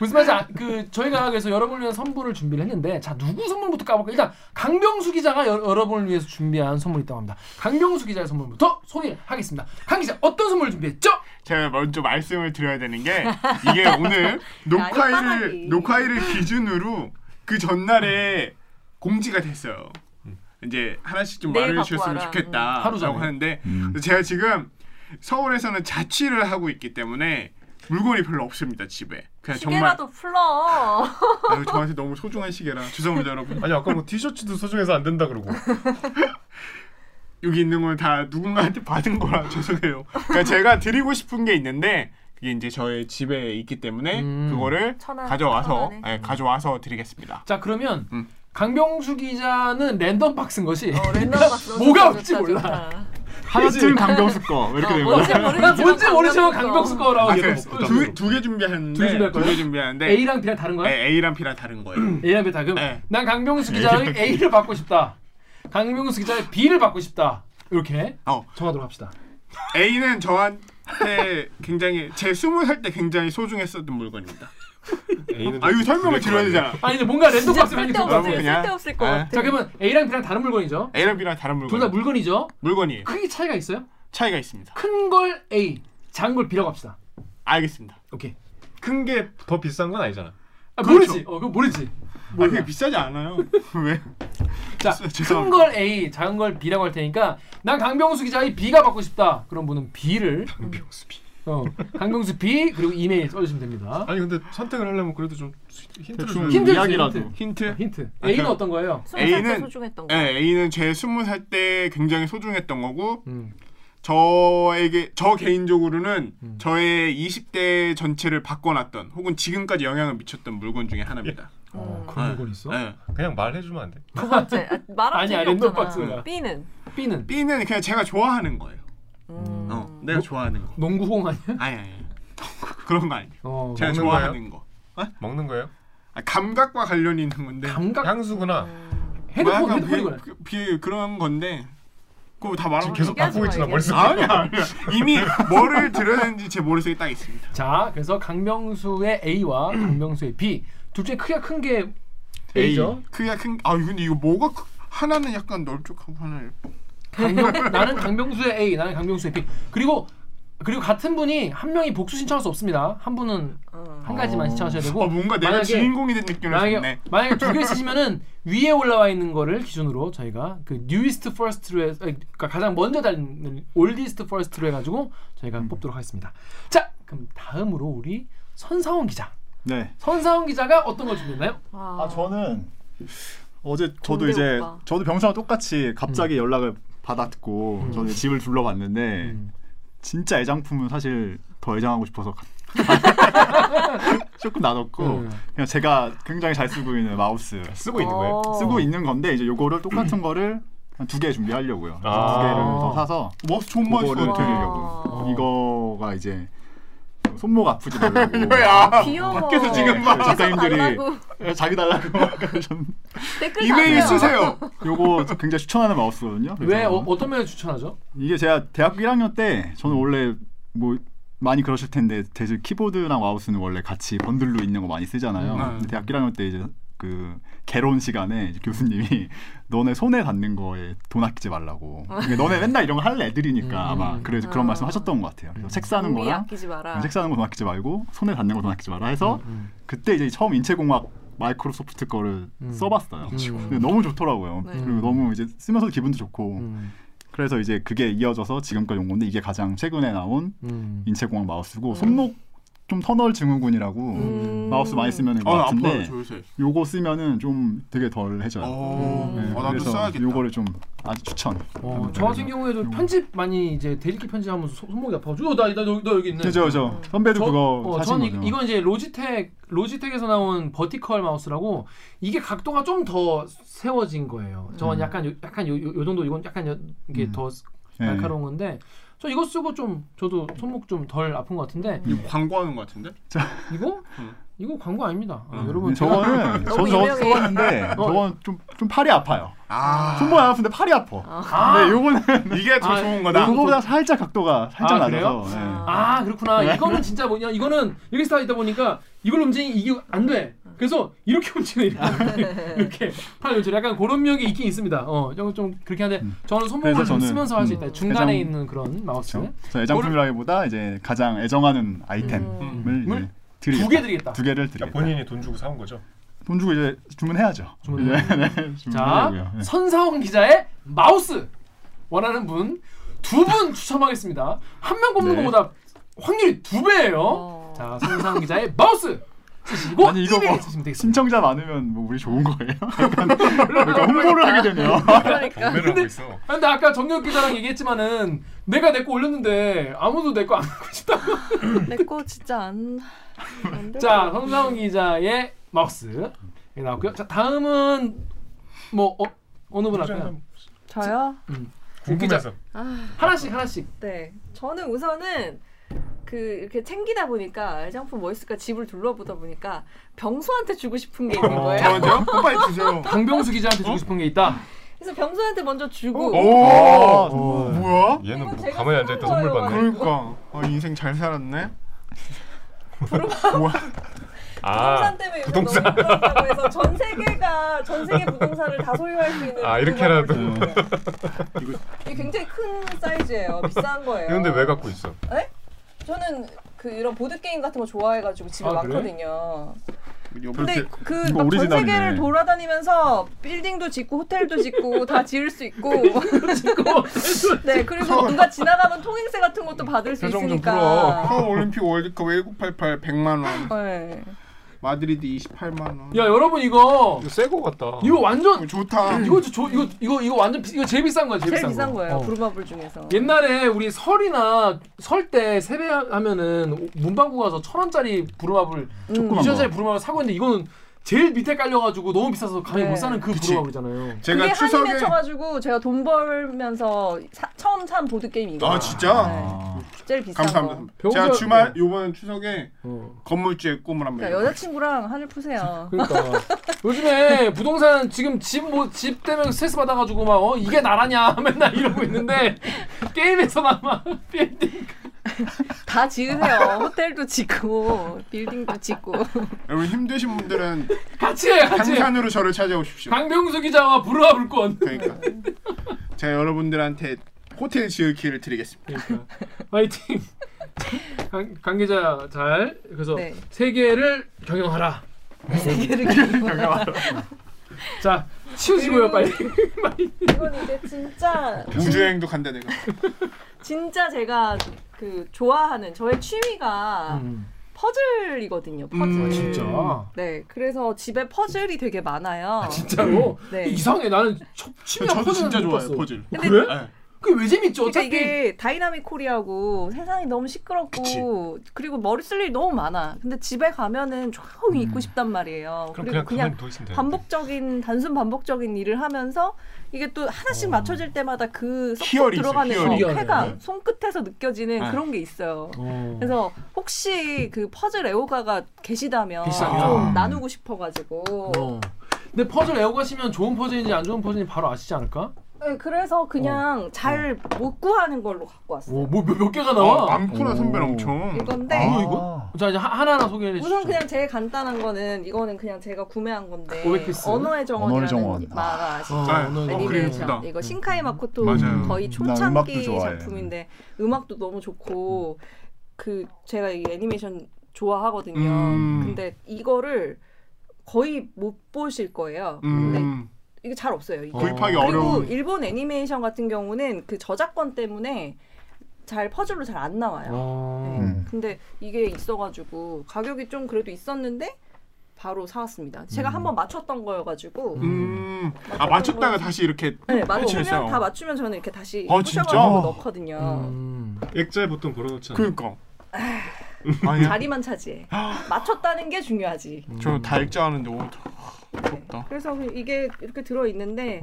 Speaker 3: 무슨 말인지 아, 그 저희가 그래서 여러분을 위한 선물을 준비를 했는데 자 누구 선물부터 까볼까? 일단 강병수 기자가 여, 여러분을 위해서 준비한 선물이 있다고 합니다. 강병수 기자의 선물부터 소개하겠습니다. 강 기자 어떤 선물을 준비했죠?
Speaker 2: 제가 먼저 말씀을 드려야 되는 게 네, 이게 오늘
Speaker 3: 빵빵하기.
Speaker 2: 녹화일을 녹화일을 기준으로 그 전날에 공지가 됐어요. 이제 하나씩 좀
Speaker 3: 내일
Speaker 2: 말해
Speaker 3: 갖고
Speaker 2: 주셨으면
Speaker 3: 와라. 음.
Speaker 2: 좋겠다라고
Speaker 3: 하루 전에.
Speaker 2: 하는데 제가 지금 서울에서는 자취를 하고 있기 때문에 물건이 별로 없습니다 집에. 그냥 정말
Speaker 4: 시계라도 풀러.
Speaker 2: 아유, 저한테 너무 소중한 시계라 죄송합니다 여러분.
Speaker 5: 아니 아까 뭐 티셔츠도 소중해서 안 된다 그러고.
Speaker 2: 여기 있는 건 다 누군가한테 받은 거라 죄송해요. 그러니까 제가 드리고 싶은 게 있는데 그게 이제 저의 집에 있기 때문에
Speaker 3: 음.
Speaker 2: 그거를
Speaker 3: 천안,
Speaker 2: 가져와서
Speaker 3: 천안에.
Speaker 2: 예, 가져와서 드리겠습니다. 음.
Speaker 3: 자 그러면 강병수 기자는 어, 랜덤 박스인 것이
Speaker 4: 랜덤 박스.
Speaker 3: 그러니까 뭐가
Speaker 4: 좋다,
Speaker 3: 올지
Speaker 4: 좋다,
Speaker 3: 몰라
Speaker 2: 하나쯤 강병수 거 이렇게 되는
Speaker 3: 아, 어, 뭔지
Speaker 2: 거예요.
Speaker 3: 모르지만 뭔지 모르지만 강병수 거라고 얘기해 먹고.
Speaker 2: 두개 준비하는데
Speaker 3: 두개 준비할 거예요?
Speaker 2: 두개 준비하는데
Speaker 3: A랑 B랑 다른 거야? 음,
Speaker 2: 네, A랑 B랑 다른 거예요.
Speaker 3: A랑 B랑 다른
Speaker 2: 네.
Speaker 3: 난 강병수 기자의
Speaker 2: A랑
Speaker 3: A를 받고 싶다 강병수 기자의 B를 받고 싶다 이렇게 정하도록 합시다
Speaker 2: 어. A는 저한테 굉장히 제 스무 살 때 굉장히 소중했었던 물건입니다. 아 이거 설명을 드려야 되잖아.
Speaker 3: 아니 근데 뭔가 랜덤 박스
Speaker 2: 여러분 그냥 예.
Speaker 3: 자 그러면 A랑 B랑 다른 물건이죠
Speaker 2: A랑 B랑 다른 물건.
Speaker 3: 둘 다 물건이죠
Speaker 2: 물건이에요.
Speaker 3: 크기 차이가 있어요?
Speaker 2: 차이가 있습니다.
Speaker 3: 큰 걸 A 작은 걸 B라고 합시다
Speaker 2: 알겠습니다.
Speaker 3: 오케이.
Speaker 2: 큰 게
Speaker 5: 더 비싼 건 아니잖아.
Speaker 3: 아, 모르지 어 그거 모르지
Speaker 2: 그렇죠. 아, 그게 비싸지 않아요. 왜?
Speaker 3: 자큰 걸 A 작은 걸 B라고 할 테니까 난 강병수 기자의 B가 받고 싶다 그런 분은 B를 강병수 B 어 강병수 B 그리고 이메일 써주시면 됩니다
Speaker 5: 아니 근데 선택을 하려면 뭐 그래도 좀 힌트를
Speaker 2: 대충
Speaker 5: 줘야지.
Speaker 2: 이야기라도. 힌트.
Speaker 3: 힌트.
Speaker 5: 아,
Speaker 3: 아, A는 어떤 거예요?
Speaker 2: 네, A는 제 스무 살 때 굉장히 소중했던 거고
Speaker 3: 음.
Speaker 2: 저에게 저 개인적으로는 저의 20대 전체를 바꿔놨던 혹은 지금까지 영향을 미쳤던 물건 중에 하나입니다.
Speaker 3: 예.
Speaker 5: 어,
Speaker 2: 그런 물건
Speaker 3: 있어?
Speaker 5: 그냥 말해주면 안 돼?
Speaker 4: 두 번째 아, 말할
Speaker 2: 네.
Speaker 4: 아니, 아니, 없잖아.
Speaker 2: 아니, 아니, 랜덤박스가.
Speaker 4: B는
Speaker 3: B는
Speaker 2: B는 그냥 제가 좋아하는 거예요.
Speaker 4: 음.
Speaker 2: 어, 내가 좋아하는 거.
Speaker 3: 음. 농구공 아니야?
Speaker 2: 아니 아니. 그런 거 아니에요.
Speaker 3: 어,
Speaker 2: 제가
Speaker 5: 먹는
Speaker 2: 좋아하는 거. 어?
Speaker 5: 먹는 거예요?
Speaker 2: 아, 감각과 관련 있는 건데.
Speaker 3: 감각
Speaker 5: 향수구나.
Speaker 4: 음.
Speaker 2: 뭐
Speaker 5: 헤드폰
Speaker 2: 약간
Speaker 5: 헤드폰이구나.
Speaker 2: 비, 비 그런 건데 그거 다 말하고
Speaker 5: 지금 계속 바꾸고 있잖아, 머릿속에.
Speaker 2: 아니야 아니야 이미 뭐를 들어야 되는지 제 머릿속에 딱 있습니다
Speaker 3: 자 그래서 강명수의 A와 강명수의 B 둘 중에 크기가 큰 게 A죠
Speaker 2: 크기가 큰아 근데 이거 뭐가 크- 하나는 약간 널쭉하고 하나는
Speaker 3: 강명, 나는 강명수의 A 나는 강명수의 B 그리고 그리고 같은 분이 한 명이 복수 신청할 수 없습니다 한 분은 한 가지만
Speaker 2: 어.
Speaker 3: 신청하셔야 되고
Speaker 2: 아, 뭔가 내가 주인공이 된 느낌을
Speaker 3: 만약에,
Speaker 2: 줬네.
Speaker 3: 만약에 두 개 쓰시면은 위에 올라와 있는 거를 기준으로 저희가 그 newest first로 해, 그러니까 가장 먼저 달리는 oldest first로 해가지고 저희가
Speaker 2: 음.
Speaker 3: 뽑도록 하겠습니다 자 그럼 다음으로 우리 선사원 기자
Speaker 7: 네.
Speaker 3: 선사원 기자가 어떤 걸 준비했나요?
Speaker 7: 아 저는 어제 저도
Speaker 3: 동대
Speaker 7: 이제
Speaker 3: 오빠.
Speaker 7: 저도 병수랑 똑같이 갑자기 연락을 받았고
Speaker 3: 음.
Speaker 7: 저는 집을 둘러봤는데 진짜 애장품은 사실 더 애장하고 싶어서 가- 조금 놔뒀고 그냥 제가 굉장히 잘 쓰고 있는 마우스
Speaker 5: 쓰고 있는 거예요? 어.
Speaker 7: 쓰고 있는 건데 이제 요거를 똑같은 거를 한 두 개 준비하려고요.
Speaker 5: 아.
Speaker 7: 두 개를 더 사서
Speaker 2: 뭐
Speaker 5: 마우스
Speaker 7: 그거를
Speaker 5: 같아.
Speaker 7: 드리려고 이거가 이제 손목 아프지 말라고
Speaker 2: 야,
Speaker 4: 귀여워.
Speaker 7: 밖에서 지금 막
Speaker 4: 계속
Speaker 3: 네.
Speaker 7: 작가님들이
Speaker 4: 달라고.
Speaker 7: 예, 자기 달라고 막 그러셨는데
Speaker 4: 댓글
Speaker 7: 이메일
Speaker 4: 다세요.
Speaker 7: 쓰세요. 요거 굉장히 추천하는 마우스거든요. 그래서
Speaker 3: 왜 어, 어떤 면에 추천하죠?
Speaker 7: 이게 제가 대학교 1학년 때 저는 원래 뭐 많이 그러실 텐데 대신 키보드랑 마우스는 원래 같이 번들로 있는 거 많이 쓰잖아요.
Speaker 5: 음.
Speaker 7: 근데 대학교 1학년 때 이제 그 개론 시간에 이제 교수님이 너네 손에 닿는 거에 돈 아끼지 말라고. 그러니까
Speaker 4: 어.
Speaker 7: 너네 맨날 이런 거 할 애들이니까
Speaker 3: 음.
Speaker 7: 아마 그래 그런 말씀 하셨던 것 같아요. 그래서 책 사는
Speaker 4: 우리
Speaker 7: 거랑
Speaker 4: 아끼지 마라.
Speaker 2: 음,
Speaker 7: 책 사는 거 돈 아끼지 말고 손에 닿는 거 돈 아끼지 마라 해서 그때 이제 처음 인체공학 마이크로소프트 거를
Speaker 2: 음.
Speaker 7: 써봤어요.
Speaker 2: 음.
Speaker 7: 근데 너무 좋더라고요.
Speaker 2: 네.
Speaker 7: 그리고 너무 이제 쓰면서 기분도 좋고.
Speaker 2: 음.
Speaker 7: 그래서 이제 그게 이어져서 지금까지 온 건데 이게 가장 최근에 나온
Speaker 3: 음.
Speaker 7: 인체공학 마우스고 손목 좀 터널 증후군이라고 마우스 많이 쓰면
Speaker 2: 어,
Speaker 7: 것 같은데
Speaker 2: 아파요, 저 요새.
Speaker 7: 요거 쓰면은 좀 되게 덜 해져요. 네,
Speaker 2: 어, 어, 나도
Speaker 7: 그래서
Speaker 2: 써야겠다.
Speaker 7: 요거를 좀 아주 추천.
Speaker 3: 어, 저 같은 경우에도 편집 많이 이제 대리기 편집하면서 소- 손목이 아파가지고 어, 나, 나, 여기- 나 여기 있네.
Speaker 7: 그죠, 그죠. 선배도 그거
Speaker 3: 어,
Speaker 7: 사신
Speaker 3: 저는 이-
Speaker 7: 거죠.
Speaker 3: 이건 이제 로지텍 로지텍에서 나온 버티컬 마우스라고 이게 각도가 좀 더 세워진 거예요. 저는
Speaker 7: 음.
Speaker 3: 약간 요, 약간 요, 요- 요 정도 이건 약간 요, 이게
Speaker 7: 음.
Speaker 3: 더
Speaker 7: 네.
Speaker 3: 날카로운 건데 저 이거 쓰고 좀 저도 손목 좀 덜 아픈 것 같은데
Speaker 2: 이거 광고하는 것 같은데? 음.
Speaker 3: 이거 이거 광고 아닙니다. 아,
Speaker 7: 근데
Speaker 3: 여러분
Speaker 7: 음. 저거는
Speaker 3: 제가- 어.
Speaker 7: 저도 저거 써봤는데 저건 좀, 좀 팔이 아파요. 손목이 안 아픈데 팔이 아파.
Speaker 3: 아.
Speaker 7: 근데 요거는 아,
Speaker 2: 이게 더 좋은 거다.
Speaker 7: 그거보다 살짝 각도가 살짝
Speaker 3: 아, 그래요?
Speaker 7: 낮아서. 네.
Speaker 3: 아 그렇구나.
Speaker 7: 네.
Speaker 3: 이거는 진짜 뭐냐? 이거는 이렇게 쌓이다 보니까 이걸 움직이 이게 안 돼. 그래서 이렇게 움직여
Speaker 7: 아.
Speaker 3: 이렇게 이렇게 팔 연출 약간 그런 면이 있긴 있습니다. 어, 저는 좀 그렇게 한데 저는 손목을
Speaker 7: 음. 그래서
Speaker 3: 좀
Speaker 7: 저는,
Speaker 3: 쓰면서 할 수
Speaker 7: 음,
Speaker 3: 있다. 중간에
Speaker 7: 애정-
Speaker 3: 있는 그런 마우스.
Speaker 7: 저 애장품이라기보다 이제 가장 애정하는 아이템을
Speaker 3: 음.
Speaker 7: 이제 드리겠다.
Speaker 3: 두개 드리겠다.
Speaker 7: 두 개를 드리겠다.
Speaker 5: 본인이 돈 주고 사온 거죠.
Speaker 7: 돈 주고 이제 주문해야죠.
Speaker 3: 주문.
Speaker 7: 이제, 네,
Speaker 3: 자,
Speaker 7: 주문하고요. 네.
Speaker 3: 선사원 기자의 마우스 원하는 분 두 분 추첨하겠습니다. 한 명 뽑는
Speaker 7: 네.
Speaker 3: 것보다 확률이 두 배예요. 자, 선사원 기자의 마우스 쓰시고
Speaker 7: 아니 이거
Speaker 3: 이메일
Speaker 7: 뭐 신청자 많으면 뭐 우리 좋은 거예요?
Speaker 3: 그러니까
Speaker 7: 홍보를 하게 되네요.
Speaker 3: 그러니까. 근데,
Speaker 7: 있어.
Speaker 3: 근데 아까 정경 기자랑 얘기했지만은 내가 내 거 올렸는데 아무도 내 거 안 하고
Speaker 4: 내 거 진짜 안. 안 될
Speaker 3: 자,
Speaker 4: 것 같은데.
Speaker 3: 성상 기자의 마우스 이게 나왔고요. 자, 다음은 뭐 어, 어느 분 할까요?
Speaker 4: 저요?
Speaker 3: 음. 궁금해서.
Speaker 4: 아,
Speaker 3: 하나씩 하나씩.
Speaker 4: 네. 저는 우선은 그 이렇게 챙기다 보니까 애장품 뭐 있을까 집을 둘러보다 보니까 병수한테 주고 싶은 게 있는
Speaker 5: 어.
Speaker 4: 거예요.
Speaker 3: 저한테요? 빨리 주세요. 어, 강병수 기자한테 주고 싶은 게 있다. 어,
Speaker 4: 그래서 병수한테 먼저 주고.
Speaker 2: 어. 뭐야?
Speaker 5: 얘는
Speaker 4: 뭐 제가 가만히 앉아있다 사온 선물 거예요, 받네. 이거.
Speaker 2: 그러니까 아, 인생 잘 살았네. 뭐?
Speaker 5: 아
Speaker 4: 때문에 요즘
Speaker 5: 부동산.
Speaker 4: 너무 불안하다고 해서 전 세계가 전 세계 부동산을 다 소유할 수 있는
Speaker 5: 아 이렇게라도.
Speaker 4: 이게 굉장히 큰 사이즈예요. 어, 비싼 거예요.
Speaker 5: 그런데 왜 갖고 있어?
Speaker 2: 뭐
Speaker 4: 네? 저는 그 이런 보드 게임 같은 거 좋아해가지고 집에
Speaker 5: 아, 그래?
Speaker 4: 많거든요. 근데
Speaker 5: 그렇게-
Speaker 4: 그
Speaker 5: 이거
Speaker 4: 막 전
Speaker 5: 오리지널이네.
Speaker 4: 세계를 돌아다니면서 빌딩도 짓고 호텔도 짓고 다 지을 수 있고 네 그리고 누가 지나가면 통행세 같은 것도 받을 수
Speaker 2: 표정 좀
Speaker 4: 있으니까
Speaker 2: 풀어. 서울 올림픽 월드컵 외국88 100만 원.
Speaker 4: 네.
Speaker 2: 마드리드 28만 원.
Speaker 3: 야, 여러분 이거
Speaker 5: 이거 새거 같다.
Speaker 3: 이거 완전
Speaker 2: 좋다.
Speaker 3: 이거 저, 저- 이거 이거 이거 완전 비, 이거 제일 비싼 거야, 제일,
Speaker 4: 제일 비싼
Speaker 3: 거.
Speaker 4: 거예요
Speaker 3: 어.
Speaker 4: 부루마블 중에서
Speaker 3: 옛날에 우리 설이나 설 때 세배하면은 오- 문방구 가서 천 원짜리 부루마블,
Speaker 4: 조그만
Speaker 3: 이천 원짜리 부루마블 사고 있는데 이거는 제일 밑에 깔려가지고 너무 비싸서 감히
Speaker 4: 네.
Speaker 3: 못 사는 그
Speaker 2: 그치.
Speaker 3: 부루마블이잖아요.
Speaker 4: 그게 한입에 쳐가지고 제가 돈 벌면서 사- 처음 산 보드 게임 이거
Speaker 2: 아 진짜?
Speaker 4: 제일 네. 비싼
Speaker 2: 감사합니다.
Speaker 4: 거
Speaker 2: 제가 주말 이번 추석에 건물주의 꿈을 한번.
Speaker 4: 네. 어. 그러니까 여자친구랑 한을 푸세요
Speaker 3: 그러니까 요즘에 부동산 지금 집 뭐 집 때문에 스트레스 받아가지고 막 어, 이게 나라냐 맨날 이러고 있는데 게임에서나마
Speaker 4: 다 아, 지으세요 호텔도 짓고 빌딩도 짓고
Speaker 2: 여러분 힘드신 분들은
Speaker 3: 같이 해, 같이 해.
Speaker 2: 강산으로 저를 찾아오십시오.
Speaker 3: 강병수 기자와 부르와 불권.
Speaker 2: 그러니까 제가 여러분들한테 호텔 지을 기회를 드리겠습니다.
Speaker 3: 그러니까. 화이팅. 강, 강 기자 잘 그래서
Speaker 2: 네.
Speaker 3: 세계를 경영하라.
Speaker 4: 세계를
Speaker 3: 경영하라. 자 치우시고요 빨리.
Speaker 4: 이건 이제 진짜
Speaker 2: 우주여행도 간다 내가.
Speaker 4: 진짜 제가 그 좋아하는 저의 취미가
Speaker 3: 음.
Speaker 4: 퍼즐이거든요.
Speaker 5: 음,
Speaker 4: 퍼즐.
Speaker 3: 아, 진짜?
Speaker 4: 네, 그래서 집에 퍼즐이 되게 많아요.
Speaker 3: 진짜로?
Speaker 4: 네.
Speaker 3: 이상해 나는 첫 취미가
Speaker 2: 저도
Speaker 3: 퍼즐은
Speaker 2: 진짜
Speaker 3: 못
Speaker 2: 좋아해요, 네.
Speaker 3: 봤어.
Speaker 2: 퍼즐.
Speaker 4: 근데-
Speaker 3: 그래? 그게 왜 재밌죠?
Speaker 4: 그러니까
Speaker 3: 어차피
Speaker 4: 이게 다이나믹 코리아고 세상이 너무 시끄럽고 그리고 머리 쓸 일이 너무 많아. 근데 집에 가면은 조용히 있고 싶단 말이에요.
Speaker 5: 음. 그럼
Speaker 4: 그리고
Speaker 5: 그냥
Speaker 4: 그냥
Speaker 5: 가만히 누워 있으면 되는데.
Speaker 4: 반복적인 단순 반복적인 일을 하면서 이게 또 하나씩 맞춰질 때마다 그 쏙쏙
Speaker 5: 어. 희열이 있어요,
Speaker 4: 들어가는
Speaker 5: 희열이.
Speaker 4: 그 쾌감,
Speaker 5: 희열이.
Speaker 4: 손끝에서 느껴지는
Speaker 5: 네.
Speaker 4: 그런 게 있어요.
Speaker 5: 오.
Speaker 4: 그래서 혹시 그 퍼즐 애호가가 계시다면
Speaker 3: 계시다면.
Speaker 4: 좀 나누고 싶어가지고
Speaker 3: 어. 근데 퍼즐 애호가시면 좋은 퍼즐인지 안 좋은 퍼즐인지 바로 아시지 않을까?
Speaker 4: 네, 그래서 그냥
Speaker 3: 어.
Speaker 4: 잘 못 구하는 걸로 갖고 왔어요.
Speaker 3: 오뭐몇 몇 개가 나와?
Speaker 2: 아, 많구나, 선배는
Speaker 3: 엄청.
Speaker 4: 이건데.
Speaker 3: 뭐 이거? 자 이제 하- 하나하나 소개해 주시죠.
Speaker 4: 우선 그냥 제일 간단한 거는 이거는 그냥 제가 구매한 건데
Speaker 3: 500 피스.
Speaker 4: 언어의 정원이라는
Speaker 3: 언어의 정원.
Speaker 4: 만화 아시죠? 네,
Speaker 3: 아, 언어의 정원.
Speaker 4: 애니메이션. 그렇죠.
Speaker 3: 어,
Speaker 4: 이거
Speaker 3: 그래, 예쁘다.
Speaker 4: 신카이 마코토
Speaker 3: 맞아요.
Speaker 4: 거의
Speaker 3: 음,
Speaker 7: 나 음악도
Speaker 4: 초창기
Speaker 7: 좋아해.
Speaker 4: 작품인데 음악도 너무 좋고 그 제가 이 애니메이션 좋아하거든요.
Speaker 7: 음.
Speaker 4: 근데 이거를 거의 못 보실 거예요.
Speaker 2: 음.
Speaker 4: 네. 이게 잘 없어요. 이게.
Speaker 2: 구입하기
Speaker 4: 그리고
Speaker 2: 어려운.
Speaker 4: 일본 애니메이션 같은 경우는 그 저작권 때문에 잘 퍼즐로 잘 안 나와요. 네.
Speaker 2: 음.
Speaker 4: 근데 이게 있어가지고 가격이 좀 그래도 있었는데 바로 사왔습니다. 제가 한번 맞췄던 거여가지고
Speaker 2: 음. 아 맞췄다가 다시 이렇게
Speaker 4: 네,
Speaker 2: 설치했어요.
Speaker 4: 맞추면 다 맞추면 저는 이렇게 다시
Speaker 2: 아, 진짜?
Speaker 4: 부셔가지고 넣거든요.
Speaker 3: 음.
Speaker 5: 액자에 보통 걸어놓잖아요.
Speaker 2: 그러니까. 음.
Speaker 4: 자리만 차지해. 맞췄다는 게 중요하지.
Speaker 2: 아, 예.
Speaker 3: 음.
Speaker 2: 저는 다 아, 읽자 하는데 오, 부럽다.
Speaker 4: 그래서 그냥 이게 이렇게 들어 있는데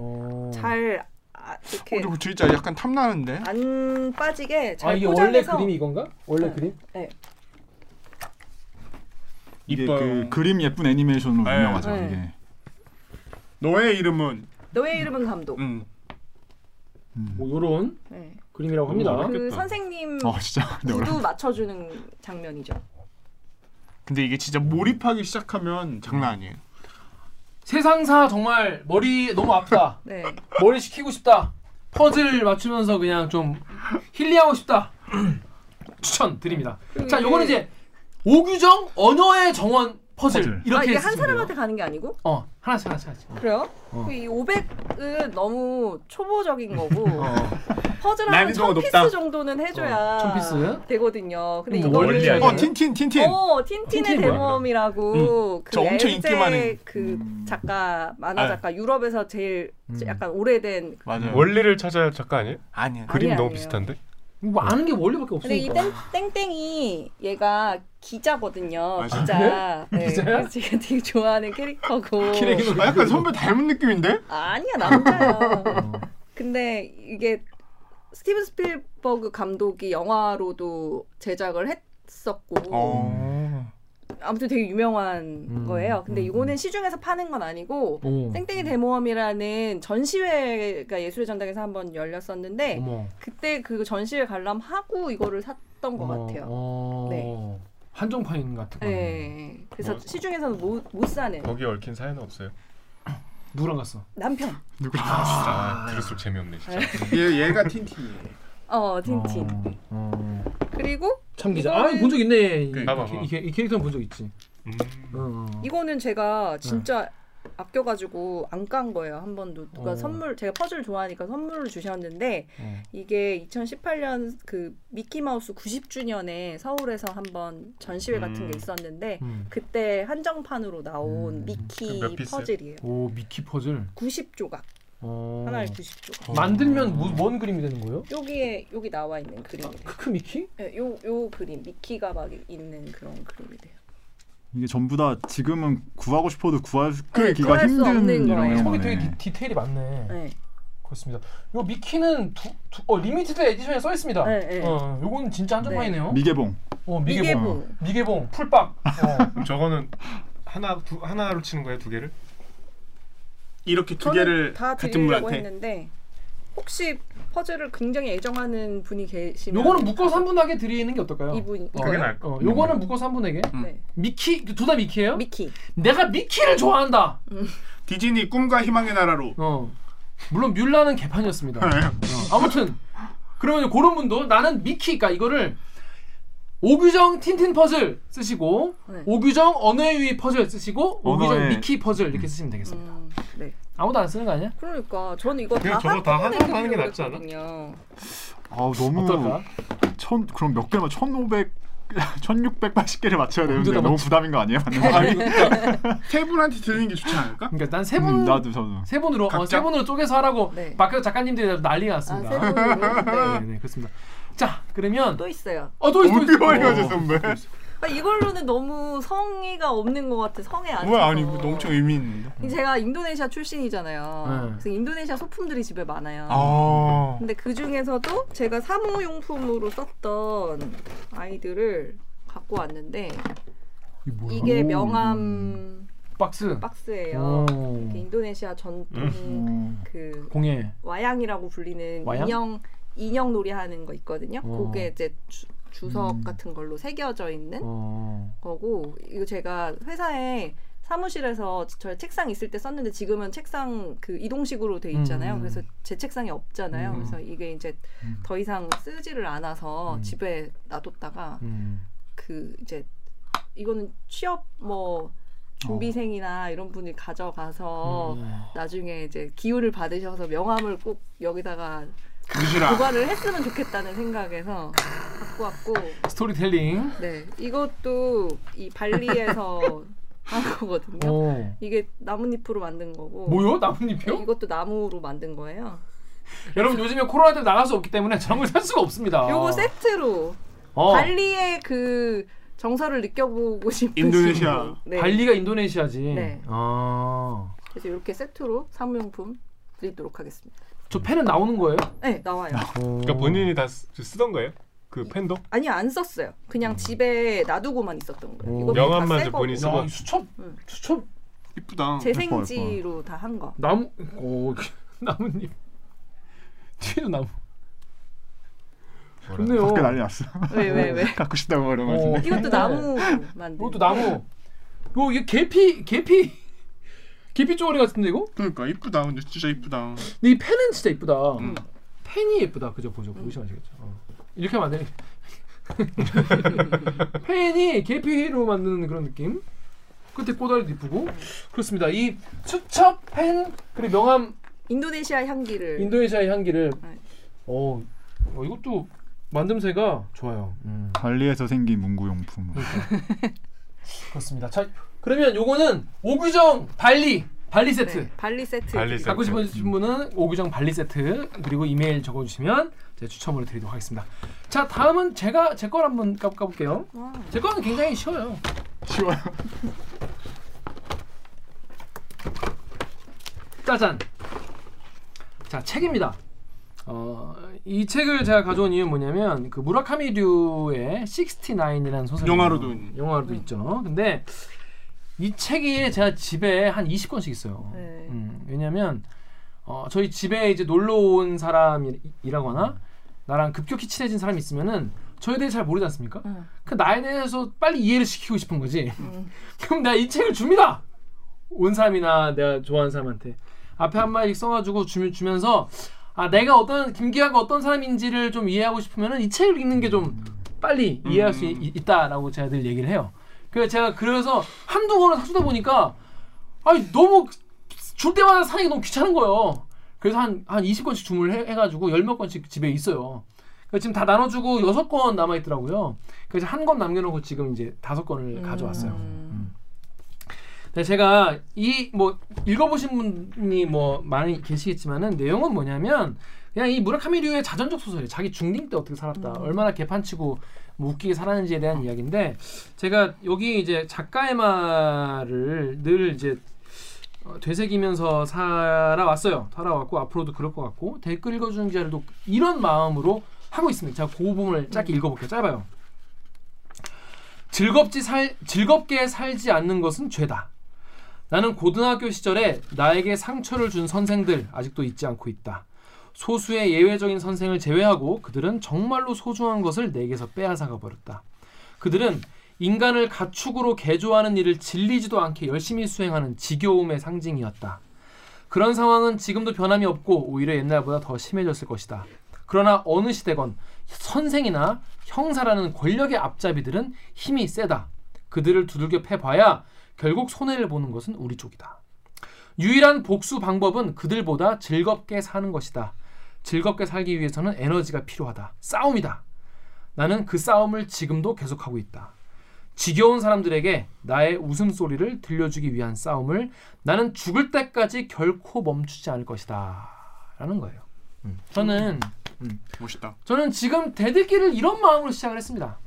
Speaker 4: 잘 아, 이렇게
Speaker 2: 어, 진짜 약간 탐나는데.
Speaker 4: 안 빠지게 잘
Speaker 3: 아 이게 원래
Speaker 4: 포장해서
Speaker 3: 그림이 이건가? 원래 그림?
Speaker 4: 네.
Speaker 7: 이게 그 그림 예쁜 애니메이션으로 유명하죠.
Speaker 4: 네.
Speaker 7: 이게.
Speaker 2: 너의 이름은
Speaker 4: 너의 이름은 감독.
Speaker 2: 음.
Speaker 3: 뭐 요런
Speaker 4: 네.
Speaker 3: 그림이라고 합니다.
Speaker 4: 그 선생님
Speaker 2: 어, 음, 아, 진짜. 네,
Speaker 4: 구두
Speaker 2: 어렵다.
Speaker 4: 맞춰주는 장면이죠.
Speaker 2: 근데 이게 진짜 몰입하기 시작하면 장난 아니에요.
Speaker 3: 세상사 정말 머리 너무 아프다.
Speaker 4: 네.
Speaker 3: 머리 식히고 싶다. 퍼즐 맞추면서 그냥 좀 힐링하고 싶다. 추천 드립니다.
Speaker 4: 음.
Speaker 3: 자, 요거는 이제 오규정 언어의 정원 퍼즐,
Speaker 4: 아,
Speaker 3: 이렇게
Speaker 4: 이게
Speaker 3: 쓰시면
Speaker 4: 한
Speaker 3: 돼요.
Speaker 4: 사람한테 가는 게 아니고?
Speaker 3: 어 하나씩 하나씩 하나씩.
Speaker 4: 그래요?
Speaker 3: 어.
Speaker 4: 이 500은 너무 초보적인 거고
Speaker 2: 어.
Speaker 4: 퍼즐 한
Speaker 3: 난이도가
Speaker 4: 1000피스
Speaker 3: 높다.
Speaker 4: 정도는 해줘야
Speaker 3: 1000피스?
Speaker 4: 되거든요. 근데
Speaker 3: 음,
Speaker 4: 이거를
Speaker 3: 원리 아니에요? 어,
Speaker 2: 틴틴 틴틴.
Speaker 4: 어 틴틴의
Speaker 2: 틴틴이 뭐야,
Speaker 4: 대모험이라고
Speaker 2: 음.
Speaker 4: 그
Speaker 2: 저
Speaker 4: 엘제
Speaker 2: 엄청 인기 많은. 음.
Speaker 4: 그 작가 만화
Speaker 5: 아.
Speaker 4: 작가 유럽에서 제일 약간 오래된 그
Speaker 5: 원리를 찾아야 작가 아니에요?
Speaker 2: 아니에요.
Speaker 5: 그림
Speaker 4: 아니,
Speaker 5: 너무
Speaker 4: 아니에요.
Speaker 5: 비슷한데?
Speaker 3: 뭐 아는 게 원리밖에
Speaker 4: 근데 이 땡, 땡땡이 얘가 기자거든요.
Speaker 2: 아,
Speaker 4: 기자.
Speaker 2: 그래? 기자야?
Speaker 4: 그래서 제가 되게 좋아하는
Speaker 3: 어,
Speaker 4: 캐릭터고.
Speaker 3: 그러니까.
Speaker 2: 아, 약간 선배 닮은 느낌인데?
Speaker 4: 아니야 남자야.
Speaker 3: 어.
Speaker 4: 근데 이게 스티븐 스필버그 감독이 영화로도 제작을 했었고
Speaker 2: 어.
Speaker 4: 아무튼 되게 유명한 거예요. 근데 이거는 시중에서 파는 건 아니고
Speaker 3: 음. 오.
Speaker 4: 땡땡이 대모험이라는 전시회가 예술의 전당에서 한번 열렸었는데
Speaker 3: 어머.
Speaker 4: 그때 그 전시회 관람하고 이거를 샀던 것 같아요.
Speaker 3: 어,
Speaker 4: 네.
Speaker 3: 한정판 같은 거.
Speaker 4: 네. 그래서
Speaker 3: 어.
Speaker 5: 뭐-
Speaker 4: 시중에서는 못, 못 사는
Speaker 5: 거기 얽힌 사연은 없어요.
Speaker 3: 누구랑 갔어?
Speaker 4: 남편.
Speaker 2: 누구랑
Speaker 5: 갔어? 아, 들을수록 재미없네 진짜.
Speaker 2: 얘 얘가 틴틴이에요.
Speaker 4: 어 틴틴.
Speaker 5: 어.
Speaker 4: 그리고
Speaker 3: 참기자.
Speaker 4: 이거는-
Speaker 3: 아, 본 적 있네. 이,
Speaker 5: 그, 봐봐, 음. 봐봐.
Speaker 3: 이, 이, 이 캐릭터는 본 적 있지. 어, 어.
Speaker 4: 이거는 제가 진짜 아껴가지고 안 깐 거예요 한 번도 누가
Speaker 3: 어.
Speaker 4: 선물 제가 퍼즐 좋아하니까 선물을 주셨는데
Speaker 3: 어.
Speaker 4: 이게 2018년 그 미키 마우스 90주년에 서울에서 한번 전시회 같은 게 있었는데
Speaker 3: 음.
Speaker 4: 그때 한정판으로 나온 미키
Speaker 3: 그몇 피스?
Speaker 4: 퍼즐이에요.
Speaker 3: 오 미키 퍼즐.
Speaker 4: 90조각
Speaker 3: 어.
Speaker 4: 하나에 90조.
Speaker 3: 만들면 무, 뭔 그림이 되는 거예요?
Speaker 4: 여기에 여기 나와 있는 그림이래요.
Speaker 3: 크크 아, 미키?
Speaker 4: 네, 요, 요 그림 미키가 막 있는 그런 그림이래요.
Speaker 7: 이게 전부 다 지금은 구하고 싶어도
Speaker 3: 네,
Speaker 7: 구하기가
Speaker 4: 구할 수
Speaker 7: 힘든
Speaker 4: 없는 거예요.
Speaker 7: 이런
Speaker 3: 속이
Speaker 7: 거네.
Speaker 3: 되게 디, 테일이 많네.
Speaker 4: 네.
Speaker 3: 그렇습니다. 요 미키는 두, 두, 어, 리미티드 에디션에 써 있습니다.
Speaker 4: 네, 네.
Speaker 3: 어, 요건 진짜 한정판이네요.
Speaker 7: 미개봉.
Speaker 3: 어, 미개봉. 미개봉. 풀빵.
Speaker 5: 저거는 하나 두 하나로 치는 거예요 두 개를?
Speaker 2: 이렇게 두
Speaker 4: 저는
Speaker 2: 개를
Speaker 4: 다
Speaker 2: 같은
Speaker 4: 드리려고
Speaker 2: 분한테.
Speaker 4: 했는데 혹시 퍼즐을 굉장히 애정하는 분이 계시면
Speaker 3: 요거는 묶어서 한 분에게 드리는 게 어떨까요?
Speaker 4: 이분
Speaker 3: 어,
Speaker 4: 이거요?
Speaker 3: 어, 요거는 음. 묶어서 한 분에게.
Speaker 4: 네.
Speaker 3: 미키 둘 다 미키예요?
Speaker 4: 미키. 음.
Speaker 3: 내가 미키를 좋아한다.
Speaker 2: 디즈니 꿈과 희망의 나라로.
Speaker 3: 어. 물론 뮬라는 개판이었습니다. 어, 아무튼 그러면 그런 분도 나는 미키 그러니까 이거를 오규정 틴틴 퍼즐 쓰시고
Speaker 4: 네.
Speaker 3: 오규정 언어의 위 퍼즐 쓰시고 오규정
Speaker 7: 언어의-
Speaker 3: 미키 퍼즐 이렇게 쓰시면 되겠습니다.
Speaker 4: 네.
Speaker 3: 아무도 안 쓰는 거 아니야?
Speaker 4: 그러니까 저는 이거
Speaker 3: 그냥
Speaker 4: 다
Speaker 3: 저거 다
Speaker 4: 한꺼번에
Speaker 3: 하나로 하는 게
Speaker 4: 드리려고
Speaker 3: 낫지 않아?
Speaker 4: 했거든요.
Speaker 7: 아 너무
Speaker 3: 어떨까?
Speaker 7: 천 그럼 몇 개만 1,500 1,680개를 맞춰야 되는데
Speaker 3: 언제나
Speaker 7: 너무
Speaker 3: 맞춰.
Speaker 7: 부담인 거 아니야?
Speaker 2: 그러니까 세 분한테 드리는 게 좋지 않을까?
Speaker 3: 그러니까 난세 분,
Speaker 7: 음, 나도 저도.
Speaker 3: 세 분으로 어, 세 분으로 쪼개서 하라고 밖에서 작가님들이 난리가 났습니다.
Speaker 4: 네. 아, 세 분으로?
Speaker 3: 네, 네, 그렇습니다. 자, 그러면
Speaker 4: 또 있어요.
Speaker 3: 어또 있어.
Speaker 2: 너무 삐어가지고 그 선배.
Speaker 4: 아, 이걸로는 너무 성의가 없는 것 같아. 어. 성에 안
Speaker 2: 뭐야
Speaker 4: 차서.
Speaker 2: 아니 이거 엄청 의미 있는데.
Speaker 4: 제가 인도네시아 출신이잖아요.
Speaker 2: 네.
Speaker 4: 그래서 인도네시아 소품들이 집에 많아요.
Speaker 2: 아.
Speaker 4: 근데 그 중에서도 제가 사무용품으로 썼던 아이들을 갖고 왔는데 이게
Speaker 3: 어, 오,
Speaker 4: 명함
Speaker 3: 박스.
Speaker 4: 박스예요.
Speaker 3: 오.
Speaker 4: 이렇게 인도네시아 전통
Speaker 3: 음.
Speaker 4: 그
Speaker 3: 공예.
Speaker 4: 와양이라고 불리는
Speaker 3: 와양?
Speaker 4: 인형 인형 놀이 하는 거 있거든요.
Speaker 3: 어. 음.
Speaker 4: 그게 이제 주, 주석 같은 걸로 새겨져 있는
Speaker 3: 어.
Speaker 4: 거고 이거 제가 회사에 사무실에서 저의 책상 있을 때 썼는데 지금은 책상 그 이동식으로 돼 있잖아요.
Speaker 3: 음.
Speaker 4: 그래서 제 책상이 없잖아요.
Speaker 3: 음.
Speaker 4: 그래서 이게 이제 더 이상 쓰지를 않아서 집에
Speaker 3: 음.
Speaker 4: 놔뒀다가 그 이제 이거는 취업 뭐 준비생이나 이런 분이 가져가서
Speaker 2: 음.
Speaker 4: 나중에 이제 기운을 받으셔서 명함을 꼭 여기다가
Speaker 2: 유지라.
Speaker 4: 보관을 했으면 좋겠다는 생각에서 갖고 왔고
Speaker 3: 스토리텔링.
Speaker 4: 네 이것도 이 발리에서 한 거거든요.
Speaker 3: 오.
Speaker 4: 이게 나뭇잎으로 만든 거고
Speaker 3: 뭐요? 나뭇잎이요?
Speaker 4: 네, 이것도 나무로 만든 거예요.
Speaker 3: 여러분 요즘에 코로나 때문에 나갈 수 없기 때문에 저런 걸 살 수가 없습니다.
Speaker 4: 요거 세트로
Speaker 3: 아. 어.
Speaker 4: 발리의 그 정서를 느껴보고 싶으신 분. 네.
Speaker 3: 발리가 인도네시아지.
Speaker 4: 네.
Speaker 3: 아.
Speaker 4: 그래서 이렇게 세트로 사무용품 드리도록 하겠습니다.
Speaker 3: 저 펜은 나오는 거예요?
Speaker 4: 네 나와요.
Speaker 3: 아.
Speaker 5: 그러니까 본인이 다 쓰, 쓰던 거예요? 그 펜도?
Speaker 4: 아니 안 썼어요. 그냥
Speaker 3: 음.
Speaker 4: 집에 놔두고만 있었던 거예요.
Speaker 5: 오.
Speaker 4: 이것도
Speaker 5: 명함만
Speaker 4: 다새
Speaker 5: 이제
Speaker 4: 거고.
Speaker 5: 본인 쓰고. 야, 이
Speaker 3: 수첩 수첩 아,
Speaker 2: 이쁘다.
Speaker 4: 재생지로 다 한 거.
Speaker 3: 네, 나무 오 나뭇잎. 뒤에도 나무. 좋네요.
Speaker 7: 밖에 난리 났어.
Speaker 4: 왜, 왜, 왜?
Speaker 7: 갖고 싶다고 그런 거 같은데.
Speaker 4: 이것도 나무 만든.
Speaker 3: 이것도 나무. 이거 이게 계피 계피 계피 쪼가리 같은데 이거?
Speaker 2: 그러니까 이쁘다. 근데 진짜 이쁘다. 음.
Speaker 3: 근데 이 펜은 진짜 이쁘다. 펜이 예쁘다. 그죠? 보죠. 보시면 아시겠죠. 어. 이렇게 하면 안 되네. 펜이 계피로 만드는 그런 느낌. 끝에 꼬다리도 이쁘고 그렇습니다. 이 수첩 펜 그리고 명함
Speaker 4: 인도네시아 향기를.
Speaker 3: 인도네시아의 향기를 어, 어, 이것도 만듦새가 좋아요.
Speaker 7: 관리에서 생긴 문구용품.
Speaker 3: 그렇습니다. 자 그러면 요거는 오규정 발리 발리 세트.
Speaker 4: 네, 발리 세트.
Speaker 3: 갖고 싶으신 분은 오규정 발리 세트 그리고 이메일 적어주시면 제가 추첨으로 드리도록 하겠습니다. 자 다음은 제가 제 걸 한번 까- 까볼게요.
Speaker 15: 어.
Speaker 3: 제 거는 굉장히 쉬워요.
Speaker 7: 쉬워요.
Speaker 3: 짜잔. 자 책입니다. 어, 이 책을 제가 가져온 이유는 뭐냐면 그 무라카미류의 69이라는 소설
Speaker 2: 영화로도
Speaker 3: 영화로도 있죠. 근데 이 책이 제가 집에 한 20권씩 있어요. 음, 왜냐면 어, 저희 집에 이제 놀러 온 사람이라거나 나랑 급격히 친해진 사람이 있으면은 저에 대해 잘 모르지 않습니까? 그 나에 대해서 빨리 이해를 시키고 싶은 거지. 그럼 내가 이 책을 줍니다. 온 사람이나 내가 좋아하는 사람한테 앞에 한 마디 써가지고 주면 주면서 아 내가 어떤 김기아가 어떤 사람인지를 좀 이해하고 싶으면은 이 책을 읽는 게 좀 빨리 이해할 수 있, 있다라고 제가 늘 얘기를 해요. 그래서 제가 그래서 한두 권을 사주다 보니까 아니 너무 줄 때마다 사는 게 너무 귀찮은 거예요. 그래서 한, 한 20권씩 주문을 해, 가지고 열 몇 권씩 집에 있어요. 그래서 지금 다 나눠주고 여섯 권 남아있더라고요. 그래서 한 권 남겨놓고 지금 이제 다섯 권을 가져왔어요. 음. 근데 제가 이 뭐 읽어보신 분이 뭐 많이 계시겠지만은 내용은 뭐냐면 그냥 이 무라카미류의 자전적 소설이에요. 자기 중딩 때 어떻게 살았다, 얼마나 개판치고 뭐 웃기게 살았는지에 대한 이야기인데 제가 여기 이제 작가의 말을 늘 이제 어, 되새기면서 살아왔어요. 살아왔고 앞으로도 그럴 것 같고 댓글 읽어주는 기자들도 이런 마음으로 하고 있습니다. 제가 그 부분을 짧게 읽어볼게요. 짧아요. 즐겁지 살 즐겁게 살지 않는 것은 죄다. 나는 고등학교 시절에 나에게 상처를 준 선생들 아직도 잊지 않고 있다. 소수의 예외적인 선생을 제외하고 그들은 정말로 소중한 것을 내게서 빼앗아가 버렸다. 그들은 인간을 가축으로 개조하는 일을 질리지도 않게 열심히 수행하는 지겨움의 상징이었다. 그런 상황은 지금도 변함이 없고 오히려 옛날보다 더 심해졌을 것이다. 그러나 어느 시대건 선생이나 형사라는 권력의 앞잡이들은 힘이 세다. 그들을 두들겨 패봐야 결국 손해를 보는 것은 우리 쪽이다. 유일한 복수 방법은 그들보다 즐겁게 사는 것이다. 즐겁게 살기 위해서는 에너지가 필요하다. 싸움이다. 나는 그 싸움을 지금도 계속하고 있다. 지겨운 사람들에게 나의 웃음소리를 들려주기 위한 싸움을 나는 죽을 때까지 결코 멈추지 않을 것이다. 라는 거예요. 저는 음.
Speaker 2: 멋있다.
Speaker 3: 저는 지금 대들기를 이런 마음으로 시작을 했습니다.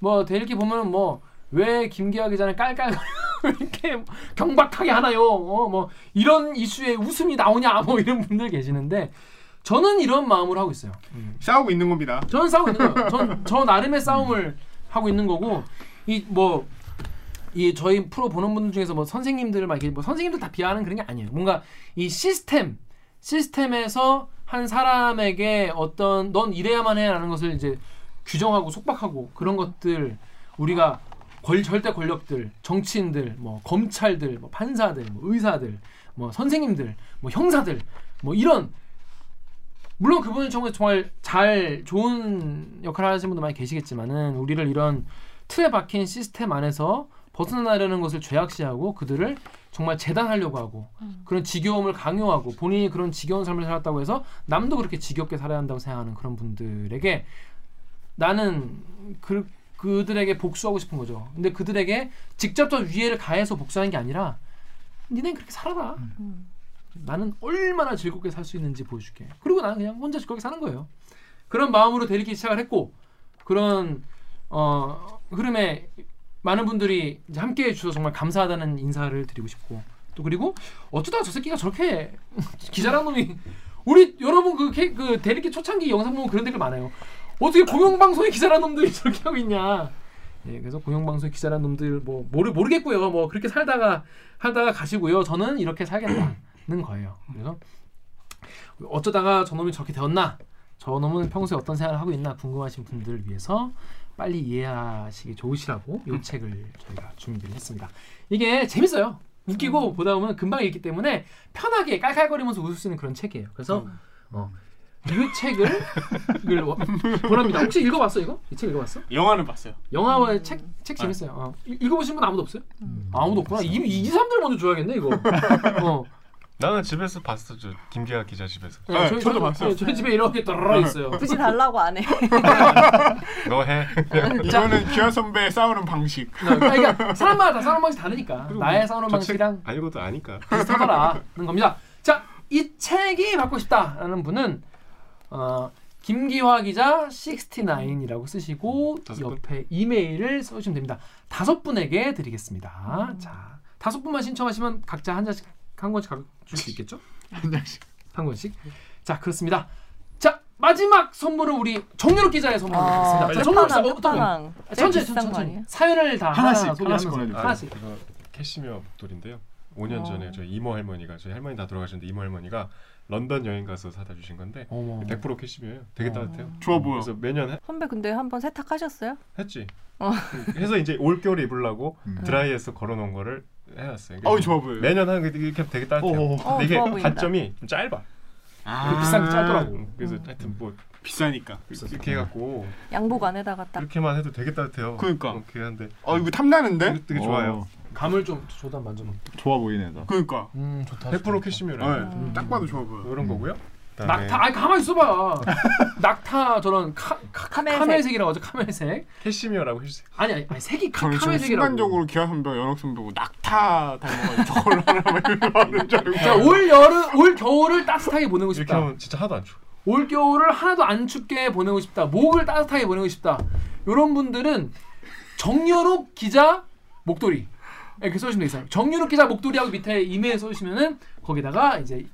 Speaker 3: 뭐 대들기 보면 뭐 왜 김기아 기자는 깔깔 왜 이렇게 경박하게 하나요? 어, 뭐 이런 이슈에 웃음이 나오냐? 뭐 이런 분들 계시는데 저는 이런 마음으로 하고 있어요.
Speaker 2: 싸우고 있는 겁니다.
Speaker 3: 저는 싸우고 있는 거예요. 전, 저 나름의 싸움을 하고 있는 거고 이 뭐 이 저희 프로 보는 분들 중에서 뭐 선생님들을 막 이렇게 뭐 선생님들 다 비하하는 그런 게 아니에요. 뭔가 이 시스템 시스템에서 한 사람에게 어떤 넌 이래야만 해라는 것을 이제 규정하고 속박하고 그런 것들 우리가 권, 절대 권력들, 정치인들, 뭐 검찰들, 뭐 판사들, 뭐 의사들, 뭐 선생님들, 뭐 형사들, 뭐 이런 물론 그분이 정말 정말 잘 좋은 역할을 하시는 분도 많이 계시겠지만은 우리를 이런 틀에 박힌 시스템 안에서 벗어나려는 것을 죄악시하고 그들을 정말 재단하려고 하고 그런 지겨움을 강요하고 본인이 그런 지겨운 삶을 살았다고 해서 남도 그렇게 지겹게 살아야 한다고 생각하는 그런 분들에게 나는 그, 그들에게 복수하고 싶은 거죠. 근데 그들에게 직접적 위해를 가해서 복수하는 게 아니라 니넨 그렇게 살아라. 나는 얼마나 즐겁게 살 수 있는지 보여줄게. 그리고 나는 그냥 혼자 즐겁게 사는 거예요. 그런 마음으로 데리기 시작을 했고 그런 어, 흐름에 많은 분들이 이제 함께 해주셔서 정말 감사하다는 인사를 드리고 싶고 또 그리고 어쩌다가 저 새끼가 저렇게 기자란 놈이 우리 여러분 그, 케- 그 대리기 초창기 영상 보면 그런 댓글 많아요. 어떻게 공영방송의 기자란 놈들이 저렇게 하고 있냐. 예, 그래서 공영방송 기자란 놈들 뭐 모르 모르겠고요. 뭐 그렇게 살다가 하다가 가시고요. 저는 이렇게 살겠다는 거예요. 그래서 어쩌다가 저놈이 저렇게 되었나? 저놈은 평소에 어떤 생활을 하고 있나 궁금하신 분들을 위해서 빨리 이해하시기 좋으시라고 이 책을 저희가 준비를 했습니다. 이게 재밌어요. 웃기고 보다 보면 금방 읽기 때문에 편하게 깔깔거리면서 웃을 수 있는 그런 책이에요. 그래서 어, 이 책을 이걸 원- 보랍니다. 혹시 읽어봤어 이거? 이 책 읽어봤어?
Speaker 2: 영화는 봤어요.
Speaker 3: 영화와 책, 책 재밌어요. 어. 읽- 읽어보신 분 아무도 없어요? 아무도 없구나. 이, 이, 이 사람들 먼저 줘야겠네 이거. 어.
Speaker 5: 나는 집에서 봤어, 저 김기아 기자 집에서.
Speaker 3: 네, 저희- 저도 봤어요. 네, 저희 집에 이렇게 떨어져 있어요.
Speaker 13: 굳이 달라고 안 해.
Speaker 5: 너 해.
Speaker 2: 이거는 기아 선배의 싸우는 방식.
Speaker 3: 그러니까 사람마다 다 싸우는 방식 다르니까 나의 싸우는
Speaker 5: 저책
Speaker 3: 방식이랑
Speaker 5: 아니고도 아니까.
Speaker 3: 비슷하더라는 겁니다. 자, 이 책이 받고 싶다라는 분은 어, 김기화 기자 69이라고 쓰시고 옆에 이메일을 써주시면 됩니다. 다섯 분에게 드리겠습니다. 자, 다섯 분만 신청하시면 각자 한 장씩 한 권씩 줄 수 있겠죠? 한 장씩 한 권씩. 자, 그렇습니다. 자, 마지막 선물은 우리 정유롭 기자의 선물을
Speaker 13: 아,
Speaker 3: 드리겠습니다. 자, 정유롭 기자
Speaker 13: 끝판왕,
Speaker 3: 어떤 거예요?
Speaker 13: 끝판왕. 제일
Speaker 3: 천천히
Speaker 13: 네, 비싼 거
Speaker 3: 천천히
Speaker 13: 아니에요?
Speaker 3: 사연을 다
Speaker 5: 하나씩,
Speaker 3: 하나
Speaker 5: 하나씩
Speaker 3: 소개하면서
Speaker 5: 보내주세요.
Speaker 3: 하나씩.
Speaker 5: 이거 아, 그 캐시미어 돌인데요. 5년
Speaker 3: 어.
Speaker 5: 전에 저희 이모 할머니가 저희 할머니 다 돌아가셨는데 이모 할머니가 런던 여행 가서 사다 주신 건데 100% 캐시미어예요. 되게
Speaker 3: 어.
Speaker 5: 따뜻해요.
Speaker 2: 좋아 보여.
Speaker 5: 그래서 매년 해-
Speaker 13: 선배 근데 한번 세탁하셨어요?
Speaker 5: 했지. 그
Speaker 13: 어.
Speaker 5: 해서 이제 올겨울에 입으려고 드라이해서 걸어놓은 거를 해놨어요.
Speaker 2: 음. 어우, 좋아 보여요.
Speaker 5: 매년 하는 게 이렇게 되게 따뜻해요.
Speaker 2: 어허.
Speaker 5: 근데
Speaker 2: 어,
Speaker 5: 이게
Speaker 2: 좋아
Speaker 3: 네.
Speaker 2: 보인다.
Speaker 5: 단점이 좀 짧아.
Speaker 2: 아.
Speaker 5: 그 비싼 게 짧더라고. 그래서
Speaker 3: 음.
Speaker 5: 하여튼 뭐
Speaker 2: 비싸니까
Speaker 5: 이렇게 해갖고
Speaker 13: 양복 안에다가 딱.
Speaker 5: 이렇게만 해도 되게 따뜻해요.
Speaker 2: 그러니까.
Speaker 5: 그렇게 한데.
Speaker 2: 어 이거 탐나는데?
Speaker 5: 되게 좋아요.
Speaker 3: 감을 좀 조단 만져봐.
Speaker 7: 좋아 보이네. 나.
Speaker 2: 그러니까.
Speaker 3: 음 좋다.
Speaker 5: 100% 캐시미어라.
Speaker 2: 네, 딱 봐도 좋아 보여.
Speaker 5: 이런 거고요. 그다음에
Speaker 3: 낙타 아니 가만히 있어봐 낙타 저런 카, 카,
Speaker 13: 카멜색.
Speaker 3: 카멜색이라고 하죠 카멜색
Speaker 5: 캐시미어라고 해주세요.
Speaker 3: 아니 아니, 아니 색이 카,
Speaker 2: 저는 지금
Speaker 3: 카멜색이라고
Speaker 2: 순간적으로 기아 선배와 연옥 선배고 낙타 닮아가지고 저걸 하는 줄 알고.
Speaker 3: 자올 여름 올 겨울을 따뜻하게 보내고 싶다
Speaker 5: 하면 진짜 하나도 안 추워
Speaker 3: 올 겨울을 하나도 안 춥게 보내고 싶다 목을 따뜻하게 보내고 싶다 이런 분들은 정연욱 기자 목도리 이렇게 써주시면 되겠어요 정연욱 기자 목도리하고 밑에 이메일 써주시면은 거기다가 이제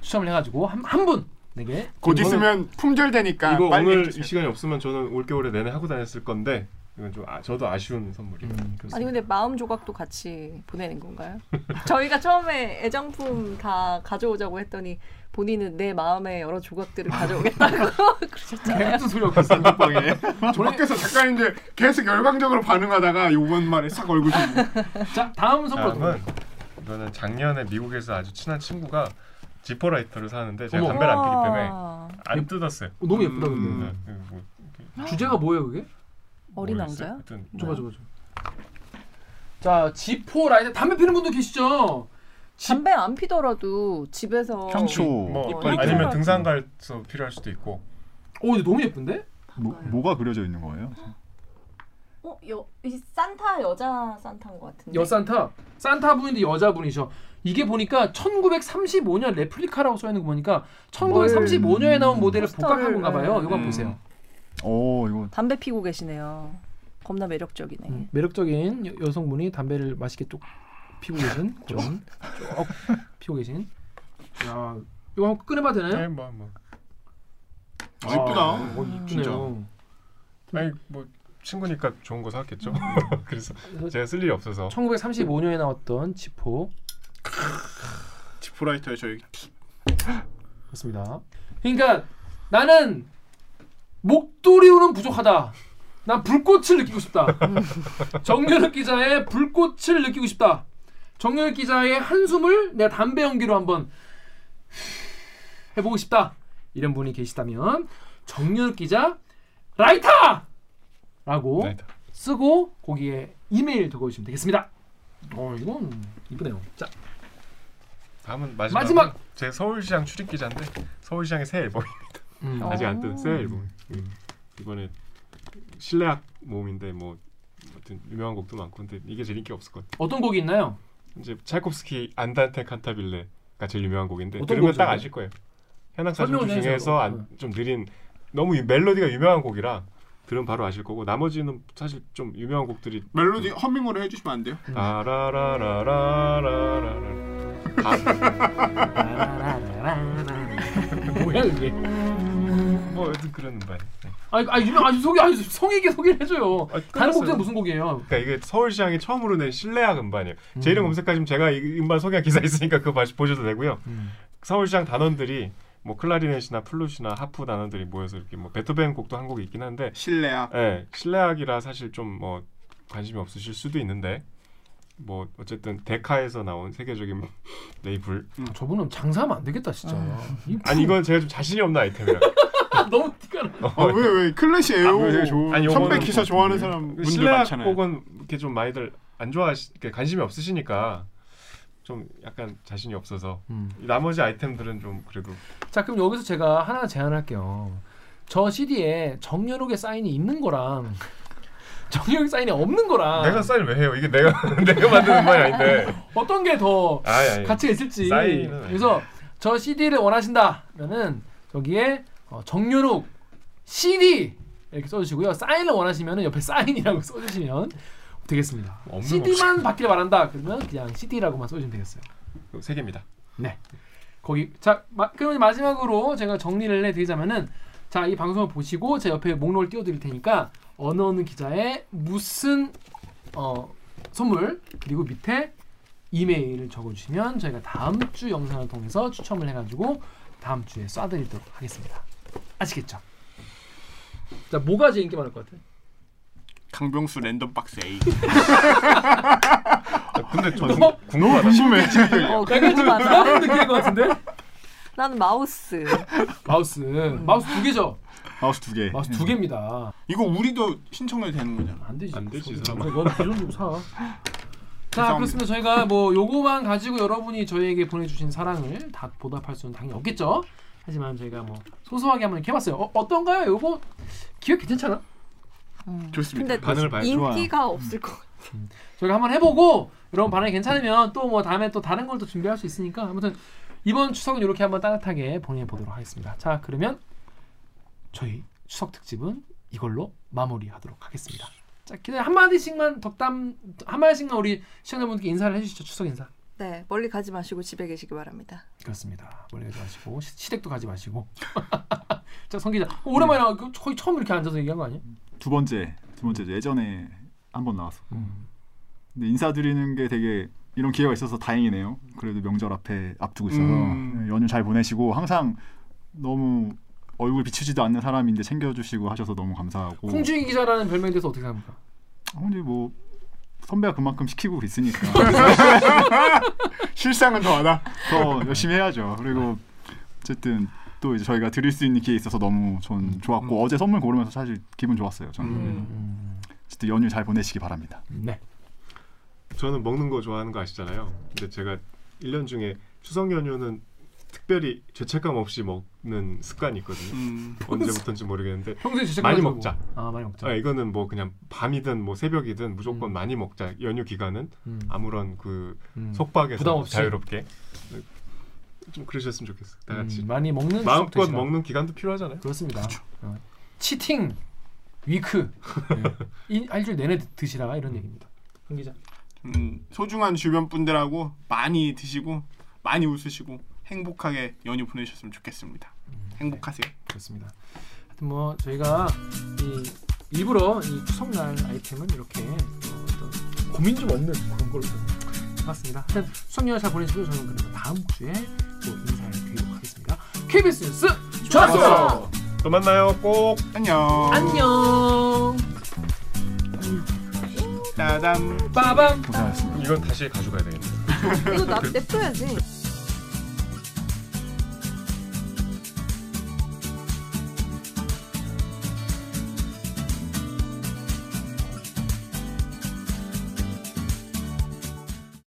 Speaker 3: 추첨을 해가지고 한, 한 분에게
Speaker 2: 곧
Speaker 5: 이거는-
Speaker 2: 있으면 품절되니까
Speaker 5: 이거
Speaker 2: 빨리
Speaker 5: 오늘
Speaker 2: 해주세요.
Speaker 5: 이 시간이 없으면 저는 올 겨울에 내내 하고 다녔을 건데 이건 좀 아, 저도 아쉬운 선물이에요. 그래서
Speaker 13: 아니 근데 마음 조각도 같이 보내는 건가요? 저희가 처음에 애장품 다 가져오자고 했더니 본인은 내 마음의 여러 조각들을 가져오겠다고 그러셨잖아요.
Speaker 3: 무슨 소리 하고 있어
Speaker 2: 방에 저 밖에서 작가님들 계속 열광적으로 반응하다가 요번 말에 싹 얼굴
Speaker 3: 자 다음 선물
Speaker 5: 다음은 이거는 작년에 미국에서 아주 친한 친구가 지퍼라이터를 사는데 제가
Speaker 3: 어머. 아.
Speaker 5: 담배를 안
Speaker 3: 우와.
Speaker 5: 피기 때문에
Speaker 13: 아,
Speaker 5: 안 뜯었어요.
Speaker 3: 너무 예쁘다 근데
Speaker 2: 어,
Speaker 5: 음, 뭐,
Speaker 3: 주제가 뭐예요 그게?
Speaker 13: 어린
Speaker 5: 모르겠어요.
Speaker 13: 왕자요?
Speaker 5: 하여튼
Speaker 3: 줘봐 줘봐 줘봐 네. 자 지포 라이더 담배 피는 분도 계시죠?
Speaker 13: 담배 안 피더라도 집에서
Speaker 7: 향초.
Speaker 5: 뭐
Speaker 13: 이뻐, 이뻐.
Speaker 5: 아니면 등산 가서 필요할 수도 있고
Speaker 3: 오 근데 너무 예쁜데?
Speaker 7: 뭐, 뭐가 그려져 있는 거예요?
Speaker 13: 어, 여, 이 산타 여자 산타인 것
Speaker 2: 네.
Speaker 13: 같은데.
Speaker 3: 여산타 산타 분인데 여자분이셔 이게 보니까 1935년 레플리카라고 써있는 거 보니까 1935년에 나온 모델을 뭐 음. 복각한 건가
Speaker 2: 네.
Speaker 3: 봐요 이거 보세요
Speaker 7: 오 어, 이거
Speaker 13: 담배 피고 계시네요. 겁나 매력적이네.
Speaker 3: 어, 음. 매력적인 여, 여성분이 담배를 맛있게 쪽 피고 계신 그런 쪽 피고 계신 야 이거 한번 꺼내봐도 되나요?
Speaker 5: 네, 뭐, 뭐.
Speaker 2: 아, 이쁘다. 음.
Speaker 3: 어, 이쁘네요.
Speaker 5: 아니 뭐 친구니까 좋은 거 사왔겠죠.
Speaker 3: 음.
Speaker 5: 그래서 제가 쓸 일이 없어서
Speaker 2: 음.
Speaker 3: 1935년에 나왔던 지포
Speaker 2: 지프라이터에 저희
Speaker 3: 그렇습니다. 그러니까 나는 목도리로는 부족하다. 난 불꽃을 느끼고 싶다. 정유럽 기자의 불꽃을 느끼고 싶다. 정유럽 기자의 한숨을 내가 담배 연기로 한번 해보고 싶다. 이런 분이 계시다면 정유럽 기자 라이터라고 쓰고 거기에 이메일 적어주시면 되겠습니다. 어 이건 이쁘네요. 자
Speaker 5: 다음은 마지막.
Speaker 3: 마지막!
Speaker 5: 제 서울시장 출입 기자인데 서울시장의 새 앨범입니다.
Speaker 3: 음.
Speaker 5: 아직 안
Speaker 3: 오.
Speaker 5: 뜬 새 앨범. 음. 이번에 실내악 모음인데 뭐 아무튼 유명한 곡도 많고 근데 이게 제일 인기 없을 것 같아요.
Speaker 3: 어떤 곡이 있나요?
Speaker 5: 이제 차이콥스키 안단테 칸타빌레가 제일 유명한 곡인데
Speaker 3: 어떤
Speaker 5: 들으면
Speaker 3: 곡이죠?
Speaker 5: 딱 아실 거예요. 현악사전
Speaker 3: 설명을 해주세요. 어.
Speaker 5: 중에서 안- 좀 느린 너무 유- 멜로디가 유명한 곡이라 들으면 바로 아실 거고 나머지는 사실 좀 유명한 곡들이
Speaker 2: 멜로디 허밍으로 해주시면 안 돼요?
Speaker 5: 음.
Speaker 3: 뭐야 이게?
Speaker 5: 뭐 여튼 그런 말. 네. 아,
Speaker 3: 아니 아니 유명 아주 소개 아주 성의 있게 소개를 해줘요. 어, 다른 곡들은 무슨 곡이에요?
Speaker 5: 그러니까 이게 서울시장이 처음으로 낸 실내악 음반이에요. 제 이름 검색하시면 제가 이 음반 소개한 기사 있으니까 그거 다시 보셔도 되고요.
Speaker 3: 음.
Speaker 5: 서울시장 단원들이 뭐 클라리넷이나 플룻이나 하프 단원들이 모여서 이렇게 뭐 베토벤 곡도 한 곡이 있긴 한데
Speaker 2: 실내악.
Speaker 5: 예, 실내악이라 사실 좀 뭐 관심이 없으실 수도 있는데 뭐 어쨌든 데카에서 나온 세계적인 레이블.
Speaker 3: 음, 저분은 장사하면 안 되겠다 진짜.
Speaker 5: 음.
Speaker 3: 이
Speaker 5: 아니 이건 제가 좀 자신이 없는 아이템이라. 어,
Speaker 3: 너무 티가 나.
Speaker 2: 아, 왜, 왜? 클래시예요.
Speaker 5: 아니, 요거는
Speaker 2: 선배 기사
Speaker 5: 뭐-
Speaker 2: 좋아하는 사람 분들
Speaker 5: 실내악
Speaker 2: 많잖아요.
Speaker 5: 곡은 이렇게 좀 많이들 안 좋아하시, 이렇게 관심이 없으시니까 좀 약간 자신이 없어서 이 나머지 아이템들은 좀 그래도
Speaker 3: 자 그럼 여기서 제가 하나 제안할게요. 저 CD에 정연욱의 사인이 있는 거랑 정연욱의 사인이 없는 거랑
Speaker 5: 내가 사인 왜 해요? 이게 내가 내가 만든 음반이 아닌데.
Speaker 3: 어떤 게 더
Speaker 5: 아니, 아니.
Speaker 3: 가치가 있을지.
Speaker 5: 사인은
Speaker 3: 그래서 저 CD를 원하신다면은 저기에 어, 정연욱 CD 이렇게 써주시고요. 사인을 원하시면은 옆에 사인이라고 써주시면 되겠습니다.
Speaker 5: 없는
Speaker 3: CD만 받길 바란다. 그러면 그냥 CD라고만 써주시면 되겠어요.
Speaker 5: 거- 그 세 개입니다.
Speaker 3: 네. 거기 자 마, 그럼 마지막으로 제가 정리를 해드리자면은 자 이 방송을 보시고 제 옆에 목록을 띄워드릴 테니까 어느 어느 기자의 무슨 어 선물 그리고 밑에 이메일을 적어주시면 저희가 다음 주 영상을 통해서 추첨을 해가지고 다음 주에 쏴드리도록 하겠습니다. 아시겠죠? 자 뭐가 제일 인기 많을 것 같아?
Speaker 2: 강병수 랜덤 박스 A.
Speaker 5: 근데
Speaker 2: 저
Speaker 1: 너무-
Speaker 2: 궁금하다. 궁금해.
Speaker 1: 어, 그러지 마.
Speaker 3: 다른 느낌인 것 같은데?
Speaker 1: 나는 마우스.
Speaker 3: 마우스
Speaker 2: 음.
Speaker 3: 마우스 두 개죠?
Speaker 7: 마우스 두 개.
Speaker 3: 마우스 두 개입니다.
Speaker 2: 이거 우리도 신청해도 되는 거잖아.
Speaker 3: 안 되지.
Speaker 2: 안 되지.
Speaker 3: 기존 주고 사. 자 그렇습니다. 저희가 뭐 요거만 가지고 여러분이 저희에게 보내주신 사랑을 다 보답할 수는 당연히 없겠죠. 하지만 저희가 뭐 소소하게 한번 이렇게 해봤어요. 어, 어떤가요? 요거 기획 괜찮잖아.
Speaker 2: 좋습니다.
Speaker 1: 음. 근데 인기가 없을 것 같아.
Speaker 3: 음. 저희가 한번 해보고 여러분 반응이 괜찮으면 또 뭐 다음에 또 다른 걸 또 준비할 수 있으니까 아무튼 이번 추석은 이렇게 한번 따뜻하게 보내보도록 하겠습니다. 자 그러면 저희 추석 특집은 이걸로 마무리하도록 하겠습니다. 자 기다려 한 마디씩만 덕담 한 마디씩만 우리 시청자분들께 인사를 해주시죠. 추석 인사.
Speaker 1: 네, 멀리 가지 마시고 집에 계시기 바랍니다.
Speaker 3: 그렇습니다. 멀리 가지 마시고 시, 시댁도 가지 마시고. 자성 기자 오랜만에 나- 그 거의 처음 이렇게 앉아서 얘기한 거 아니에요?
Speaker 7: 두 번째 두 번째 예전에 한 번 나왔었고
Speaker 3: 음.
Speaker 7: 근데 인사드리는 게 되게 이런 기회가 있어서 다행이네요 그래도 명절 앞에 앞두고 있어서
Speaker 2: 음.
Speaker 7: 연휴 잘 보내시고 항상 너무 얼굴 비추지도 않는 사람인데 챙겨주시고 하셔서 너무 감사하고
Speaker 3: 홍준희 기자라는 별명에 대해서 어떻게 생각합니까?
Speaker 7: 홍준이 뭐 선배가 그만큼 시키고 있으니까
Speaker 2: 실상은 더하다.
Speaker 7: 더 열심히 해야죠 그리고 어쨌든 또 이제 저희가 드릴 수 있는 기회 있어서 너무 전 좋았고 어제 선물 고르면서 사실 기분 좋았어요 저는 어쨌든 연휴 잘 보내시기 바랍니다
Speaker 3: 네
Speaker 5: 저는 먹는 거 좋아하는 거 아시잖아요. 근데 제가 1년 중에 추석 연휴는 특별히 죄책감 없이 먹는 습관이 있거든요. 언제부터인지 모르겠는데
Speaker 3: 음. 평소에 죄책감
Speaker 5: 많이
Speaker 3: 가지고.
Speaker 5: 먹자.
Speaker 3: 아 많이 먹자.
Speaker 5: 아, 이거는 뭐 그냥 밤이든 뭐 새벽이든 무조건 많이 먹자. 연휴 기간은
Speaker 3: 음.
Speaker 5: 아무런 그
Speaker 3: 음.
Speaker 5: 속박에서
Speaker 3: 부담 없이.
Speaker 5: 자유롭게 좀 그러셨으면 좋겠어요. 다 같이
Speaker 3: 음, 많이 먹는 추석
Speaker 5: 마음껏
Speaker 3: 되시라.
Speaker 5: 먹는 기간도 필요하잖아요.
Speaker 3: 그렇습니다. 어, 치팅 위크 네. 이- 일주일 내내 드- 드시라 이런 얘기입니다. 홍 기자.
Speaker 2: 음, 소중한 주변 분들하고 많이 드시고 많이 웃으시고 행복하게 연휴 보내셨으면 좋겠습니다. 행복하세요.
Speaker 3: 음. 그렇습니다. 하여튼 뭐 저희가 이 일부러 이 추석날 아이템은 이렇게 어, 어떤 고민 좀 없는 그런 걸로 해봤습니다. 하여튼 추석 연휴 잘 보내시고 저는 그러면 다음 주에 또 인사를 드리도록 하겠습니다. KBS 뉴스 좋았어.
Speaker 5: 또 만나요. 꼭
Speaker 2: 안녕.
Speaker 3: 안녕.
Speaker 2: 따담.
Speaker 3: 빠밤.
Speaker 7: 고생하셨습니다.
Speaker 5: 이건 다시 가져가야 되겠네. 그
Speaker 1: 이거 나 냅둬야지.